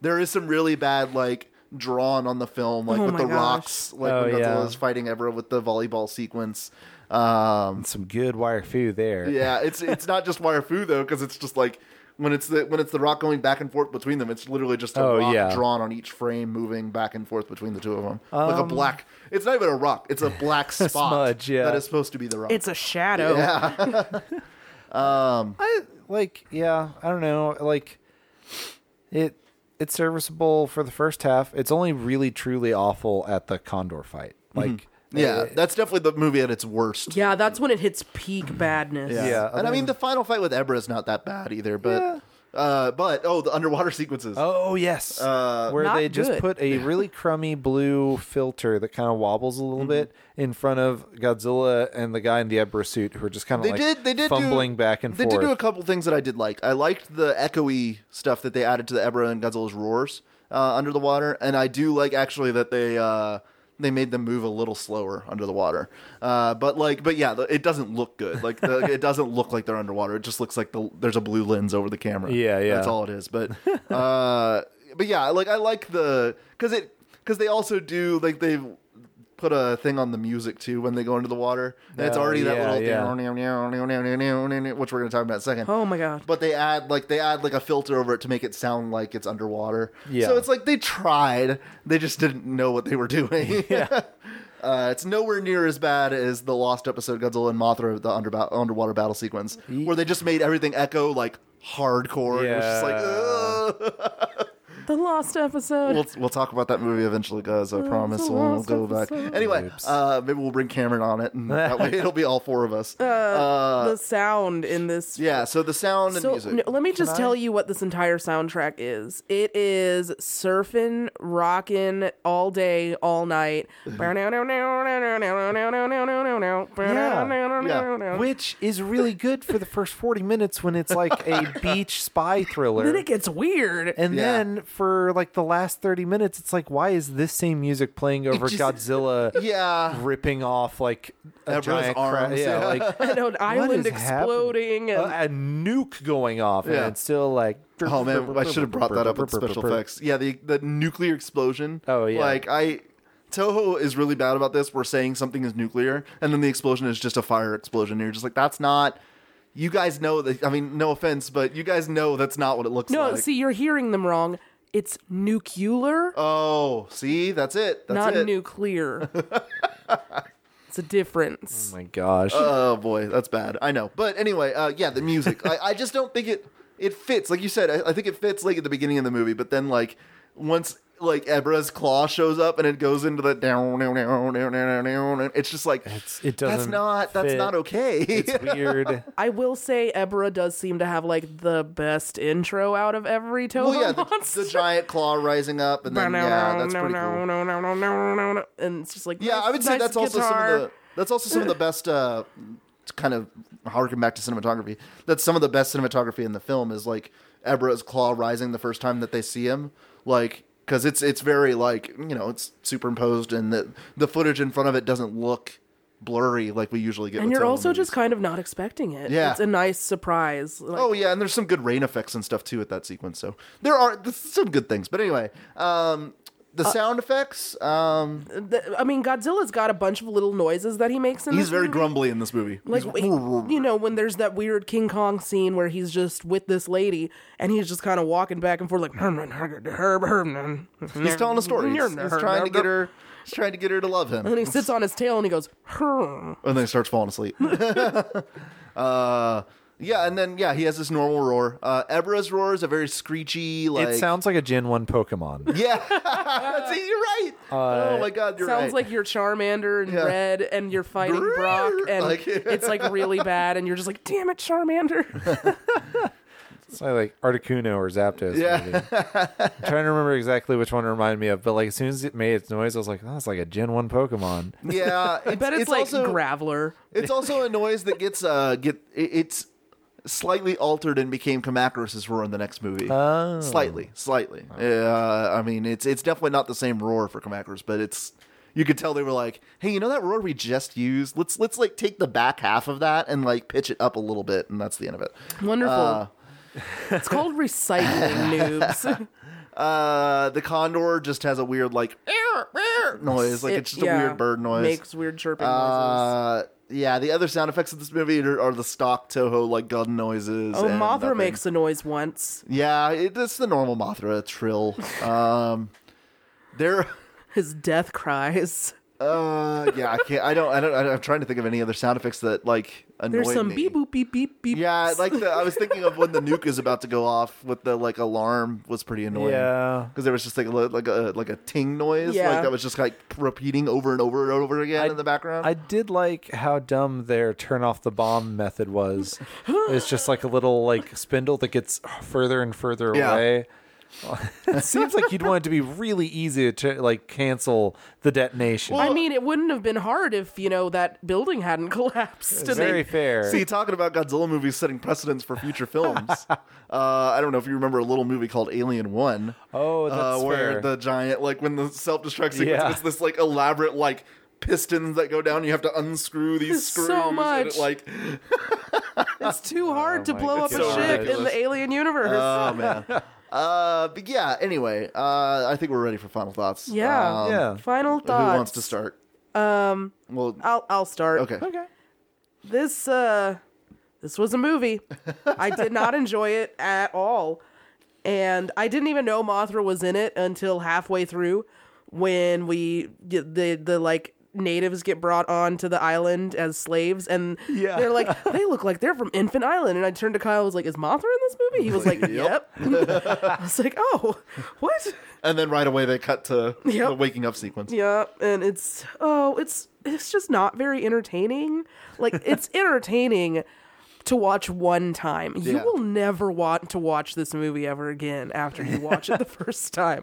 [SPEAKER 5] there is some really bad like drawn on the film like
[SPEAKER 4] Oh
[SPEAKER 5] with
[SPEAKER 4] my
[SPEAKER 5] the
[SPEAKER 4] gosh.
[SPEAKER 5] rocks like
[SPEAKER 6] Oh,
[SPEAKER 5] when
[SPEAKER 6] yeah.
[SPEAKER 5] Godzilla's fighting Ebra with the volleyball sequence um
[SPEAKER 6] Some good wire foo there.
[SPEAKER 5] yeah it's it's not just wire foo though because it's just like when it's the when it's the rock going back and forth between them it's literally just a
[SPEAKER 6] Oh,
[SPEAKER 5] rock
[SPEAKER 6] yeah.
[SPEAKER 5] drawn on each frame moving back and forth between the two of them like a black it's not even a rock
[SPEAKER 6] [LAUGHS]
[SPEAKER 5] it's a black spot
[SPEAKER 6] Um, smudge, yeah.
[SPEAKER 5] that is supposed to be the rock
[SPEAKER 4] It's a shadow.
[SPEAKER 6] I like yeah, I don't know, like it it's serviceable for the first half. It's only really truly awful at the condor fight. Like
[SPEAKER 5] Mm-hmm. yeah that's definitely the movie at its worst
[SPEAKER 4] Yeah, that's when it hits peak badness.
[SPEAKER 6] Yeah,
[SPEAKER 5] and I mean the final fight with Ebra is not that bad either, but uh, but oh, the underwater sequences.
[SPEAKER 6] Oh yes,
[SPEAKER 5] Uh,
[SPEAKER 6] where
[SPEAKER 4] Not
[SPEAKER 6] they just
[SPEAKER 4] good.
[SPEAKER 6] put a really crummy blue filter that kind of wobbles a little
[SPEAKER 5] Mm-hmm.
[SPEAKER 6] bit in front of Godzilla and the guy in the Ebra suit who are just kind of
[SPEAKER 5] they
[SPEAKER 6] like
[SPEAKER 5] did they did do-
[SPEAKER 6] fumbling back and
[SPEAKER 5] they
[SPEAKER 6] forth.
[SPEAKER 5] did do a couple things that I did like. I liked the echoey stuff that they added to the Ebra and Godzilla's roars uh, under the water, and I do like actually that they. Uh, they made them move a little slower under the water, uh, but like, but yeah, the- it doesn't look good. Like, the, it doesn't look like they're underwater. It just looks like the, there's a blue lens over the camera.
[SPEAKER 6] Yeah, yeah.
[SPEAKER 5] That's all it is. But, uh, but yeah, like I like the because it because they also do like they've put a thing on the music too when they go into the water, and it's
[SPEAKER 6] Oh,
[SPEAKER 5] already that
[SPEAKER 6] yeah,
[SPEAKER 5] little
[SPEAKER 6] yeah.
[SPEAKER 5] which we're going to talk about in a second.
[SPEAKER 4] Oh my god.
[SPEAKER 5] But they add like they add like a filter over it to make it sound like it's underwater.
[SPEAKER 6] Yeah.
[SPEAKER 5] So it's like they tried, they just didn't know what they were
[SPEAKER 6] [LAUGHS]
[SPEAKER 5] doing. Yeah. [LAUGHS] uh, it's nowhere near as bad as the lost episode Godzilla and Mothra the underba- underwater battle sequence where they just made everything echo like hardcore. It was just like
[SPEAKER 6] Yeah.
[SPEAKER 5] "Ugh."
[SPEAKER 4] The lost episode.
[SPEAKER 5] we'll we'll talk about that movie eventually, guys. I promise.
[SPEAKER 4] it's a
[SPEAKER 5] We'll, we'll
[SPEAKER 4] lost
[SPEAKER 5] go back.
[SPEAKER 4] episode.
[SPEAKER 5] Anyway,
[SPEAKER 6] Oops.
[SPEAKER 5] uh, maybe we'll bring Cameron on it, and that
[SPEAKER 6] [LAUGHS]
[SPEAKER 5] way it'll be all four of us.
[SPEAKER 4] Uh, the sound in this
[SPEAKER 5] uh, yeah. So the sound and
[SPEAKER 4] So
[SPEAKER 5] music.
[SPEAKER 4] n- let me just tell you what this entire soundtrack is. It is surfing, rocking all day, all night.
[SPEAKER 6] which is really good for the first 40 minutes when it's
[SPEAKER 5] [LAUGHS]
[SPEAKER 6] like a beach spy thriller
[SPEAKER 4] Then it gets weird.
[SPEAKER 6] and
[SPEAKER 5] Yeah.
[SPEAKER 6] then for like the last 30 minutes it's like why is this same music playing over
[SPEAKER 5] just-
[SPEAKER 6] godzilla
[SPEAKER 5] [LAUGHS] Yeah.
[SPEAKER 6] ripping off like a
[SPEAKER 5] Ebra's
[SPEAKER 6] giant cra-
[SPEAKER 5] arms,
[SPEAKER 6] yeah,
[SPEAKER 5] yeah. [LAUGHS]
[SPEAKER 6] like
[SPEAKER 4] and an island exploding. And
[SPEAKER 6] a, a nuke going off
[SPEAKER 5] Uh, Yeah.
[SPEAKER 6] and it's still like
[SPEAKER 5] Oh man,
[SPEAKER 6] [LAUGHS]
[SPEAKER 5] I should have brought that up with special effects. Yeah, the the nuclear explosion.
[SPEAKER 6] Oh, yeah.
[SPEAKER 5] Like I, Toho is really bad about this. We're saying something is nuclear, and then the explosion is just a fire explosion. And you're just like, that's not. You guys know that. I mean, no offense, but you guys know that's not what it looks
[SPEAKER 4] no,
[SPEAKER 5] like.
[SPEAKER 4] see, you're hearing them wrong. It's nuclear,
[SPEAKER 5] Oh, see, that's it. That's
[SPEAKER 4] not
[SPEAKER 5] it.
[SPEAKER 4] nuclear. it's a difference.
[SPEAKER 6] Oh my gosh.
[SPEAKER 5] Oh boy, that's bad. I know, but anyway, uh, yeah, the music. I, I just don't think it it fits. Like you said, I, I think it fits like at the beginning of the movie, but then like once like Ebra's claw shows up and it goes into the down, down, down, down, down, down, down, it's just like
[SPEAKER 6] It's- it
[SPEAKER 5] That's
[SPEAKER 6] doesn't
[SPEAKER 5] not that's
[SPEAKER 6] fit.
[SPEAKER 5] not okay.
[SPEAKER 6] [LAUGHS] it's weird.
[SPEAKER 4] I will say Ebra does seem to have like the best intro out of every Toho
[SPEAKER 5] [LAUGHS] well,
[SPEAKER 6] [LAUGHS]
[SPEAKER 5] yeah, the,
[SPEAKER 4] monster.
[SPEAKER 5] the giant claw rising up, and then yeah, that's pretty cool.
[SPEAKER 4] cool. And it's just like
[SPEAKER 5] Yeah,
[SPEAKER 4] nice-
[SPEAKER 5] I would say
[SPEAKER 4] nice
[SPEAKER 5] that's also
[SPEAKER 4] guitar.
[SPEAKER 5] some of the that's also some of the best uh, kind of harken back to cinematography. That's some of the best cinematography in the film is like Ebra's claw rising the first time that they see him, like because it's it's very like you know it's superimposed and the the footage in front of it doesn't look blurry like we usually get.
[SPEAKER 4] and
[SPEAKER 5] with
[SPEAKER 4] you're
[SPEAKER 5] Toho
[SPEAKER 4] also just
[SPEAKER 5] movies.
[SPEAKER 4] kind of not expecting it.
[SPEAKER 5] Yeah.
[SPEAKER 4] it's a nice surprise. Like,
[SPEAKER 5] Oh yeah, and there's some good rain effects and stuff too at that sequence. So there are there's some good things, but anyway, um, the
[SPEAKER 4] Uh,
[SPEAKER 5] sound effects. Um,
[SPEAKER 4] th- I mean, Godzilla's got a bunch of little noises that he makes. In
[SPEAKER 5] he's
[SPEAKER 4] this
[SPEAKER 5] very
[SPEAKER 4] movie.
[SPEAKER 5] grumbly in this movie.
[SPEAKER 4] Like
[SPEAKER 5] He's-
[SPEAKER 4] wait, you know, when there's that weird King Kong scene where he's just with this lady and he's just kind of walking back and forth, like
[SPEAKER 5] He's
[SPEAKER 4] he's
[SPEAKER 5] telling a story. He's, he's trying to get her. He's trying to get her to love
[SPEAKER 4] And
[SPEAKER 5] him,
[SPEAKER 4] he sits on his tail and he goes, "Hmm."
[SPEAKER 5] and then he starts falling asleep. [LAUGHS] uh, yeah, and then yeah, he has this normal roar. Uh, Ebra's roar is a very screechy, like
[SPEAKER 6] it
[SPEAKER 5] [LAUGHS]
[SPEAKER 6] sounds like a Gen 1 Pokemon.
[SPEAKER 5] Yeah, that's it. You're right. oh my god, you're
[SPEAKER 4] Uh, sounds
[SPEAKER 5] right.
[SPEAKER 4] like you're Charmander and
[SPEAKER 5] Yeah.
[SPEAKER 4] Red, and you're fighting
[SPEAKER 5] Grrr,
[SPEAKER 4] Brock, and
[SPEAKER 5] like- [LAUGHS]
[SPEAKER 4] it's like really bad, and you're just like, "Damn it, Charmander!"
[SPEAKER 6] It's like, like Articuno or Zapdos.
[SPEAKER 5] Yeah.
[SPEAKER 6] maybe. I'm trying to remember exactly which one it reminded me of, but like as soon as it made its noise, I was like, oh, it's like a Gen 1 Pokemon.
[SPEAKER 5] yeah,
[SPEAKER 4] [LAUGHS] I bet it's, like Graveler.
[SPEAKER 5] It's also a noise that gets uh get it, it's slightly altered and became Kamakurus's roar in the next movie.
[SPEAKER 6] Oh.
[SPEAKER 5] Slightly, slightly. Uh, I mean, it's it's definitely not the same roar for Kamakurus, but it's you could tell they were like, "Hey, you know that roar we just used? Let's let's like take the back half of that and like pitch it up a little bit, and that's the end of it."
[SPEAKER 4] Wonderful.
[SPEAKER 5] uh,
[SPEAKER 4] [LAUGHS] it's called
[SPEAKER 5] [LAUGHS]
[SPEAKER 4] recycling noobs. [LAUGHS]
[SPEAKER 5] Uh, the condor just has a weird like "Meow, meow" noise, like
[SPEAKER 4] It-
[SPEAKER 5] it's just a
[SPEAKER 4] yeah,
[SPEAKER 5] weird bird noise.
[SPEAKER 4] Makes weird chirping noises.
[SPEAKER 5] Uh, yeah, the other sound effects of this movie are, are the stock Toho like gun noises.
[SPEAKER 4] Oh,
[SPEAKER 5] and
[SPEAKER 4] Mothra
[SPEAKER 5] nothing.
[SPEAKER 4] makes a noise once.
[SPEAKER 5] Yeah, it, it's the normal Mothra trill. Um, there.
[SPEAKER 4] His death cries.
[SPEAKER 5] Uh, yeah, I can't. I don't. I don't. I'm trying to think of any other sound effects that like annoy
[SPEAKER 4] There's some
[SPEAKER 5] me.
[SPEAKER 4] beep boop beep beep beep.
[SPEAKER 5] Yeah, like the, I was thinking of when the nuke is about to go off with the like alarm was pretty annoying.
[SPEAKER 6] Yeah.
[SPEAKER 5] because there was just like a, li- like a like a ting noise,
[SPEAKER 4] Yeah.
[SPEAKER 5] like that was just like repeating over and over and over again in the background.
[SPEAKER 6] I did like how dumb their turn off the bomb method was. it's just like a little like spindle that gets further and further
[SPEAKER 5] Yeah.
[SPEAKER 6] away. [LAUGHS] it seems like you'd want it to be really easy to like cancel the detonation.
[SPEAKER 4] I mean, it wouldn't have been hard if you know that building hadn't [LAUGHS] collapsed. and they-
[SPEAKER 6] very fair.
[SPEAKER 5] See, talking about Godzilla movies setting precedents for future films.
[SPEAKER 6] [LAUGHS]
[SPEAKER 5] uh, I don't know if you remember a little movie called Alien One.
[SPEAKER 6] Oh,
[SPEAKER 5] uh,
[SPEAKER 6] that's
[SPEAKER 5] where
[SPEAKER 6] fair.
[SPEAKER 5] the giant, like when the self destruct sequence,
[SPEAKER 6] Yeah.
[SPEAKER 5] it's this like elaborate like pistons that go down. You have to unscrew these
[SPEAKER 4] So
[SPEAKER 5] screws. and it,
[SPEAKER 4] much.
[SPEAKER 5] like
[SPEAKER 4] It's too hard to
[SPEAKER 6] Oh my
[SPEAKER 4] blow up a
[SPEAKER 5] God. It's so
[SPEAKER 4] ship in
[SPEAKER 5] ridiculous.
[SPEAKER 4] the alien universe.
[SPEAKER 5] oh man. Uh, but yeah. Anyway, uh, I think we're ready for final thoughts.
[SPEAKER 4] yeah.
[SPEAKER 5] Um,
[SPEAKER 6] yeah.
[SPEAKER 4] Final
[SPEAKER 5] Who
[SPEAKER 4] thoughts.
[SPEAKER 5] wants to start? Um. Well.
[SPEAKER 4] I'll I'll start.
[SPEAKER 5] okay.
[SPEAKER 6] okay.
[SPEAKER 4] This uh this was a movie. I did not enjoy it at all. And I didn't even know Mothra was in it until halfway through when we get the the like natives get brought onto the island as slaves and
[SPEAKER 6] Yeah.
[SPEAKER 4] they're like they look like they're from Infant Island and I turned to Kyle I was like is Mothra in this movie? He was like yep. [LAUGHS] I was like oh what?
[SPEAKER 5] And then right away they cut to
[SPEAKER 4] Yep.
[SPEAKER 5] the waking up sequence.
[SPEAKER 4] Yeah, and it's oh, it's it's just not very entertaining. Like
[SPEAKER 6] [LAUGHS]
[SPEAKER 4] it's entertaining to watch one time. You
[SPEAKER 5] Yeah.
[SPEAKER 4] will never want to watch this movie ever again after you watch
[SPEAKER 6] [LAUGHS]
[SPEAKER 4] it the first time.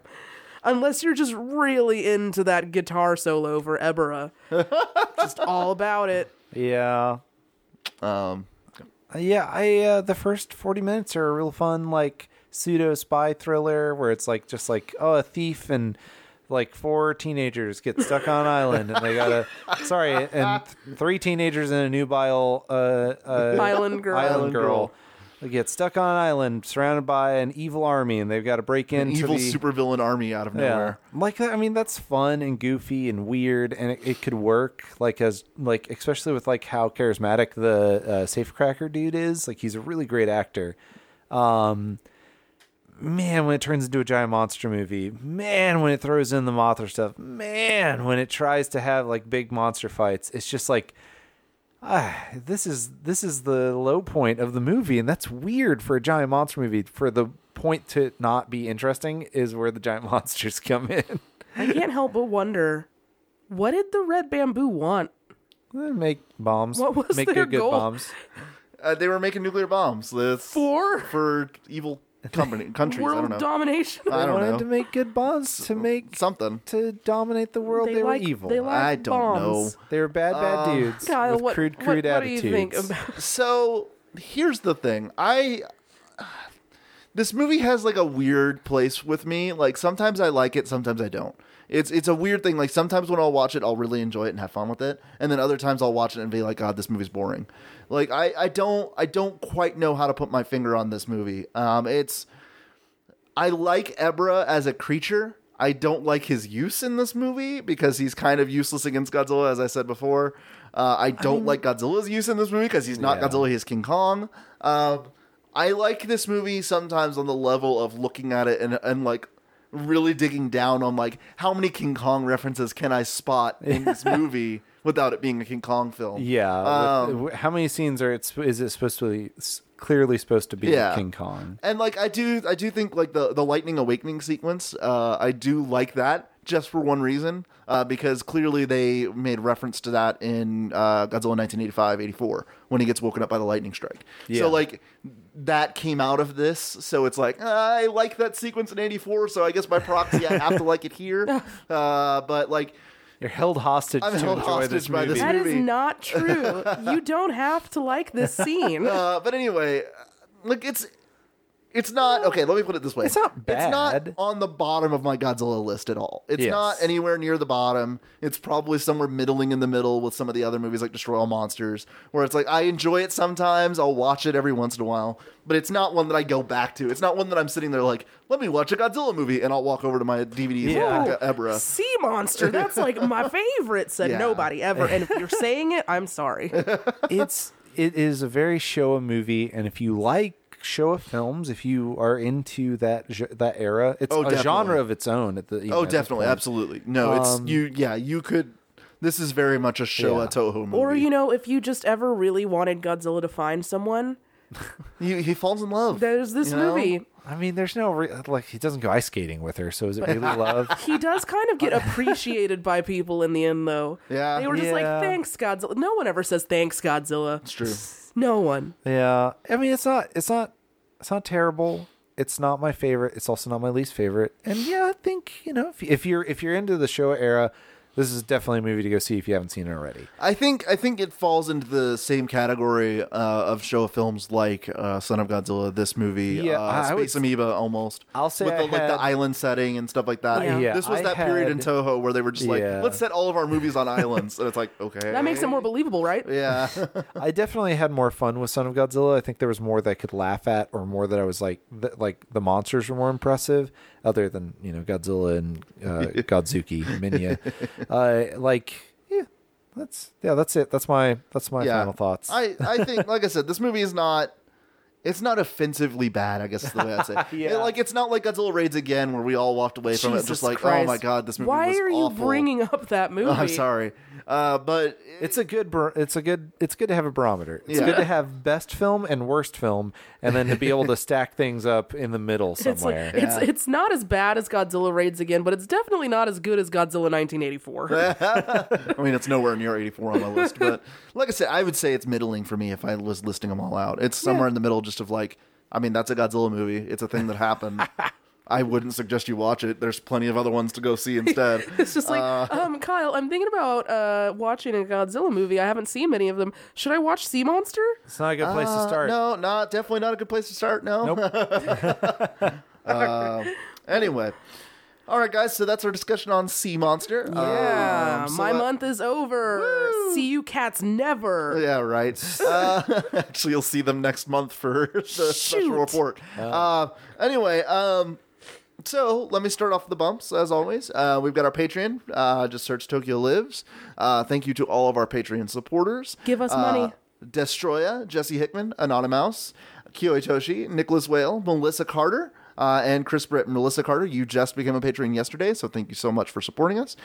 [SPEAKER 4] Unless you're just really into that guitar solo for Ebera. just all about it.
[SPEAKER 6] Yeah.
[SPEAKER 5] Um.
[SPEAKER 6] Yeah, I uh, the first 40 minutes are a real fun like pseudo spy thriller where it's like just like oh a thief and like four teenagers get stuck on an island and they gotta sorry and th- three teenagers and a nubile uh, uh,
[SPEAKER 4] Island Girl.
[SPEAKER 6] island girl they get stuck on an island surrounded by an evil army and they've got to break into
[SPEAKER 5] Evil
[SPEAKER 6] the
[SPEAKER 5] supervillain army out of
[SPEAKER 6] yeah
[SPEAKER 5] nowhere.
[SPEAKER 6] like that i mean that's fun and goofy and weird and it, it could work like as like especially with like how charismatic the uh, safecracker dude is like he's a really great actor um man, when it turns into a giant monster movie, man, when it throws in the Mothra stuff, man, when it tries to have like big monster fights, it's just like, ah, this is this is the low point of the movie, and that's weird for a giant monster movie. For the point to not be interesting is where the giant [LAUGHS] monsters come in.
[SPEAKER 4] I can't help but wonder, what did the red bamboo want?
[SPEAKER 6] They make bombs.
[SPEAKER 4] What was
[SPEAKER 6] make
[SPEAKER 4] their
[SPEAKER 6] good, good
[SPEAKER 4] goal?
[SPEAKER 6] bombs.
[SPEAKER 5] Uh, they were making nuclear bombs. That's
[SPEAKER 4] For?
[SPEAKER 5] for evil company countries. I don't
[SPEAKER 4] World
[SPEAKER 5] know.
[SPEAKER 4] domination.
[SPEAKER 5] I
[SPEAKER 6] They
[SPEAKER 5] don't
[SPEAKER 6] wanted
[SPEAKER 5] know.
[SPEAKER 6] to make good bombs to make
[SPEAKER 5] Something.
[SPEAKER 6] to dominate the world. They, were
[SPEAKER 4] like,
[SPEAKER 6] evil.
[SPEAKER 4] They like
[SPEAKER 5] I don't
[SPEAKER 4] bombs.
[SPEAKER 5] know.
[SPEAKER 6] They were bad, bad
[SPEAKER 5] Um,
[SPEAKER 6] dudes
[SPEAKER 4] Kyle,
[SPEAKER 6] with
[SPEAKER 4] what,
[SPEAKER 6] crude,
[SPEAKER 4] what-
[SPEAKER 6] crude
[SPEAKER 4] what do
[SPEAKER 6] attitudes.
[SPEAKER 4] you think about
[SPEAKER 5] So here's the thing. I this movie has like a weird place with me. Like sometimes I like it, sometimes I don't. It's it's a weird thing. Like sometimes when I'll watch it, I'll really enjoy it and have fun with it, and then other times I'll watch it and be like, God, this movie's boring. Like I I don't I don't quite know how to put my finger on this movie. Um, it's I like Ebra as a creature. I don't like his use in this movie because he's kind of useless against Godzilla, as I said before. Uh, I don't like Godzilla's use in this movie because he's not
[SPEAKER 6] Yeah.
[SPEAKER 5] Godzilla, he's King Kong. Um, I like this movie sometimes on the level of looking at it and, and like really digging down on like how many King Kong references can I spot in
[SPEAKER 6] [LAUGHS]
[SPEAKER 5] this movie without it being a King Kong film.
[SPEAKER 6] Yeah.
[SPEAKER 5] Um,
[SPEAKER 6] with- w- how many scenes are it? Is it supposed to be s- clearly supposed to be
[SPEAKER 5] Yeah.
[SPEAKER 6] King Kong?
[SPEAKER 5] And like I do, I do think like the the lightning awakening sequence. Uh, I do like that just for one reason, uh, because clearly they made reference to that in uh, Godzilla 1985, 84 when he gets woken up by the lightning strike.
[SPEAKER 6] Yeah.
[SPEAKER 5] So like that came out of this, so it's like I like that sequence in 84, so I guess by proxy I have to like it here. Uh, but like
[SPEAKER 6] You're held hostage
[SPEAKER 5] I'm
[SPEAKER 6] to
[SPEAKER 5] held
[SPEAKER 6] enjoy this
[SPEAKER 5] hostage by
[SPEAKER 6] movie.
[SPEAKER 5] this
[SPEAKER 4] That is
[SPEAKER 5] movie.
[SPEAKER 4] not true.
[SPEAKER 5] [LAUGHS]
[SPEAKER 4] you don't have to like this scene.
[SPEAKER 5] Uh, but anyway, like it's it's not okay. Let me put it this way:
[SPEAKER 6] It's not
[SPEAKER 5] It's not
[SPEAKER 6] bad.
[SPEAKER 5] on the bottom of my Godzilla list at all. It's
[SPEAKER 6] Yes.
[SPEAKER 5] not anywhere near the bottom. It's probably somewhere middling in the middle with some of the other movies like Destroy All Monsters, where it's like I enjoy it sometimes. I'll watch it every once in a while, but it's not one that I go back to. It's not one that I'm sitting there like, let me watch a Godzilla movie, and I'll walk over to my DVD and
[SPEAKER 6] Yeah. Oh,
[SPEAKER 5] look at Ebra.
[SPEAKER 4] Sea monster. That's like my
[SPEAKER 5] [LAUGHS]
[SPEAKER 4] favorite. Said
[SPEAKER 5] Yeah.
[SPEAKER 4] nobody ever. And if you're saying it, I'm
[SPEAKER 5] [LAUGHS]
[SPEAKER 4] sorry. [LAUGHS]
[SPEAKER 6] it's it is a very Showa movie, and if you like Showa films, if you are into that ge- that era, it's
[SPEAKER 5] Oh,
[SPEAKER 6] a
[SPEAKER 5] definitely.
[SPEAKER 6] genre of its own. At the you know,
[SPEAKER 5] Oh,
[SPEAKER 6] at this
[SPEAKER 5] definitely,
[SPEAKER 6] point.
[SPEAKER 5] absolutely. No, it's you. Yeah, you could. This is very much a Showa
[SPEAKER 6] Um, Yeah.
[SPEAKER 5] Toho movie.
[SPEAKER 4] Or you know, if you just ever really wanted Godzilla to find someone,
[SPEAKER 5] he, he falls in love.
[SPEAKER 4] there's this
[SPEAKER 5] you know?
[SPEAKER 4] movie.
[SPEAKER 6] I mean, there's no re- like he doesn't go ice skating with her, so is it really love?
[SPEAKER 4] He does kind of
[SPEAKER 5] [LAUGHS]
[SPEAKER 4] get appreciated by people in the end, though.
[SPEAKER 5] Yeah.
[SPEAKER 4] they were just like,
[SPEAKER 6] Yeah.
[SPEAKER 4] "Thanks, Godzilla." No one ever says "Thanks, Godzilla."
[SPEAKER 5] It's true.
[SPEAKER 4] No one.
[SPEAKER 6] Yeah, I mean it's not it's not it's not terrible. It's not my favorite. It's also not my least favorite. And yeah, I think you know if, if you're if you're into the show era, this is definitely a movie to go see if you haven't seen it already.
[SPEAKER 5] I think I think it falls into the same category uh, of show films like uh, Son of Godzilla, this movie,
[SPEAKER 6] Yeah,
[SPEAKER 5] uh,
[SPEAKER 6] I- I
[SPEAKER 5] Space
[SPEAKER 6] would-
[SPEAKER 5] Amoeba, almost.
[SPEAKER 6] I'll say
[SPEAKER 5] with the,
[SPEAKER 6] I
[SPEAKER 5] like
[SPEAKER 6] had-
[SPEAKER 5] the island setting and stuff like that.
[SPEAKER 4] Yeah.
[SPEAKER 6] Yeah,
[SPEAKER 5] this was
[SPEAKER 6] I
[SPEAKER 5] that period in
[SPEAKER 6] had-
[SPEAKER 5] Toho where they were just like,
[SPEAKER 6] Yeah.
[SPEAKER 5] let's set all of our movies on islands, and it's like, okay,
[SPEAKER 4] That makes it more believable, right?
[SPEAKER 5] Yeah,
[SPEAKER 6] [LAUGHS] I definitely had more fun with Son of Godzilla. I think there was more that I could laugh at, or more that I was like, th- like the monsters were more impressive, other than you know Godzilla and
[SPEAKER 5] [LAUGHS]
[SPEAKER 6] uh, Godzuki Minya. Uh, like, yeah, that's yeah, that's it. That's my that's my
[SPEAKER 5] yeah.
[SPEAKER 6] final thoughts.
[SPEAKER 5] I I
[SPEAKER 4] [LAUGHS]
[SPEAKER 5] think, like I said, this movie is not. It's not offensively bad, I guess is the way I say. it.
[SPEAKER 4] [LAUGHS]
[SPEAKER 6] Yeah.
[SPEAKER 5] It- like it's not like Godzilla Raids again, where we all walked away from it
[SPEAKER 4] Jesus
[SPEAKER 5] just like, oh
[SPEAKER 4] Christ.
[SPEAKER 5] my god, this movie.
[SPEAKER 4] Why
[SPEAKER 5] was
[SPEAKER 4] are you
[SPEAKER 5] awful."
[SPEAKER 4] bringing up that movie?
[SPEAKER 5] [LAUGHS] I'm sorry, uh, but
[SPEAKER 6] It's a good. bar- It's a good. It's good to have a barometer. It's
[SPEAKER 5] Yeah. [LAUGHS]
[SPEAKER 6] good to have best film and worst film, and then to be able to stack things up in the middle
[SPEAKER 4] It's like,
[SPEAKER 6] somewhere.
[SPEAKER 4] it's it's not as bad as Godzilla Raids Again, but it's definitely not as good as Godzilla [LAUGHS] 1984.
[SPEAKER 5] I mean, it's nowhere near 84 on my
[SPEAKER 4] [LAUGHS]
[SPEAKER 5] list, but like I said, I would say it's middling for me if I was listing them all out. It's somewhere in the middle, just of like, I mean, that's a Godzilla movie. It's a thing
[SPEAKER 4] [LAUGHS]
[SPEAKER 5] that happened. I wouldn't suggest you watch it. There's plenty of other ones to
[SPEAKER 4] [LAUGHS]
[SPEAKER 5] go see instead.
[SPEAKER 4] It's just like, um, Kyle, I'm thinking about uh, watching a Godzilla movie. I haven't seen many of them. Should I watch Sea Monster?
[SPEAKER 6] It's not a good place to
[SPEAKER 5] Uh,
[SPEAKER 6] start.
[SPEAKER 5] no, not definitely not a good place to start. No. [LAUGHS] Uh, anyway, all right, guys. So that's our discussion on Sea Monster. Um,
[SPEAKER 4] Yeah,
[SPEAKER 5] so
[SPEAKER 4] my
[SPEAKER 5] that-
[SPEAKER 4] month is over. See you cats never. [LAUGHS]
[SPEAKER 5] Yeah, right. Uh, [LAUGHS] actually, you'll see them next month for [LAUGHS] the special
[SPEAKER 4] Shoot.
[SPEAKER 5] report. Uh, anyway, um, so let me start off the bumps as always. Uh, we've got our Patreon. Uh, just search Tokyo Lives. Uh, thank you to all of our Patreon supporters.
[SPEAKER 4] Give us
[SPEAKER 5] Uh,
[SPEAKER 4] money.
[SPEAKER 5] Destroya, Jesse Hickman, Anonymous, Kyo Itoshi, Nicholas Whale, Melissa Carter. Uh, and Chris Britt and Melissa Carter, you just became a patron yesterday, so thank you so much for supporting us.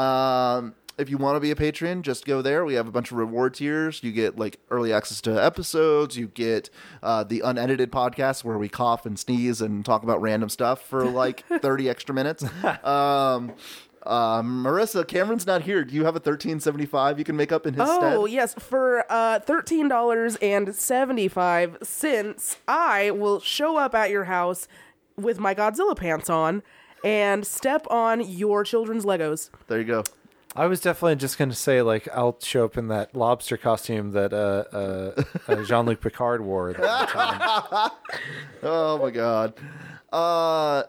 [SPEAKER 5] Um, if you want to be a patron, just go there. We have a bunch of reward tiers. You get like early access to episodes. You get uh, the unedited podcast where we cough and sneeze and talk about random stuff for like 30 extra minutes. Um, uh, Marissa, Cameron's not here. Do you have a 1375 you can make up in his stead?
[SPEAKER 4] Oh yes, for uh, thirteen dollars and seventy five cents, I will show up at your house with my Godzilla pants on and step on your children's Legos.
[SPEAKER 5] There you go.
[SPEAKER 6] I was definitely just going to say, like, I'll show up in that lobster costume that uh, uh,
[SPEAKER 5] [LAUGHS]
[SPEAKER 6] uh, Jean Luc Picard wore.
[SPEAKER 5] Oh my god. Uh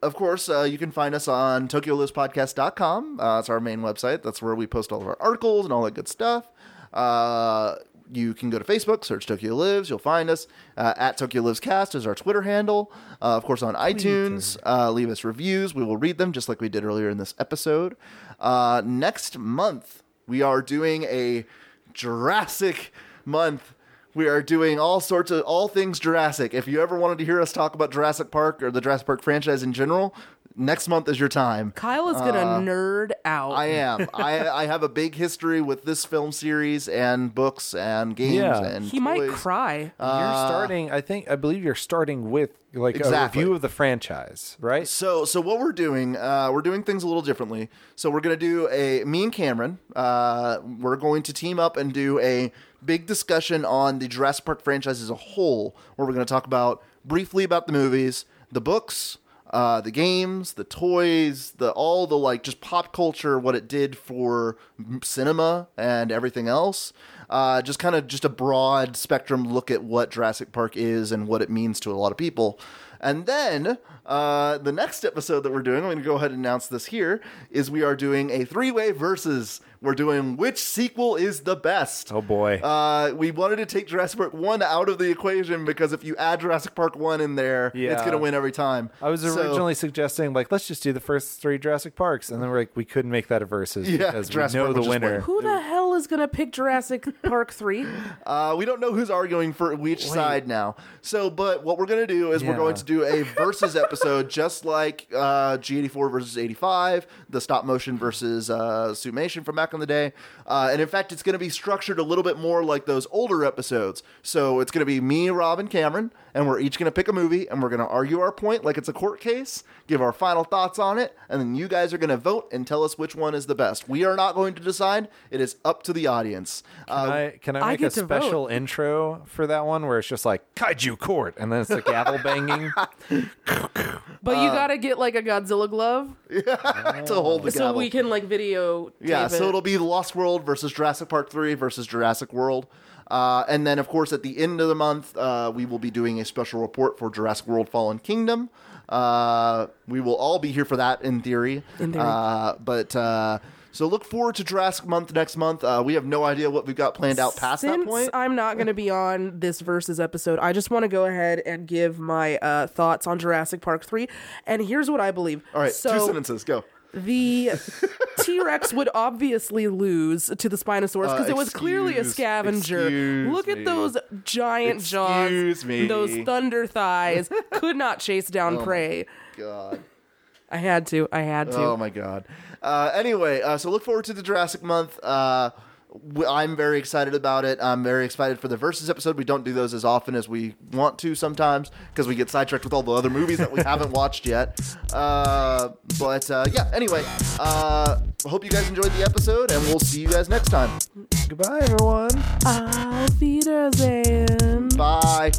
[SPEAKER 5] of course, uh, you can find us on TokyoListPodcast.com. Uh, it's our main website. That's where we post all of our articles and all that good stuff. Uh, you can go to Facebook, search Tokyo Lives. You'll find us. Uh, at Tokyo Lives Cast is our Twitter handle. Uh, of course, on iTunes, uh, leave us reviews. We will read them just like we did earlier in this episode. Uh, next month, we are doing a Jurassic month. We are doing all sorts of all things Jurassic. If you ever wanted to hear us talk about Jurassic Park or the Jurassic Park franchise in general, next month is your time.
[SPEAKER 4] Kyle is gonna nerd out.
[SPEAKER 5] Uh, I am. I, I have a big history with this film series and books and games
[SPEAKER 6] Yeah.
[SPEAKER 5] and
[SPEAKER 4] he might
[SPEAKER 5] toys.
[SPEAKER 4] cry.
[SPEAKER 6] you're starting, I think, I believe you're starting with, like,
[SPEAKER 5] Uh. Exactly.
[SPEAKER 6] a review of the franchise, right?
[SPEAKER 5] So, so what we're doing, uh, we're doing things a little differently. So we're gonna do a me and Cameron. Uh, we're going to team up and do a big discussion on the Jurassic Park franchise as a whole, where we're gonna talk about briefly about the movies, the books, uh, the games, the toys, the all the like just pop culture, what it did for m- cinema and everything else. Uh, just kind of just a broad spectrum look at what Jurassic Park is and what it means to a lot of people. And then uh, the next episode that we're doing, I'm going to go ahead and announce this here, is we are doing a three way versus. We're doing which sequel is the best.
[SPEAKER 6] Oh, boy.
[SPEAKER 5] Uh, we wanted to take Jurassic Park 1 out of the equation because if you add Jurassic Park 1 in there, it's
[SPEAKER 6] Yeah.
[SPEAKER 5] going to win every time.
[SPEAKER 6] I was
[SPEAKER 5] So-
[SPEAKER 6] originally suggesting, like, let's just do the first three Jurassic Parks. And then we're like, we couldn't make that a versus
[SPEAKER 5] Yeah,
[SPEAKER 6] because
[SPEAKER 5] Jurassic
[SPEAKER 6] we know
[SPEAKER 5] Park
[SPEAKER 6] the
[SPEAKER 5] will just
[SPEAKER 6] winner.
[SPEAKER 5] win.
[SPEAKER 4] Who the hell is gonna pick
[SPEAKER 5] [LAUGHS]
[SPEAKER 4] Jurassic Park three?
[SPEAKER 5] Uh, we don't know who's arguing for which side now. So, but what we're going to do is we're
[SPEAKER 6] Yeah.
[SPEAKER 5] going to do a versus episode, [LAUGHS] just like uh, G84 versus 85, the stop motion versus uh, Summation from back in the day. Uh, and in fact, it's going to be structured a little bit more like those older episodes. So it's going to be me, Rob, and Cameron, and we're each going to pick a movie and we're going to argue our point like it's a court case, give our final thoughts on it, and then you guys are going to vote and tell us which one is the best. We are not going to decide, it is up to the audience. Uh,
[SPEAKER 6] Can I, can I
[SPEAKER 4] I
[SPEAKER 6] make a
[SPEAKER 4] get to vote.
[SPEAKER 6] special intro for that one where it's just like Kaiju Court and then it's the gavel
[SPEAKER 5] [LAUGHS]
[SPEAKER 6] banging?
[SPEAKER 4] But
[SPEAKER 5] Uh,
[SPEAKER 4] you gotta get like a Godzilla glove
[SPEAKER 5] to hold the
[SPEAKER 4] so
[SPEAKER 5] gavel.
[SPEAKER 4] we can like video.
[SPEAKER 5] yeah, so it'll be Lost World versus Jurassic Park 3 versus Jurassic World. Uh, and then, of course, at the end of the month, uh, we will be doing a special report for Jurassic World Fallen Kingdom. Uh, we will all be here for that in theory.
[SPEAKER 4] In theory.
[SPEAKER 5] Uh, but uh, so look forward to Jurassic Month next month. Uh, we have no idea what we've got planned out past
[SPEAKER 4] Since
[SPEAKER 5] that point.
[SPEAKER 4] I'm not going to be on this versus episode, I just want to go ahead and give my uh, thoughts on Jurassic Park 3. And here's what I believe.
[SPEAKER 5] all right, two
[SPEAKER 4] so
[SPEAKER 5] sentences, go.
[SPEAKER 4] the [LAUGHS] T Rex would obviously lose to the Spinosaurus because
[SPEAKER 5] Uh,
[SPEAKER 4] it was clearly a
[SPEAKER 5] excuse-
[SPEAKER 4] scavenger.
[SPEAKER 5] excuse
[SPEAKER 4] Look
[SPEAKER 5] me.
[SPEAKER 4] at those giant
[SPEAKER 5] Excuse
[SPEAKER 4] jaws,
[SPEAKER 5] me. Oh
[SPEAKER 4] those thunder thighs. could not chase
[SPEAKER 5] [LAUGHS]
[SPEAKER 4] down prey.
[SPEAKER 5] God.
[SPEAKER 4] I had to. I had to.
[SPEAKER 5] Oh my god. Uh, anyway, uh, so look forward to the Jurassic month. Uh, w- I'm very excited about it. I'm very excited for the versus episode. We don't do those as often as we want to sometimes because we get sidetracked with all the other movies that we haven't watched yet. [LAUGHS] Uh, but uh, yeah, anyway, uh, hope you guys enjoyed the episode, and we'll see you guys next time.
[SPEAKER 6] Goodbye, everyone.
[SPEAKER 4] Auf Wiedersehen.
[SPEAKER 5] Bye.